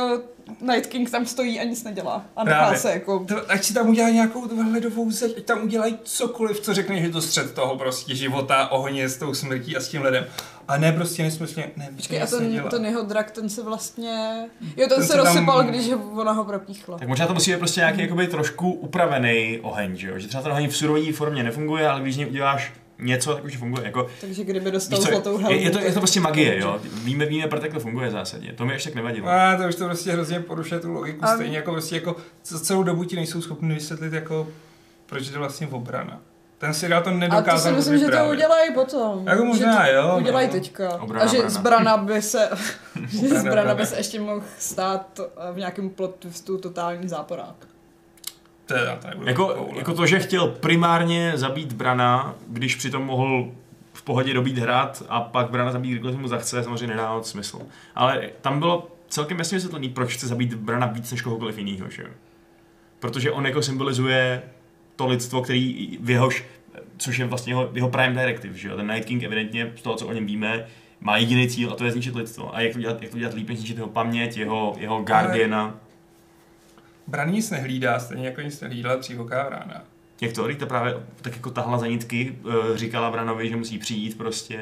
[SPEAKER 4] uh, Night King tam stojí a nic nedělá. A nechá
[SPEAKER 2] Právě.
[SPEAKER 4] se jako...
[SPEAKER 2] To, ať si tam udělají nějakou tu ledovou zeď, ať tam udělají cokoliv, co řekne, že je to střed toho prostě života, ohně s tou smrtí a s tím ledem. A ne prostě nesmyslně, ne, Počkej,
[SPEAKER 4] Počkej, a
[SPEAKER 2] nic
[SPEAKER 4] ten,
[SPEAKER 2] nedělá.
[SPEAKER 4] ten jeho drak, ten se vlastně... Jo, ten,
[SPEAKER 2] Ten
[SPEAKER 4] se
[SPEAKER 2] se tam-
[SPEAKER 4] rozsypal, když ona ho propíchla.
[SPEAKER 1] Tak možná to musí být prostě nějaký jakoby, trošku upravený oheň, že jo? Že třeba ten oheň v surové formě nefunguje, ale když z něj uděláš něco, tak už funguje. Jako,
[SPEAKER 4] Takže kdyby
[SPEAKER 1] víš
[SPEAKER 4] dostal
[SPEAKER 1] co,
[SPEAKER 4] zlatou
[SPEAKER 1] je,
[SPEAKER 4] helmu...
[SPEAKER 1] je, to, je to
[SPEAKER 4] tak-
[SPEAKER 1] prostě magie, jo? Víme, víme, proč takhle funguje v zásadě. To mi ještě tak nevadilo.
[SPEAKER 2] A to už to prostě hrozně porušuje tu logiku,
[SPEAKER 4] A-
[SPEAKER 2] a... stejně jako prostě jako c- celou dobu ti nejsou schopni vysvětlit jako, proč je to vlastně obrana. Ten si to
[SPEAKER 4] A to
[SPEAKER 2] nedokázal
[SPEAKER 4] si myslím, že to
[SPEAKER 2] vyprávět.
[SPEAKER 4] udělají potom.
[SPEAKER 2] Jako možná,
[SPEAKER 4] že to
[SPEAKER 2] jo, no.
[SPEAKER 4] Udělají teďka.
[SPEAKER 1] Obrana,
[SPEAKER 4] a že
[SPEAKER 1] obrana.
[SPEAKER 4] z brana
[SPEAKER 1] <laughs>
[SPEAKER 4] by se, že z
[SPEAKER 2] Obrana,
[SPEAKER 4] brana by
[SPEAKER 2] obrana.
[SPEAKER 4] se ještě mohl stát eh, v nějakém plot twistu totální záporák.
[SPEAKER 2] To je, to nebudu
[SPEAKER 1] Jako,
[SPEAKER 2] koule.
[SPEAKER 1] jako to, že chtěl primárně zabít Brana, když přitom mohl v pohodě dobít hrad a pak Brana zabít, kdykoliv mu zachce, samozřejmě nedá moc smysl. Ale tam bylo celkem jasně vysvětlený, proč chce zabít Brana víc než kohokoliv jiného, že jo? Protože on jako symbolizuje to lidstvo, který v jehož, což je vlastně jeho, jeho prime directive, že jo? Ten Night King evidentně z toho, co o něm víme, má jediný cíl a to je zničit lidstvo. A jak to dělat, jak to dělat líp, než zničit jeho paměť, jeho, jeho guardiana.
[SPEAKER 2] Bran nic nehlídá, stejně jako nic nehlídala třívoká vrána.
[SPEAKER 1] Jak to Rita právě tak jako tahla za nitky, eh, říkala Branovi, že musí přijít prostě.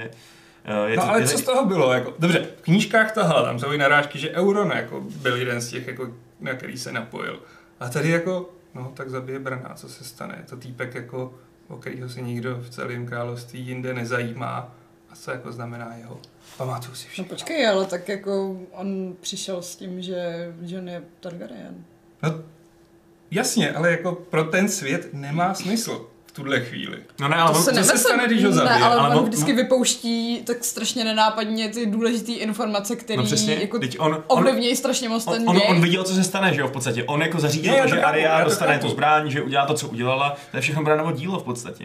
[SPEAKER 1] Eh, Je
[SPEAKER 2] No
[SPEAKER 1] to,
[SPEAKER 2] ale
[SPEAKER 1] je to,
[SPEAKER 2] co z toho bylo? Jako, dobře, v knížkách tahle, tam jsou i narážky, že Euron jako, byl jeden z těch, jako, na který se napojil. A tady jako, no tak zabije Brana, co se stane? Je to týpek jako o kterého se nikdo v celém království jinde nezajímá a co jako znamená jeho. Pamatuju si
[SPEAKER 4] No
[SPEAKER 2] všechno.
[SPEAKER 4] počkej, ale tak jako on přišel s tím, že John je Targaryen.
[SPEAKER 2] No, Jasně, ale jako pro ten svět nemá smysl v tuhle chvíli.
[SPEAKER 1] No ne, ale
[SPEAKER 4] to
[SPEAKER 1] on,
[SPEAKER 4] se
[SPEAKER 2] co se
[SPEAKER 4] nemyslím,
[SPEAKER 2] stane, když ho zabije?
[SPEAKER 4] Ne, ale,
[SPEAKER 1] Ale
[SPEAKER 4] ale on
[SPEAKER 1] on-
[SPEAKER 4] vždycky vypouští tak strašně nenápadně ty důležité informace, které
[SPEAKER 1] no přesně,
[SPEAKER 4] jako
[SPEAKER 1] teď on, on,
[SPEAKER 4] ovlivňují strašně moc
[SPEAKER 1] On,
[SPEAKER 4] ten
[SPEAKER 1] on,
[SPEAKER 4] děj.
[SPEAKER 1] on viděl, co se stane, že jo, v podstatě. On jako zařídil,
[SPEAKER 2] Jo,
[SPEAKER 1] to,
[SPEAKER 2] jo,
[SPEAKER 1] že
[SPEAKER 2] chápu, já
[SPEAKER 1] Arya
[SPEAKER 2] to
[SPEAKER 1] dostane
[SPEAKER 2] chápu.
[SPEAKER 1] tu zbraň, že udělá to, co udělala, to je všechno Branovo dílo v podstatě.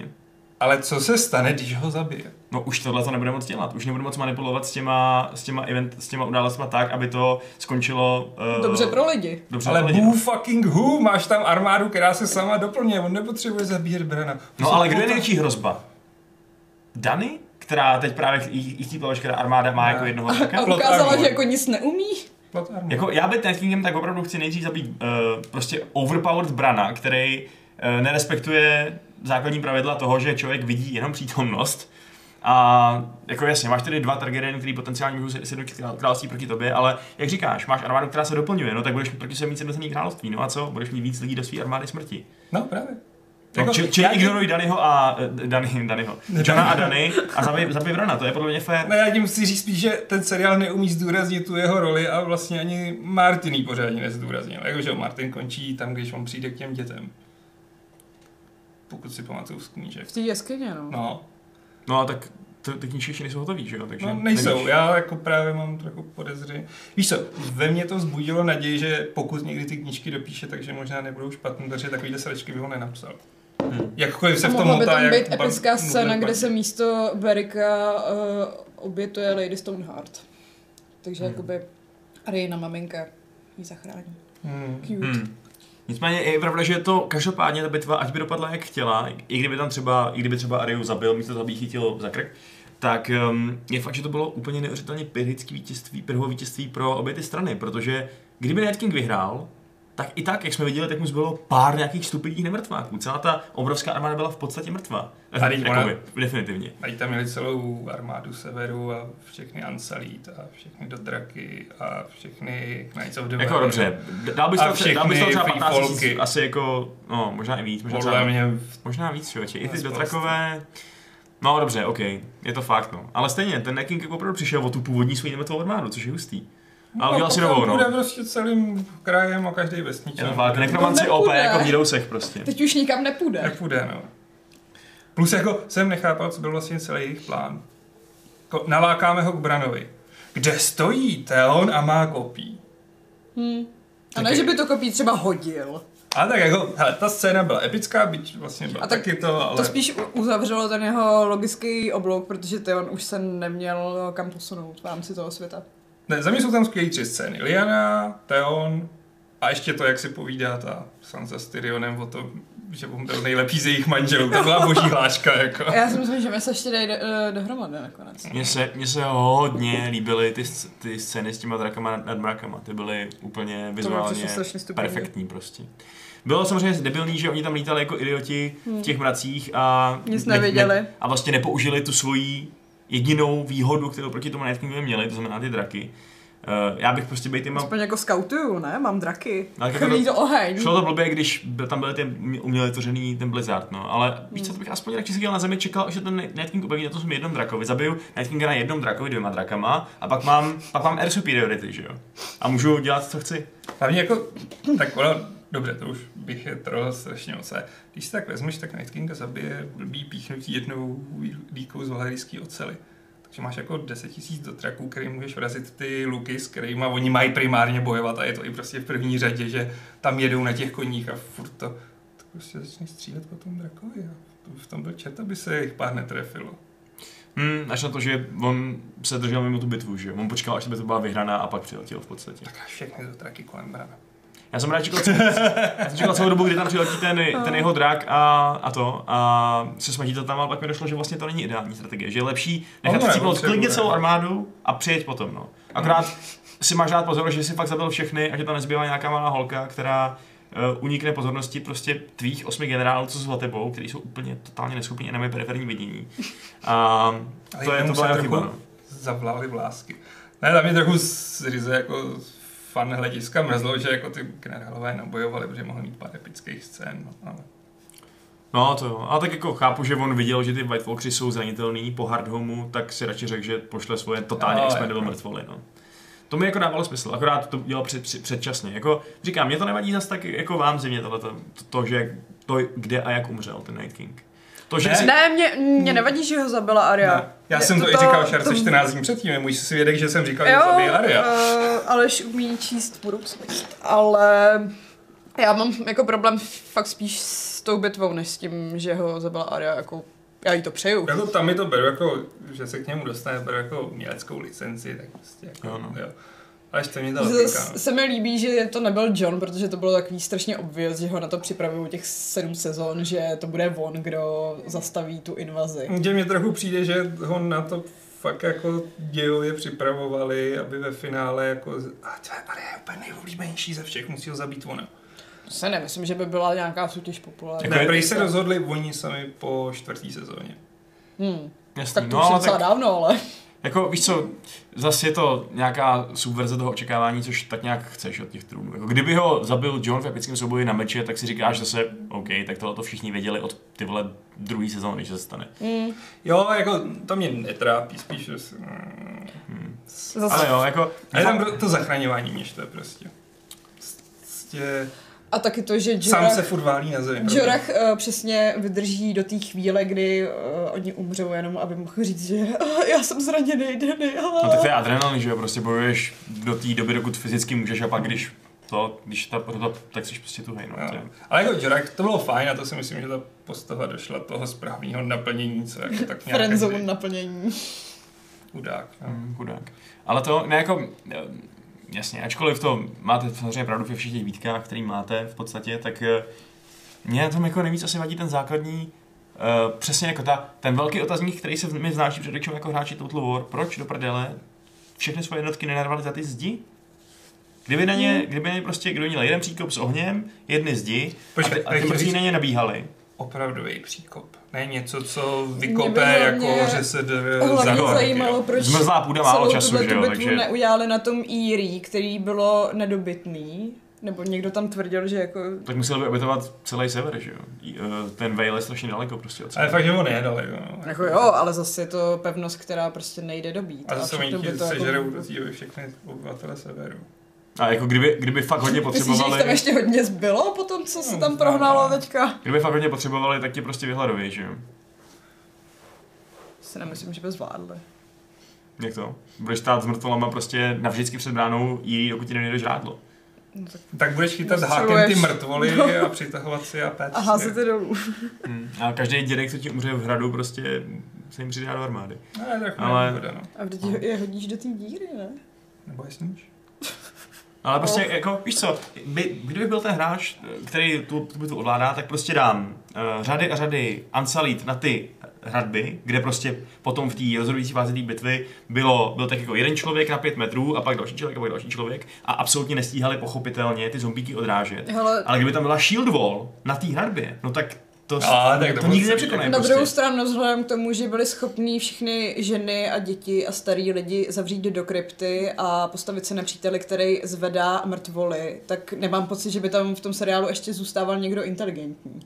[SPEAKER 2] Ale co se stane, když ho zabije?
[SPEAKER 1] No už tohle to nebude moc dělat, už nebude moc manipulovat s těma, s těma event, s těma událostma tak, aby to skončilo... eh,
[SPEAKER 4] Dobře pro lidi.
[SPEAKER 1] Dobře
[SPEAKER 2] Ale
[SPEAKER 1] pro lidi.
[SPEAKER 2] who fucking who? Máš tam armádu, která se sama doplňuje, on nepotřebuje zabíjet Brana.
[SPEAKER 1] No ale kdo je největší hrozba? Dany? Která teď právě jí jí típla veškerá armáda má
[SPEAKER 2] Ne.
[SPEAKER 1] jako jednoho
[SPEAKER 4] A
[SPEAKER 1] žáka?
[SPEAKER 2] plot
[SPEAKER 4] ukázala,
[SPEAKER 2] armor.
[SPEAKER 4] že jako nic neumí.
[SPEAKER 2] Plot armor.
[SPEAKER 1] Jako já by Night tak opravdu chci nejdřív zabít uh, prostě overpowered brana, který uh, nerespektuje základní pravidla toho, že člověk vidí jenom přítomnost. A jako jasně, máš tady dva Targaryeny, který potenciálně můžou sjednotit král- království proti tobě, ale jak říkáš, máš armádu, která se doplňuje, no tak budeš mít proti sobě mít sjednocený království, no a co? Budeš mít víc lidí do své armády smrti.
[SPEAKER 2] No právě.
[SPEAKER 1] No, či, či
[SPEAKER 2] Jako, já, tím,
[SPEAKER 1] ignoruj Danyho a... eh, Dany, Danyho. Johna a Dany a zabij, zabij Brana, to je podle mě fér.
[SPEAKER 2] ne, No, já tím chci říct spíš, že ten seriál neumí zdůraznit tu jeho roli a vlastně ani Martin ji pořádně nezdůraznil. Jakože Martin končí tam, když on přijde k těm dětem. Pokud si pamatuju z knížek.
[SPEAKER 4] V té jeskyně, no.
[SPEAKER 2] No,
[SPEAKER 1] No a tak ty, ty knížky ještě nejsou hotový, že jo? Takže
[SPEAKER 2] no nejsou.
[SPEAKER 1] nevíš.
[SPEAKER 2] Já jako právě mám trochu podezření. Víš co, ve mně to vzbudilo naději, že pokud někdy ty knížky dopíše, takže možná nebudou špatný, protože takovýhle sračky bych ho nenapsal.
[SPEAKER 1] Hmm.
[SPEAKER 2] Jakkoliv se
[SPEAKER 4] A
[SPEAKER 2] v tom
[SPEAKER 4] mohla by
[SPEAKER 2] motá,
[SPEAKER 4] tam
[SPEAKER 2] jak
[SPEAKER 4] být
[SPEAKER 2] bar-
[SPEAKER 4] epická
[SPEAKER 2] nudný
[SPEAKER 4] scéna, kde
[SPEAKER 2] barák.
[SPEAKER 4] se místo Berika uh, obětuje Lady Stoneheart. Takže
[SPEAKER 1] Hmm.
[SPEAKER 4] jakoby Rejna maminka ji zachrání.
[SPEAKER 2] Hmm.
[SPEAKER 4] Cute.
[SPEAKER 1] Hmm. Nicméně je pravda, že je to každopádně ta bitva, ať by dopadla jak chtěla, i kdyby tam třeba, i kdyby třeba Ariu zabil, místo toho by jí chytil za krk, tak um, je fakt, že to bylo úplně neuvěřitelně pyrhický vítězství, pyrhovo vítězství pro obě ty strany, protože kdyby Night King vyhrál, tak i tak, jak jsme viděli, tak mu zbylo pár nějakých stupidních nemrtváků. Celá ta obrovská armáda byla v podstatě mrtvá.
[SPEAKER 2] A teď ona-
[SPEAKER 1] Jakoby, definitivně.
[SPEAKER 2] Mají tam měli celou armádu severu a všechny Ansalít a všechny Dodraky a všechny Knights of the
[SPEAKER 1] Jako
[SPEAKER 2] Round.
[SPEAKER 1] dobře, d- dál bys
[SPEAKER 2] A
[SPEAKER 1] to, tře- dál bys to
[SPEAKER 2] všechny
[SPEAKER 1] třeba 15 000,
[SPEAKER 2] freefolky.
[SPEAKER 1] asi jako, no možná i víc, možná
[SPEAKER 2] Podle
[SPEAKER 1] třeba
[SPEAKER 2] mě
[SPEAKER 1] Možná víc, člověče. I ty
[SPEAKER 2] Aspoň
[SPEAKER 1] dotrakové... No dobře, OK, je to fakt, no. Ale stejně, ten Neking jako opravdu přišel o tu původní svoji nemetovou armádu, což je hustý. Ale udělal si
[SPEAKER 2] potom
[SPEAKER 1] novou,
[SPEAKER 2] Bude
[SPEAKER 1] no.
[SPEAKER 2] prostě celým krajem a každý vesničan.
[SPEAKER 1] Je to fakt,
[SPEAKER 4] To
[SPEAKER 1] nekromanci
[SPEAKER 4] nepůjde.
[SPEAKER 1] OP jako v Jidousech prostě.
[SPEAKER 4] Teď už nikam nepůjde.
[SPEAKER 2] Nepůjde, no. Plus jako jsem nechápal, co byl vlastně celý jejich plán. Ko- nalákáme ho k Branovi. Kde stojí Teon a má kopí?
[SPEAKER 4] Hmm. A ne, že by to kopí třeba hodil.
[SPEAKER 2] A tak jako, hele, ta scéna byla epická, byť vlastně byla
[SPEAKER 4] A
[SPEAKER 2] a
[SPEAKER 4] tak
[SPEAKER 2] tak taky to, ale...
[SPEAKER 4] To spíš u- uzavřelo ten jeho logický oblouk, protože ty on už se neměl eh, kam posunout v rámci toho světa.
[SPEAKER 2] Ne, za mě jsou tam skvělé tři scény. Liana, Teon a ještě to, jak si povídá ta Sansa s Tyrionem o tom, že on byl nejlepší z jejich manželů. To byla boží hláška, jako.
[SPEAKER 4] A já si myslím, že my se ještě dají do, eh, dohromady nakonec.
[SPEAKER 1] Mně se, mně se hodně líbily ty, sc- ty scény s těma drakama nad, nad mrakama. Ty byly úplně vizuálně
[SPEAKER 4] přišlo strašně stupidní.
[SPEAKER 1] perfektní prostě. Bylo samozřejmě debilní, že oni tam lítali jako idioti v těch mracích a...
[SPEAKER 4] Hmm. Nic nevěděli.
[SPEAKER 1] a vlastně nepoužili tu svoji jedinou výhodu, kterou proti tomu Night Kingovi měli, to znamená ty draky. Eh, já bych prostě byl
[SPEAKER 2] no.
[SPEAKER 1] těma...
[SPEAKER 4] Aspoň jako skautuju, ne? Mám draky.
[SPEAKER 1] Ale jako
[SPEAKER 4] Krví
[SPEAKER 1] to-
[SPEAKER 4] to oheň.
[SPEAKER 1] Šlo to blbě, když byl, tam byl ten uměle vytvořený ten Blizzard, no, ale víš co, to bych aspoň radši seděl na zemi, čekal, že ten Night King objeví na tom svém jednom drakovi, zabiju Night Kinga na jednom drakovi, dvěma drakama, a pak mám, pak mám Air Superiority, že jo? A můžu dělat, co chci.
[SPEAKER 2] Hlavně jako, tak ono, dobře, to už bych je trhl strašně moc. ale Když si tak vezmeš, tak Night Kinga zabije blbý píchnutí jednou líkou z valhyrský ocely. Takže máš jako 10 000 dotraků, který můžeš vrazit ty luky, s kterými oni mají primárně bojovat a je to i prostě v první řadě, že tam jedou na těch koních a furt to tak prostě začneš střílet po tom drakovi a to- v tom byl čert, aby se jich pár netrefilo.
[SPEAKER 1] Hmm, až na to, že on se držel mimo tu bitvu, že jo? On počkal, až ta bitva byla vyhraná a pak přiletěl v podstatě.
[SPEAKER 2] Tak a všechny dotraky kolem brana.
[SPEAKER 1] Já jsem rád čekal,
[SPEAKER 2] <laughs>
[SPEAKER 1] celou- já jsem čekal celou dobu, kdy tam přiletí ten, ten jeho drak a, a to a se smaží to tam, ale pak mi došlo, že vlastně to není ideální strategie, že je lepší nechat
[SPEAKER 2] Ono
[SPEAKER 1] si cípnout
[SPEAKER 2] nepotřebuje.
[SPEAKER 1] klidně celou armádu a přijet potom, no. Akorát si máš dát pozor, že si fakt zabil všechny a že tam nezbývá nějaká malá holka, která uh, unikne pozornosti prostě tvých osmi generálů, co jsou za tebou, kteří jsou úplně totálně neschopní a nemají periferní vidění. A
[SPEAKER 2] Ale
[SPEAKER 1] to je to
[SPEAKER 2] jednomu
[SPEAKER 1] byla
[SPEAKER 2] se
[SPEAKER 1] jeho chyba,
[SPEAKER 2] trochu-
[SPEAKER 1] no.
[SPEAKER 2] zavlávali vlásky. Ne, tam mě trochu z ryze jako z fan hlediska mrzlo, že jako ty generálové nebojovali, protože mohli mít pár epických scén. no, Ale
[SPEAKER 1] No to jo. A tak jako chápu, že on viděl, že ty White Walkery jsou zranitelný po hardhomu, tak si radši řekl, že pošle svoje totálně
[SPEAKER 2] No,
[SPEAKER 1] expendable
[SPEAKER 2] jako.
[SPEAKER 1] mrtvoly. No. To mi jako dávalo smysl, akorát to udělal před, před, předčasně. Jako, říkám, mě to nevadí zas tak jako vám zimě, tohle, to, to, že to, kde a jak umřel ten Night King. To, že
[SPEAKER 2] Ne,
[SPEAKER 1] si,
[SPEAKER 4] Ne, mě, mě nevadí, že ho zabila Arya.
[SPEAKER 2] Hmm. Ne. Já jsem to, i říkal Šarce 14 dní předtím, je můj svědek, že jsem říkal, že zabije Arya.
[SPEAKER 4] Uh, Aleš umí číst budoucnost, ale já mám jako problém fakt spíš s tou bitvou, než s tím, že ho zabila Arya, jako já jí to přeju.
[SPEAKER 2] Jako tam mi to beru jako, že se k němu dostane, beru jako uměleckou licenci, tak prostě jako,
[SPEAKER 1] Jo, no.
[SPEAKER 2] jo. Ale ještě mě no. to
[SPEAKER 4] Z-
[SPEAKER 2] dotýká.
[SPEAKER 4] Se mi líbí, že to nebyl John, protože to bylo takový strašně obvěz, že ho na to připravují těch sedm sezon, že to bude on, kdo zastaví tu invazi.
[SPEAKER 2] Mně mě trochu přijde, že ho na to fakt jako dějově připravovali, aby ve finále jako, z- a tvé Arya je úplně nejulíbenější ze všech, musí ho zabít ona.
[SPEAKER 4] To se nemyslím, že by byla nějaká soutěž populární.
[SPEAKER 1] Jako
[SPEAKER 2] Ne,
[SPEAKER 1] je-
[SPEAKER 2] prý se rozhodli oni sami po čtvrtý sezóně.
[SPEAKER 4] Hmm.
[SPEAKER 1] jasný,
[SPEAKER 4] Tak to
[SPEAKER 1] no,
[SPEAKER 4] už je
[SPEAKER 1] ale
[SPEAKER 4] docela
[SPEAKER 1] tak,
[SPEAKER 4] dávno, ale
[SPEAKER 1] Jako víš co, zase je to nějaká subverze toho očekávání, což tak nějak chceš od těch trůnů. Jako kdyby ho zabil John v epickém souboji na meče, tak si říkáš zase, OK, tak tohle to všichni věděli od ty vole druhý sezóny, že se stane.
[SPEAKER 4] mm,
[SPEAKER 2] Jo, jako to mě netrápí, spíš, že... s- mm.
[SPEAKER 1] Hmm.
[SPEAKER 4] zase
[SPEAKER 1] Ale jo, jako...
[SPEAKER 2] Ale tam to- to zachraňování mě štve prostě. Prostě...
[SPEAKER 4] A taky to, že
[SPEAKER 2] Sám
[SPEAKER 4] Jorah,
[SPEAKER 2] se furt válí na zemi.
[SPEAKER 4] Jorah eh, přesně vydrží do té chvíle, kdy uh, oni umřou jenom, aby mohl říct, že "Ah, já jsem zraněný, Danny. ah."
[SPEAKER 1] No tak to je adrenalin, že jo, prostě bojuješ do té doby, dokud fyzicky můžeš a pak když to, když ta ta, tak jsi prostě tuhej, no.
[SPEAKER 2] Jo.
[SPEAKER 1] to je-
[SPEAKER 2] Ale jako Jorah, to bylo fajn a to si myslím, že ta postava došla toho správného naplnění, co jako tak nějak
[SPEAKER 4] Friendzone
[SPEAKER 2] každý
[SPEAKER 4] naplnění.
[SPEAKER 2] Chudák. No.
[SPEAKER 1] Mm, chudák. Ale to, ne jako, eh, jasně, ačkoliv to máte samozřejmě pravdu ve všech těch výtkách, který máte v podstatě, tak eh, mně na tom jako nejvíc asi vadí ten základní, eh, přesně jako ta, ten velký otazník, který se v- mi vznáší před očima jako hráči Total War, proč do prdele všechny svoje jednotky nenarvaly za ty zdi? Kdyby na
[SPEAKER 4] Hmm.
[SPEAKER 1] ně, kdyby na ně prostě, kdo měl jeden příkop s ohněm, jedny zdi,
[SPEAKER 2] Počkej,
[SPEAKER 1] a ty, a ty
[SPEAKER 2] nechci
[SPEAKER 1] mrzí
[SPEAKER 2] říct-
[SPEAKER 1] na ně nabíhali.
[SPEAKER 2] Opravdový příkop. Ne něco, co
[SPEAKER 4] by
[SPEAKER 2] vykope
[SPEAKER 4] hlavně-
[SPEAKER 2] jako ŘSD
[SPEAKER 1] Eh,
[SPEAKER 4] Eh, Hlavně
[SPEAKER 2] za
[SPEAKER 1] Zagor,
[SPEAKER 2] roh,
[SPEAKER 4] zajímalo,
[SPEAKER 2] jo.
[SPEAKER 4] proč
[SPEAKER 1] Zmrzlá půda málo
[SPEAKER 4] celou
[SPEAKER 1] času,
[SPEAKER 4] tuhle
[SPEAKER 1] že jo,
[SPEAKER 4] bitvu
[SPEAKER 1] takže...
[SPEAKER 4] neudělali na tom Eerie, který bylo nedobytný. Nebo někdo tam tvrdil, že jako...
[SPEAKER 1] Tak museli by obětovat celý sever, že jo? I, eh, Ten Vale je strašně daleko prostě od
[SPEAKER 2] Ale
[SPEAKER 1] severu.
[SPEAKER 2] fakt, že ho nejedali. No.
[SPEAKER 4] Jako jo, ale zase je to pevnost, která prostě nejde dobít.
[SPEAKER 2] A zase oni
[SPEAKER 4] přitom by
[SPEAKER 2] ti
[SPEAKER 4] to jako-
[SPEAKER 2] sežerou do té všechny obyvatele severu.
[SPEAKER 1] A jako kdyby, kdyby fakt hodně
[SPEAKER 4] <laughs> Myslíš, že jich tam
[SPEAKER 1] potřebovali, Hmm,
[SPEAKER 4] ještě hodně zbylo po tom, co se
[SPEAKER 2] No,
[SPEAKER 4] tam
[SPEAKER 2] možná,
[SPEAKER 4] prohnalo
[SPEAKER 2] ne.
[SPEAKER 4] teďka?
[SPEAKER 1] kdyby fakt hodně potřebovali, tak tě prostě vyhladoví, že jo?
[SPEAKER 4] Si nemyslím, že by zvládli.
[SPEAKER 1] Jak to? Budeš stát s mrtvolama prostě navždycky před bránou jí, dokud ti nedojde žrádlo.
[SPEAKER 4] No,
[SPEAKER 2] Tak budeš chytat hákem ty
[SPEAKER 4] Potřebuješ-
[SPEAKER 2] mrtvoly a přitahovat si a péct.
[SPEAKER 4] No. A házet je dolů.
[SPEAKER 1] Hmm. A každý dědek, co ti umře v hradu, prostě se jim přidá do armády.
[SPEAKER 2] Ne, tak
[SPEAKER 1] Ale-
[SPEAKER 2] Ale... no.
[SPEAKER 4] A vždyť je hodíš do té díry, ne?
[SPEAKER 2] Nebo je sníž?
[SPEAKER 4] No.
[SPEAKER 1] Ale prostě jako, víš co, by, kdybych byl ten hráč, který tu, tu bitvu ovládá, tak prostě dám uh, řady a řady ansalít na ty hradby, kde prostě potom v té rozhodující fázi té bitvy bylo, byl tak jako jeden člověk na pět metrů a pak další člověk a pak další člověk a absolutně nestíhali pochopitelně ty zombíky odrážet.
[SPEAKER 4] Hele,
[SPEAKER 1] Ale kdyby tam byla shield wall na té hradbě, no tak to,
[SPEAKER 2] A, tak
[SPEAKER 1] to,
[SPEAKER 2] to
[SPEAKER 1] to
[SPEAKER 2] moc
[SPEAKER 1] nikdy
[SPEAKER 2] se-
[SPEAKER 1] nepřekonají
[SPEAKER 4] na
[SPEAKER 1] prostě.
[SPEAKER 4] druhou stranu, vzhledem k tomu, že byli schopní všechny ženy a děti a starý lidi zavřít do krypty a postavit se na příteli, který zvedá mrtvoly, tak nemám pocit, že by tam v tom seriálu ještě zůstával někdo inteligentní.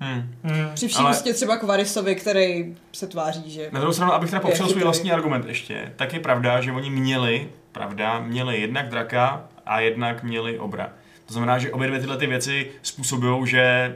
[SPEAKER 1] Hmm.
[SPEAKER 2] Hmm.
[SPEAKER 4] Při vší
[SPEAKER 1] Ale-
[SPEAKER 4] ústě třeba k Varisovi, který se tváří, že...
[SPEAKER 1] Na druhou stranu, abych teda popřel
[SPEAKER 4] Jaký
[SPEAKER 1] svůj
[SPEAKER 4] to je?
[SPEAKER 1] vlastní argument ještě, tak je pravda, že oni měli, pravda, měli jednak draka a jednak měli obra. To znamená, že obě dvě tyhle ty věci způsobují, že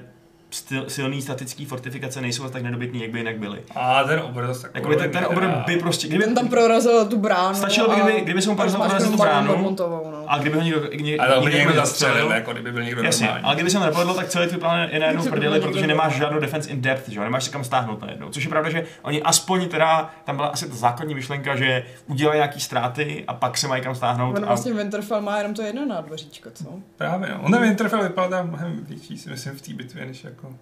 [SPEAKER 1] styl, silný statický fortifikace nejsou tak nedobytný, jak by jinak byly.
[SPEAKER 2] A ten obr zase
[SPEAKER 1] Jakoby ten, ten obr by prostě, kdyby,
[SPEAKER 4] Ten tam prorazil tu bránu.
[SPEAKER 1] Stačilo by,
[SPEAKER 4] a-
[SPEAKER 1] kdyby- kdyby se mu
[SPEAKER 4] a
[SPEAKER 1] podařilo
[SPEAKER 4] Špačku
[SPEAKER 1] prorazit tu
[SPEAKER 4] Marlon
[SPEAKER 1] bránu.
[SPEAKER 4] Bermontovou, no.
[SPEAKER 1] a kdyby ho někdo, někdo,
[SPEAKER 2] Ale by
[SPEAKER 1] někdo
[SPEAKER 2] někdo zastřelil, jako kdyby byl někdo
[SPEAKER 1] Jasně,
[SPEAKER 2] normální.
[SPEAKER 1] ale kdyby se mu nepovedlo, tak celý tvůj plán je najednou v
[SPEAKER 4] Kdyby se
[SPEAKER 1] prdeli,
[SPEAKER 4] to
[SPEAKER 1] protože
[SPEAKER 4] nepovedlo.
[SPEAKER 1] nemáš žádnou defense in depth, že jo, nemáš se kam stáhnout najednou. Což je pravda, že oni aspoň teda, tam byla asi ta základní myšlenka, že udělají nějaký ztráty a pak se mají kam stáhnout.
[SPEAKER 4] On
[SPEAKER 1] A
[SPEAKER 4] vlastně Winterfell má jenom to jedno nádvoříčko, co?
[SPEAKER 2] Právě no. On ten Winterfell vypadá mnohem větší, si myslím, v té bitvě, než jako...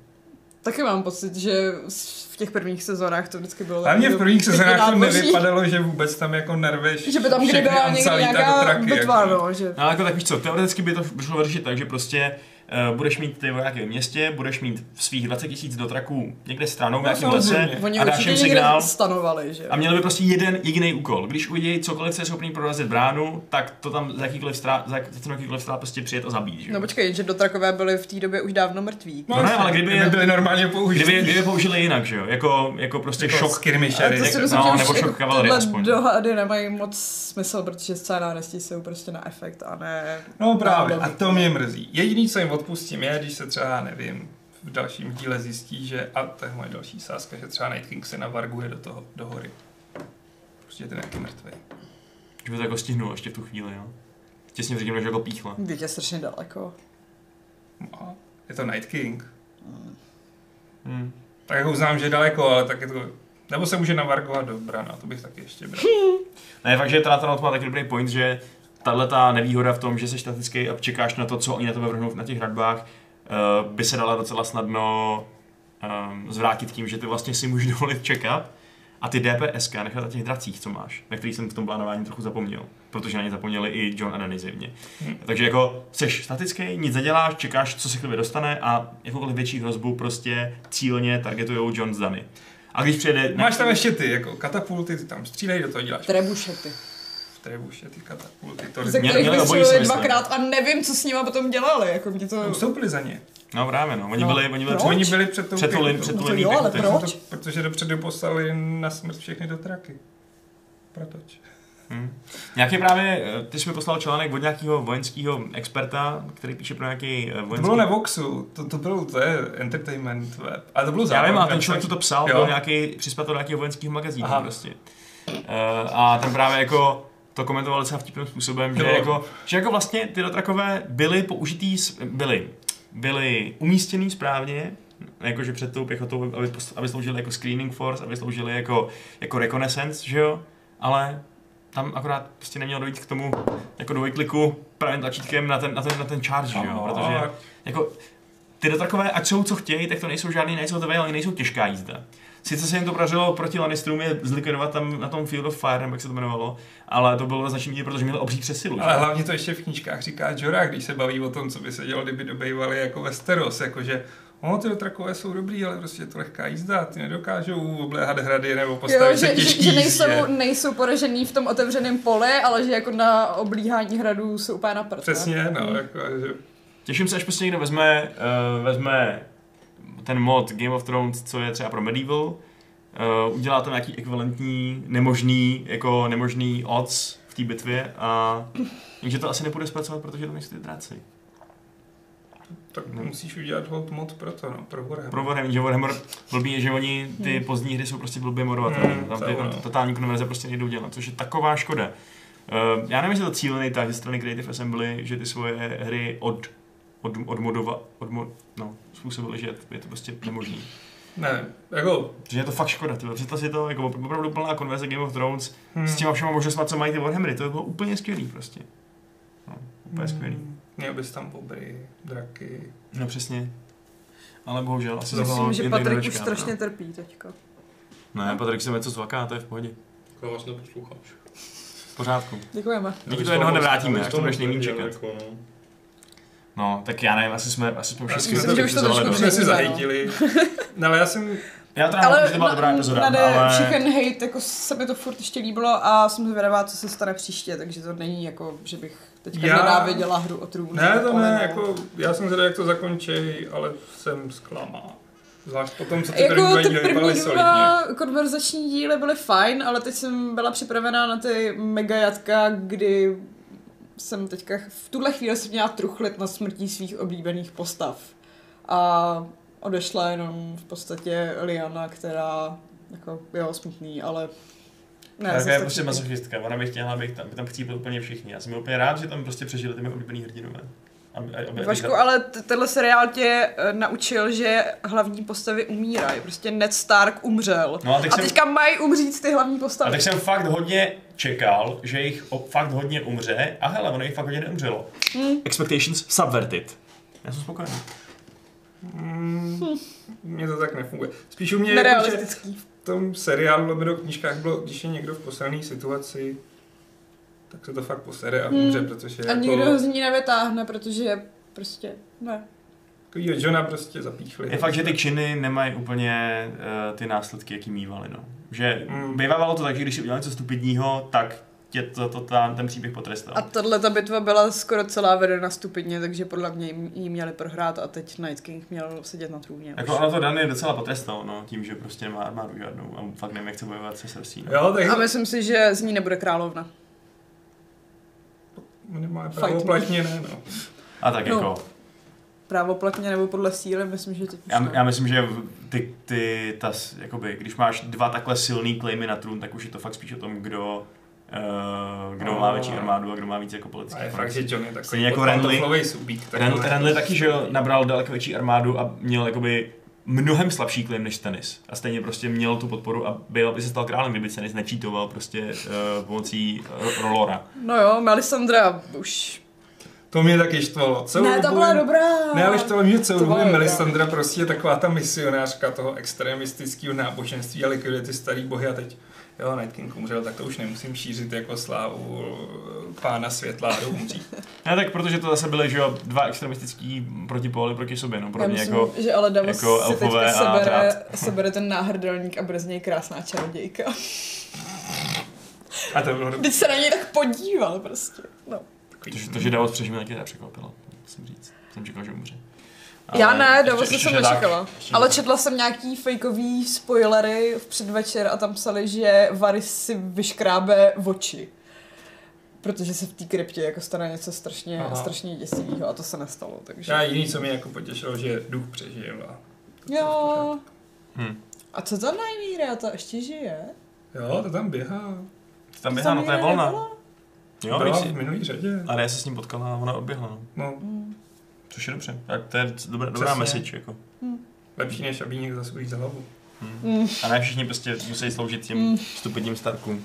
[SPEAKER 4] Taky mám pocit, že s- v těch prvních sezónách to vždycky bylo...
[SPEAKER 2] Hlavně v
[SPEAKER 4] takový
[SPEAKER 2] prvních
[SPEAKER 4] pěkný
[SPEAKER 2] sezónách to
[SPEAKER 4] nádvoří,
[SPEAKER 2] nevypadalo, že vůbec tam jako nerveš
[SPEAKER 4] Že by tam kdy
[SPEAKER 2] všechny
[SPEAKER 4] byla někde
[SPEAKER 2] Ansalita do
[SPEAKER 4] nějaká
[SPEAKER 2] traky,
[SPEAKER 4] bitva,
[SPEAKER 2] jako.
[SPEAKER 4] no, že...
[SPEAKER 1] No, ale jako tak víš co, teoreticky by to šlo vyřešit tak, že prostě Eh, budeš mít ty vojáky ve městě, budeš mít svých 20 tisíc dotraků někde stranou v
[SPEAKER 2] No,
[SPEAKER 1] nějakém lese
[SPEAKER 2] samozřejmě.
[SPEAKER 4] Oni
[SPEAKER 1] a dáš jim
[SPEAKER 4] určitě někde
[SPEAKER 1] signál.
[SPEAKER 4] stanovali, že jo?
[SPEAKER 1] A měli by prostě jeden jediný úkol. Když uvidějí cokoliv, co je schopný prorazit bránu, tak to tam za jakýkoliv strát, za, za cenu jakýkoliv strát prostě přijet a zabít. Že? jo?
[SPEAKER 4] No počkej, že dotrakové byli v té době už dávno mrtví.
[SPEAKER 1] No ne, ale kdyby je-
[SPEAKER 2] byly normálně použitý.
[SPEAKER 1] Kdyby, kdyby je použili jinak, že jo? Jako, jako prostě
[SPEAKER 2] Jako
[SPEAKER 1] šok.
[SPEAKER 2] skirmishery.
[SPEAKER 4] A to si
[SPEAKER 1] no,
[SPEAKER 4] myslím, že už
[SPEAKER 1] nebo šok
[SPEAKER 4] jako
[SPEAKER 1] kavalerie
[SPEAKER 4] tyhle
[SPEAKER 1] aspoň.
[SPEAKER 4] dohady nemají moc smysl, protože scénáristi jsou prostě na efekt a ne...
[SPEAKER 2] No právě, a
[SPEAKER 4] Zábavy.
[SPEAKER 2] to mě mrzí. Jediný, co jim odpustím, je, když se třeba, nevím, v dalším díle zjistí, že, a to je moje další sázka, že třeba Night King se navarguje do toho, do hory. Prostě ten nějaký mrtvej.
[SPEAKER 1] Že by to jako stihnul ještě v tu chvíli, jo? Těsně předtím, než jako píchla.
[SPEAKER 4] Vždyť je strašně daleko.
[SPEAKER 2] No, je to Night King.
[SPEAKER 1] Hmm.
[SPEAKER 2] Tak jako uznám, že je daleko, ale tak je to... Nebo se může navargovat do brana, to bych taky
[SPEAKER 1] <laughs>
[SPEAKER 2] ještě bral.
[SPEAKER 1] Ne, fakt, že teda ten má taky dobrý point, že tahle ta nevýhoda v tom, že jsi statický a čekáš na to, co oni na tebe vrhnou na těch hradbách, eh, by se dala docela snadno um, zvrátit tím, že ty vlastně si můžeš <laughs> dovolit čekat a ty DPSK nechat na těch dracích, co máš, na kterých jsem v tom plánování trochu zapomněl, protože na ně zapomněli i John a Danny zjevně.
[SPEAKER 2] Hm.
[SPEAKER 1] Takže jako seš statický, nic neděláš, čekáš, co se k tobě dostane a jakoukoliv větší hrozbu prostě cílně targetujou John s Danny. A když přijede... na-
[SPEAKER 2] Máš tam ještě ty, jako katapulty, ty tam střílej, do toho děláš.
[SPEAKER 4] Trebušety.
[SPEAKER 2] V trebuše ty katapulty, to
[SPEAKER 4] Ze
[SPEAKER 1] Měli-
[SPEAKER 4] kterých
[SPEAKER 1] měli obojí
[SPEAKER 4] vystřelili
[SPEAKER 1] smysl.
[SPEAKER 4] dvakrát a nevím, co s nima potom dělali. Jako mě to...
[SPEAKER 2] Ustoupili za ně.
[SPEAKER 1] No právě no, oni
[SPEAKER 4] No,
[SPEAKER 1] byli, oni byli
[SPEAKER 4] proč?
[SPEAKER 1] před-
[SPEAKER 2] Oni byli před tou
[SPEAKER 1] před tou lin-
[SPEAKER 2] tou-
[SPEAKER 1] před
[SPEAKER 4] No
[SPEAKER 1] tou
[SPEAKER 4] to
[SPEAKER 1] linií
[SPEAKER 4] jo, ale
[SPEAKER 1] pěchoty.
[SPEAKER 4] proč?
[SPEAKER 2] To, protože dopředu poslali na smrt všechny dotraky. Protoč.
[SPEAKER 1] Hmm. Nějaký právě, eh, ty jsi mi poslal článek od nějakého vojenského experta, který píše pro nějaký eh,
[SPEAKER 2] To
[SPEAKER 1] vojenský...
[SPEAKER 2] bylo na Voxu, to, to bylo, to je entertainment web. A to bylo
[SPEAKER 1] Já vím,
[SPEAKER 2] zábavné,
[SPEAKER 1] ale ten člověk, co
[SPEAKER 2] tak-
[SPEAKER 1] to psal,
[SPEAKER 2] Jo.
[SPEAKER 1] byl nějaký, přispěl to do nějakého vojenského magazínu
[SPEAKER 2] Aha.
[SPEAKER 1] prostě. Eh, a ten právě jako to komentoval docela vtipným způsobem, že
[SPEAKER 2] Jo.
[SPEAKER 1] jako, že jako vlastně ty dotrakové byly použitý, s- byly, byly umístěný správně, jakože před tou pěchotou, aby, pos- aby sloužili jako screening force, aby sloužili jako, jako reconnaissance, že jo, ale tam akorát prostě nemělo dojít k tomu jako dvojkliku pravým tlačítkem na ten, na ten, na ten charge,
[SPEAKER 2] No,
[SPEAKER 1] že jo, protože jako ty dotrakové, ať jsou co chtějí, tak to nejsou žádný nejsou to ale nejsou těžká jízda. Sice se jim to podařilo proti Lannisterům je zlikvidovat tam na tom Field of Fire, nebo jak se to jmenovalo, ale to bylo značně protože měli obří přesilu. že?
[SPEAKER 2] Ale hlavně to ještě v knížkách říká Jorah, když se baví o tom, co by se dělo, kdyby dobejvali jako Westeros, jakože o, ty dotrakové jsou dobrý, ale prostě je to lehká jízda, ty nedokážou obléhat hrady nebo postavit
[SPEAKER 4] Jo,
[SPEAKER 2] se
[SPEAKER 4] že,
[SPEAKER 2] těžký
[SPEAKER 4] že, že nejsou,
[SPEAKER 2] jízdě.
[SPEAKER 4] nejsou poražený v tom otevřeném poli, ale že jako na oblíhání hradů jsou úplně na prd. ne?
[SPEAKER 2] Přesně, no,
[SPEAKER 4] Mm.
[SPEAKER 2] jako, že
[SPEAKER 1] Těším se, až prostě někdo vezme, uh, vezme ten mod Game of Thrones, co je třeba pro Medieval, uh, udělá tam nějaký ekvivalentní, nemožný, jako nemožný odds v té bitvě a jenže to asi nepůjde zpracovat, protože to nejsou ty dráci.
[SPEAKER 2] tak
[SPEAKER 1] No.
[SPEAKER 2] musíš udělat hold mod pro to, no, pro Warhammer.
[SPEAKER 1] Pro Warhammer, že Warhammer blbý je, že oni
[SPEAKER 4] Hmm.
[SPEAKER 1] ty pozdní hry jsou prostě blbě modovatelné.
[SPEAKER 2] Hmm,
[SPEAKER 1] tam
[SPEAKER 2] to
[SPEAKER 1] ty
[SPEAKER 2] jo,
[SPEAKER 1] tam
[SPEAKER 2] no.
[SPEAKER 1] to totální konverze prostě nejdou dělat, což je taková škoda. Uh, já nevím, jestli je to cílený tak ze strany Creative Assembly, že ty svoje hry od, od, odmodova, odmo, no, způsobili, že je to prostě nemožný.
[SPEAKER 2] Ne, jako,
[SPEAKER 1] Protože je to fakt škoda, tyhle. představ si to, jako opravdu plná konverze Game of Thrones
[SPEAKER 2] hmm.
[SPEAKER 1] s těma všema možnostma, co mají ty Warhammery, to by bylo úplně skvělý prostě. No, úplně skvělý.
[SPEAKER 2] Hmm. Měl bys tam bobry, draky.
[SPEAKER 1] No přesně. Ale bohužel, asi za toho
[SPEAKER 4] Myslím, že
[SPEAKER 1] jen
[SPEAKER 4] Patrik už
[SPEAKER 1] nedočkám, no.
[SPEAKER 4] strašně trpí teďka.
[SPEAKER 1] Ne, No, Patrik se něco zvaká, to je v pohodě.
[SPEAKER 3] Já Jako vás neposloucháš.
[SPEAKER 1] V pořádku.
[SPEAKER 4] Děkujeme.
[SPEAKER 1] Díky to jednoho nevrátíme, až to budeš nejmín čekat.
[SPEAKER 3] Jako, no.
[SPEAKER 1] No, tak já nevím, asi jsme, asi jsme
[SPEAKER 2] Asi
[SPEAKER 1] všechny
[SPEAKER 2] myslím, že
[SPEAKER 4] už to
[SPEAKER 1] kritizovali
[SPEAKER 4] trošku
[SPEAKER 2] To
[SPEAKER 1] dost.
[SPEAKER 2] jsme
[SPEAKER 4] přes-
[SPEAKER 2] si zahejtili. No ale já jsem,
[SPEAKER 1] Já to ale, už to byla dobrá epizoda,
[SPEAKER 4] nade
[SPEAKER 1] ale...
[SPEAKER 4] všechen hate, jako se mi to furt ještě líbilo a jsem zvědavá, co se stane příště, takže to není jako, že bych teďka
[SPEAKER 2] Já-
[SPEAKER 4] Já... nenáviděla hru o trůn.
[SPEAKER 2] ne to
[SPEAKER 4] ale
[SPEAKER 2] ne,
[SPEAKER 4] no.
[SPEAKER 2] jako, já jsem zvedal, jak to zakončí, ale jsem zklamán. Zvlášť po tom, co ty první
[SPEAKER 4] Jako
[SPEAKER 2] dva
[SPEAKER 4] ty
[SPEAKER 2] díly
[SPEAKER 4] první
[SPEAKER 2] vypadaly solidně.
[SPEAKER 4] dva konverzační díly byly fajn, ale teď jsem byla připravená na ty mega jatka, kdy jsem teďka, v tuhle chvíli jsem měla truchlit na smrtí svých oblíbených postav. A odešla jenom v podstatě Liana, která jako jo, smutný, ale ne,
[SPEAKER 1] Tarka je
[SPEAKER 4] zase
[SPEAKER 1] prostě
[SPEAKER 4] tak-
[SPEAKER 1] masochistka, ona by chtěla, abych tam, aby tam chcípli úplně všichni. Já jsem úplně rád, že tam prostě přežili ty mé oblíbený hrdinové. Aby, aby, aby,
[SPEAKER 4] Vašku, ale t- tenhle seriál tě eh, naučil, že hlavní postavy umírají. Prostě Ned Stark umřel.
[SPEAKER 1] No a teď
[SPEAKER 4] A
[SPEAKER 1] jsem-
[SPEAKER 4] teďka mají umřít ty hlavní
[SPEAKER 1] A
[SPEAKER 4] postavy.
[SPEAKER 1] tak jsem fakt hodně čekal, že jich o- fakt hodně umře. A hele, ono jich fakt hodně neumřelo.
[SPEAKER 4] Hm.
[SPEAKER 1] Expectations subverted. Já jsem spokojený.
[SPEAKER 2] Mm, Mně to tak nefunguje. Spíš u mě jako, že
[SPEAKER 4] Nerealistický.
[SPEAKER 2] v tom seriálu nebo v knížkách bylo, když je někdo v poselné situaci, tak se to fakt posere a
[SPEAKER 4] Hmm.
[SPEAKER 2] umře, protože
[SPEAKER 4] A
[SPEAKER 2] jako...
[SPEAKER 4] nikdo ho z ní nevytáhne, protože je prostě ne.
[SPEAKER 2] Takovýho Johna prostě zapíchli.
[SPEAKER 1] Je fakt, že ty činy nemají úplně uh, ty následky, jaký mývaly, no. Že
[SPEAKER 2] Mm.
[SPEAKER 1] bývávalo to tak, že když si udělal něco stupidního, tak tě to, to, ta, ten příběh potrestal.
[SPEAKER 4] A tahle ta bitva byla skoro celá vedena stupidně, takže podle mě jim- ji měli prohrát a teď Night King měl sedět na trůně. už.
[SPEAKER 1] Jako ono to Dany docela potrestal, no, tím, že prostě nemá armádu žádnou a fakt nevím, jak chce bojovat se Cersei, no.
[SPEAKER 2] Jo,
[SPEAKER 4] A
[SPEAKER 2] tak
[SPEAKER 4] myslím si, že z ní nebude královna.
[SPEAKER 2] minimálně
[SPEAKER 4] Fight.
[SPEAKER 2] právoplatně ne, no.
[SPEAKER 1] A tak
[SPEAKER 4] No.
[SPEAKER 1] jako,
[SPEAKER 4] Právoplatně nebo podle síly, myslím, že teď už
[SPEAKER 1] já,
[SPEAKER 4] ne.
[SPEAKER 1] já myslím, že v- ty, ty ta, s- jakoby, když máš dva takhle silný klejmy na trůn, tak už je to fakt spíš o tom, kdo, uh, kdo má větší armádu a kdo má víc jako politických
[SPEAKER 2] A je fakt,
[SPEAKER 1] funkcí.
[SPEAKER 2] že John je takový
[SPEAKER 1] Stejně jako Renly.
[SPEAKER 2] pantoflovej subík. tak
[SPEAKER 1] Ren,
[SPEAKER 2] to je-
[SPEAKER 1] Renly taky, že jo, nabral daleko větší armádu a měl jakoby mnohem slabší klim než tenis. A stejně prostě měl tu podporu a byl by se stal králem, kdyby tenis nečítoval prostě uh, pomocí uh, Rolora.
[SPEAKER 4] No jo, Melisandra už...
[SPEAKER 2] To mě taky štvalo. Celou
[SPEAKER 4] ne, ta
[SPEAKER 2] dobu-
[SPEAKER 4] byla dobrá.
[SPEAKER 2] Ne, ale štvalo mě celou
[SPEAKER 4] To
[SPEAKER 2] dobu
[SPEAKER 4] byla
[SPEAKER 2] je
[SPEAKER 4] dobrá.
[SPEAKER 2] Melisandra prostě taková ta misionářka toho extremistického náboženství a likviduje ty starý bohy a teď jo, Night King umřel, tak to už nemusím šířit jako slávu eh, pána světla a jdu umřít.
[SPEAKER 1] Ne, No tak protože to zase byly, že jo, dva extremistický protipóly proti sobě, no, pro
[SPEAKER 4] Já
[SPEAKER 1] mě
[SPEAKER 4] myslím,
[SPEAKER 1] jako...
[SPEAKER 4] že ale Davos
[SPEAKER 1] jako
[SPEAKER 4] si
[SPEAKER 1] elfové
[SPEAKER 4] teďka
[SPEAKER 1] a
[SPEAKER 4] sebere,
[SPEAKER 1] drát.
[SPEAKER 4] sebere ten náhrdelník a bez něj krásná čarodějka.
[SPEAKER 1] <laughs>
[SPEAKER 2] A to bylo dobrý.
[SPEAKER 4] Teď se na něj tak podíval prostě. No.
[SPEAKER 1] To, že, to, že Davos přežil, mě taky nepřekvapilo, musím říct. Jsem čekal, že umře.
[SPEAKER 4] Já ne,
[SPEAKER 1] ještě-
[SPEAKER 4] Davos
[SPEAKER 1] ještě,
[SPEAKER 4] jsem
[SPEAKER 1] že tak-
[SPEAKER 4] nečekala.
[SPEAKER 1] ještě,
[SPEAKER 4] Ale
[SPEAKER 1] že-
[SPEAKER 4] četla jsem nějaký fejkový spoilery v předvečer a tam psali, že Varys si vyškrábe oči. Protože se v té kryptě jako stane něco strašně,
[SPEAKER 2] Aha.
[SPEAKER 4] strašně děsivého a to se nestalo, takže...
[SPEAKER 2] Já jediný, co mě jako potěšilo, že duch přežil a
[SPEAKER 4] Jo.
[SPEAKER 1] Hm.
[SPEAKER 4] A co za Najmíra, ta ještě žije?
[SPEAKER 2] jo, to tam běhá.
[SPEAKER 1] To Tam běhá, no to je
[SPEAKER 4] Najmíra
[SPEAKER 1] volna.
[SPEAKER 4] nebyla?
[SPEAKER 1] Jo,
[SPEAKER 2] Byla
[SPEAKER 1] víš
[SPEAKER 2] v
[SPEAKER 1] si.
[SPEAKER 2] minulý řadě.
[SPEAKER 1] Ale já se s ním potkala a ona odběhla, no.
[SPEAKER 2] No,
[SPEAKER 4] Hm.
[SPEAKER 1] Což je dobře. Tak to je dobrá, dobrá
[SPEAKER 2] Přesně.
[SPEAKER 1] message, jako.
[SPEAKER 2] lepší než aby někdo zase ujíz hlavu.
[SPEAKER 4] Hm.
[SPEAKER 1] A ne všichni prostě musí sloužit těm
[SPEAKER 4] Mm.
[SPEAKER 2] Hmm.
[SPEAKER 1] mm. stupidním starkům.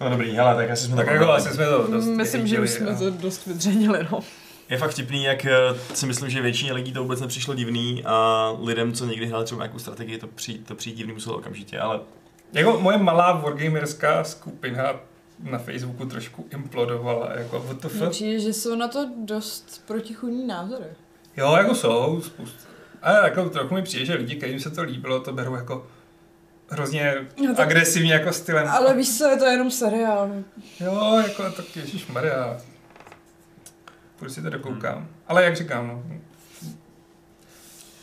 [SPEAKER 1] No dobrý, hele, tak asi jsme
[SPEAKER 2] Tak
[SPEAKER 1] to
[SPEAKER 2] jako
[SPEAKER 1] probrali.
[SPEAKER 2] asi jsme to dost
[SPEAKER 4] Hm, Mm, Myslím, že už
[SPEAKER 2] vyřídili
[SPEAKER 4] jsme
[SPEAKER 2] a-
[SPEAKER 4] to dost vydřenili, no.
[SPEAKER 1] Je fakt vtipný, jak eh, si myslím, že většině lidí to vůbec nepřišlo divný a lidem, co někdy hráli třeba nějakou strategii, to přijít to přijít divný muselo okamžitě, ale
[SPEAKER 2] Jako moje malá wargamerská skupina na Facebooku trošku implodovala, jako what the fuck.
[SPEAKER 4] Určitě, že jsou na to dost protichudní názory.
[SPEAKER 2] Jo, jako jsou spousta. Ale jako trochu mi přijde, že lidi, kterým se to líbilo, to berou jako hrozně
[SPEAKER 4] No tak-
[SPEAKER 2] agresivně jako stylem.
[SPEAKER 4] Ale víš co, je to jenom seriál. no.
[SPEAKER 2] Jo, jako tak Ježíš Maria. Půjdu si to dokoukám. Ale jak říkám, no,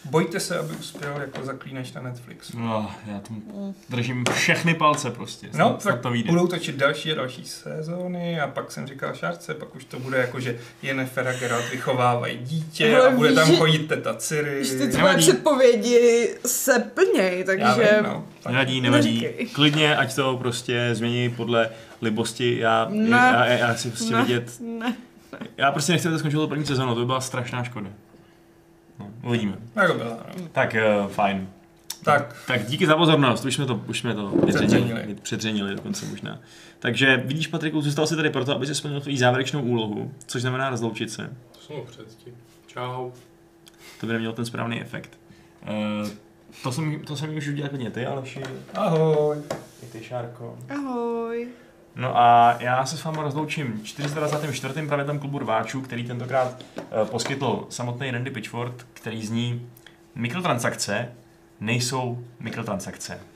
[SPEAKER 2] Bojte se, aby uspěl jako zaklínač na Netflixu.
[SPEAKER 1] no, já tomu
[SPEAKER 4] Hm.
[SPEAKER 1] držím všechny palce prostě, snad,
[SPEAKER 2] No,
[SPEAKER 1] snad
[SPEAKER 2] tak
[SPEAKER 1] to vyjde.
[SPEAKER 2] <laughs> budou točit další a další sezóny a pak jsem říkal šárce, pak už to bude jako, že Jennifer a Geralt vychovávají dítě
[SPEAKER 4] Ale
[SPEAKER 2] a bude
[SPEAKER 4] víš,
[SPEAKER 2] tam
[SPEAKER 4] že-
[SPEAKER 2] chodit teta Ciri.
[SPEAKER 4] Když ty tvoje
[SPEAKER 1] Nevadí.
[SPEAKER 4] předpovědi se plněj,
[SPEAKER 2] Já
[SPEAKER 4] takže...
[SPEAKER 2] vím, no. Tak-
[SPEAKER 1] Nevadí, nevadí.
[SPEAKER 4] Neříkej.
[SPEAKER 1] Klidně, ať to prostě změní podle libosti. Já,
[SPEAKER 4] Ne.
[SPEAKER 1] já, já, já si prostě
[SPEAKER 4] Ne.
[SPEAKER 1] vidět.
[SPEAKER 4] Ne.
[SPEAKER 1] Já prostě nechci, aby to skončilo první sezónou, to by byla strašná škoda. No, uvidíme.
[SPEAKER 2] Tak to byla, no.
[SPEAKER 1] Tak uh, fajn.
[SPEAKER 2] Tak,
[SPEAKER 1] Tak díky za pozornost, už jsme to, už jsme to
[SPEAKER 2] Předřenili.
[SPEAKER 1] předřenili, předřenili dokonce možná. Takže vidíš, Patriku, zůstal jsi tady proto, aby se splnil tvou závěrečnou úlohu, což znamená rozloučit se.
[SPEAKER 3] To jsou předtím. Čau.
[SPEAKER 1] To by nemělo ten správný efekt. Uh, to jsem, to jsem už udělal klidně ty, Aleši,
[SPEAKER 2] ahoj.
[SPEAKER 1] i ty, Šárko.
[SPEAKER 4] Ahoj.
[SPEAKER 1] No a já se s vámi rozloučím 424. pravidlem klubu rváčů, který tentokrát eh, poskytl samotný Randy Pitchford, který zní Mikrotransakce nejsou mikrotransakce.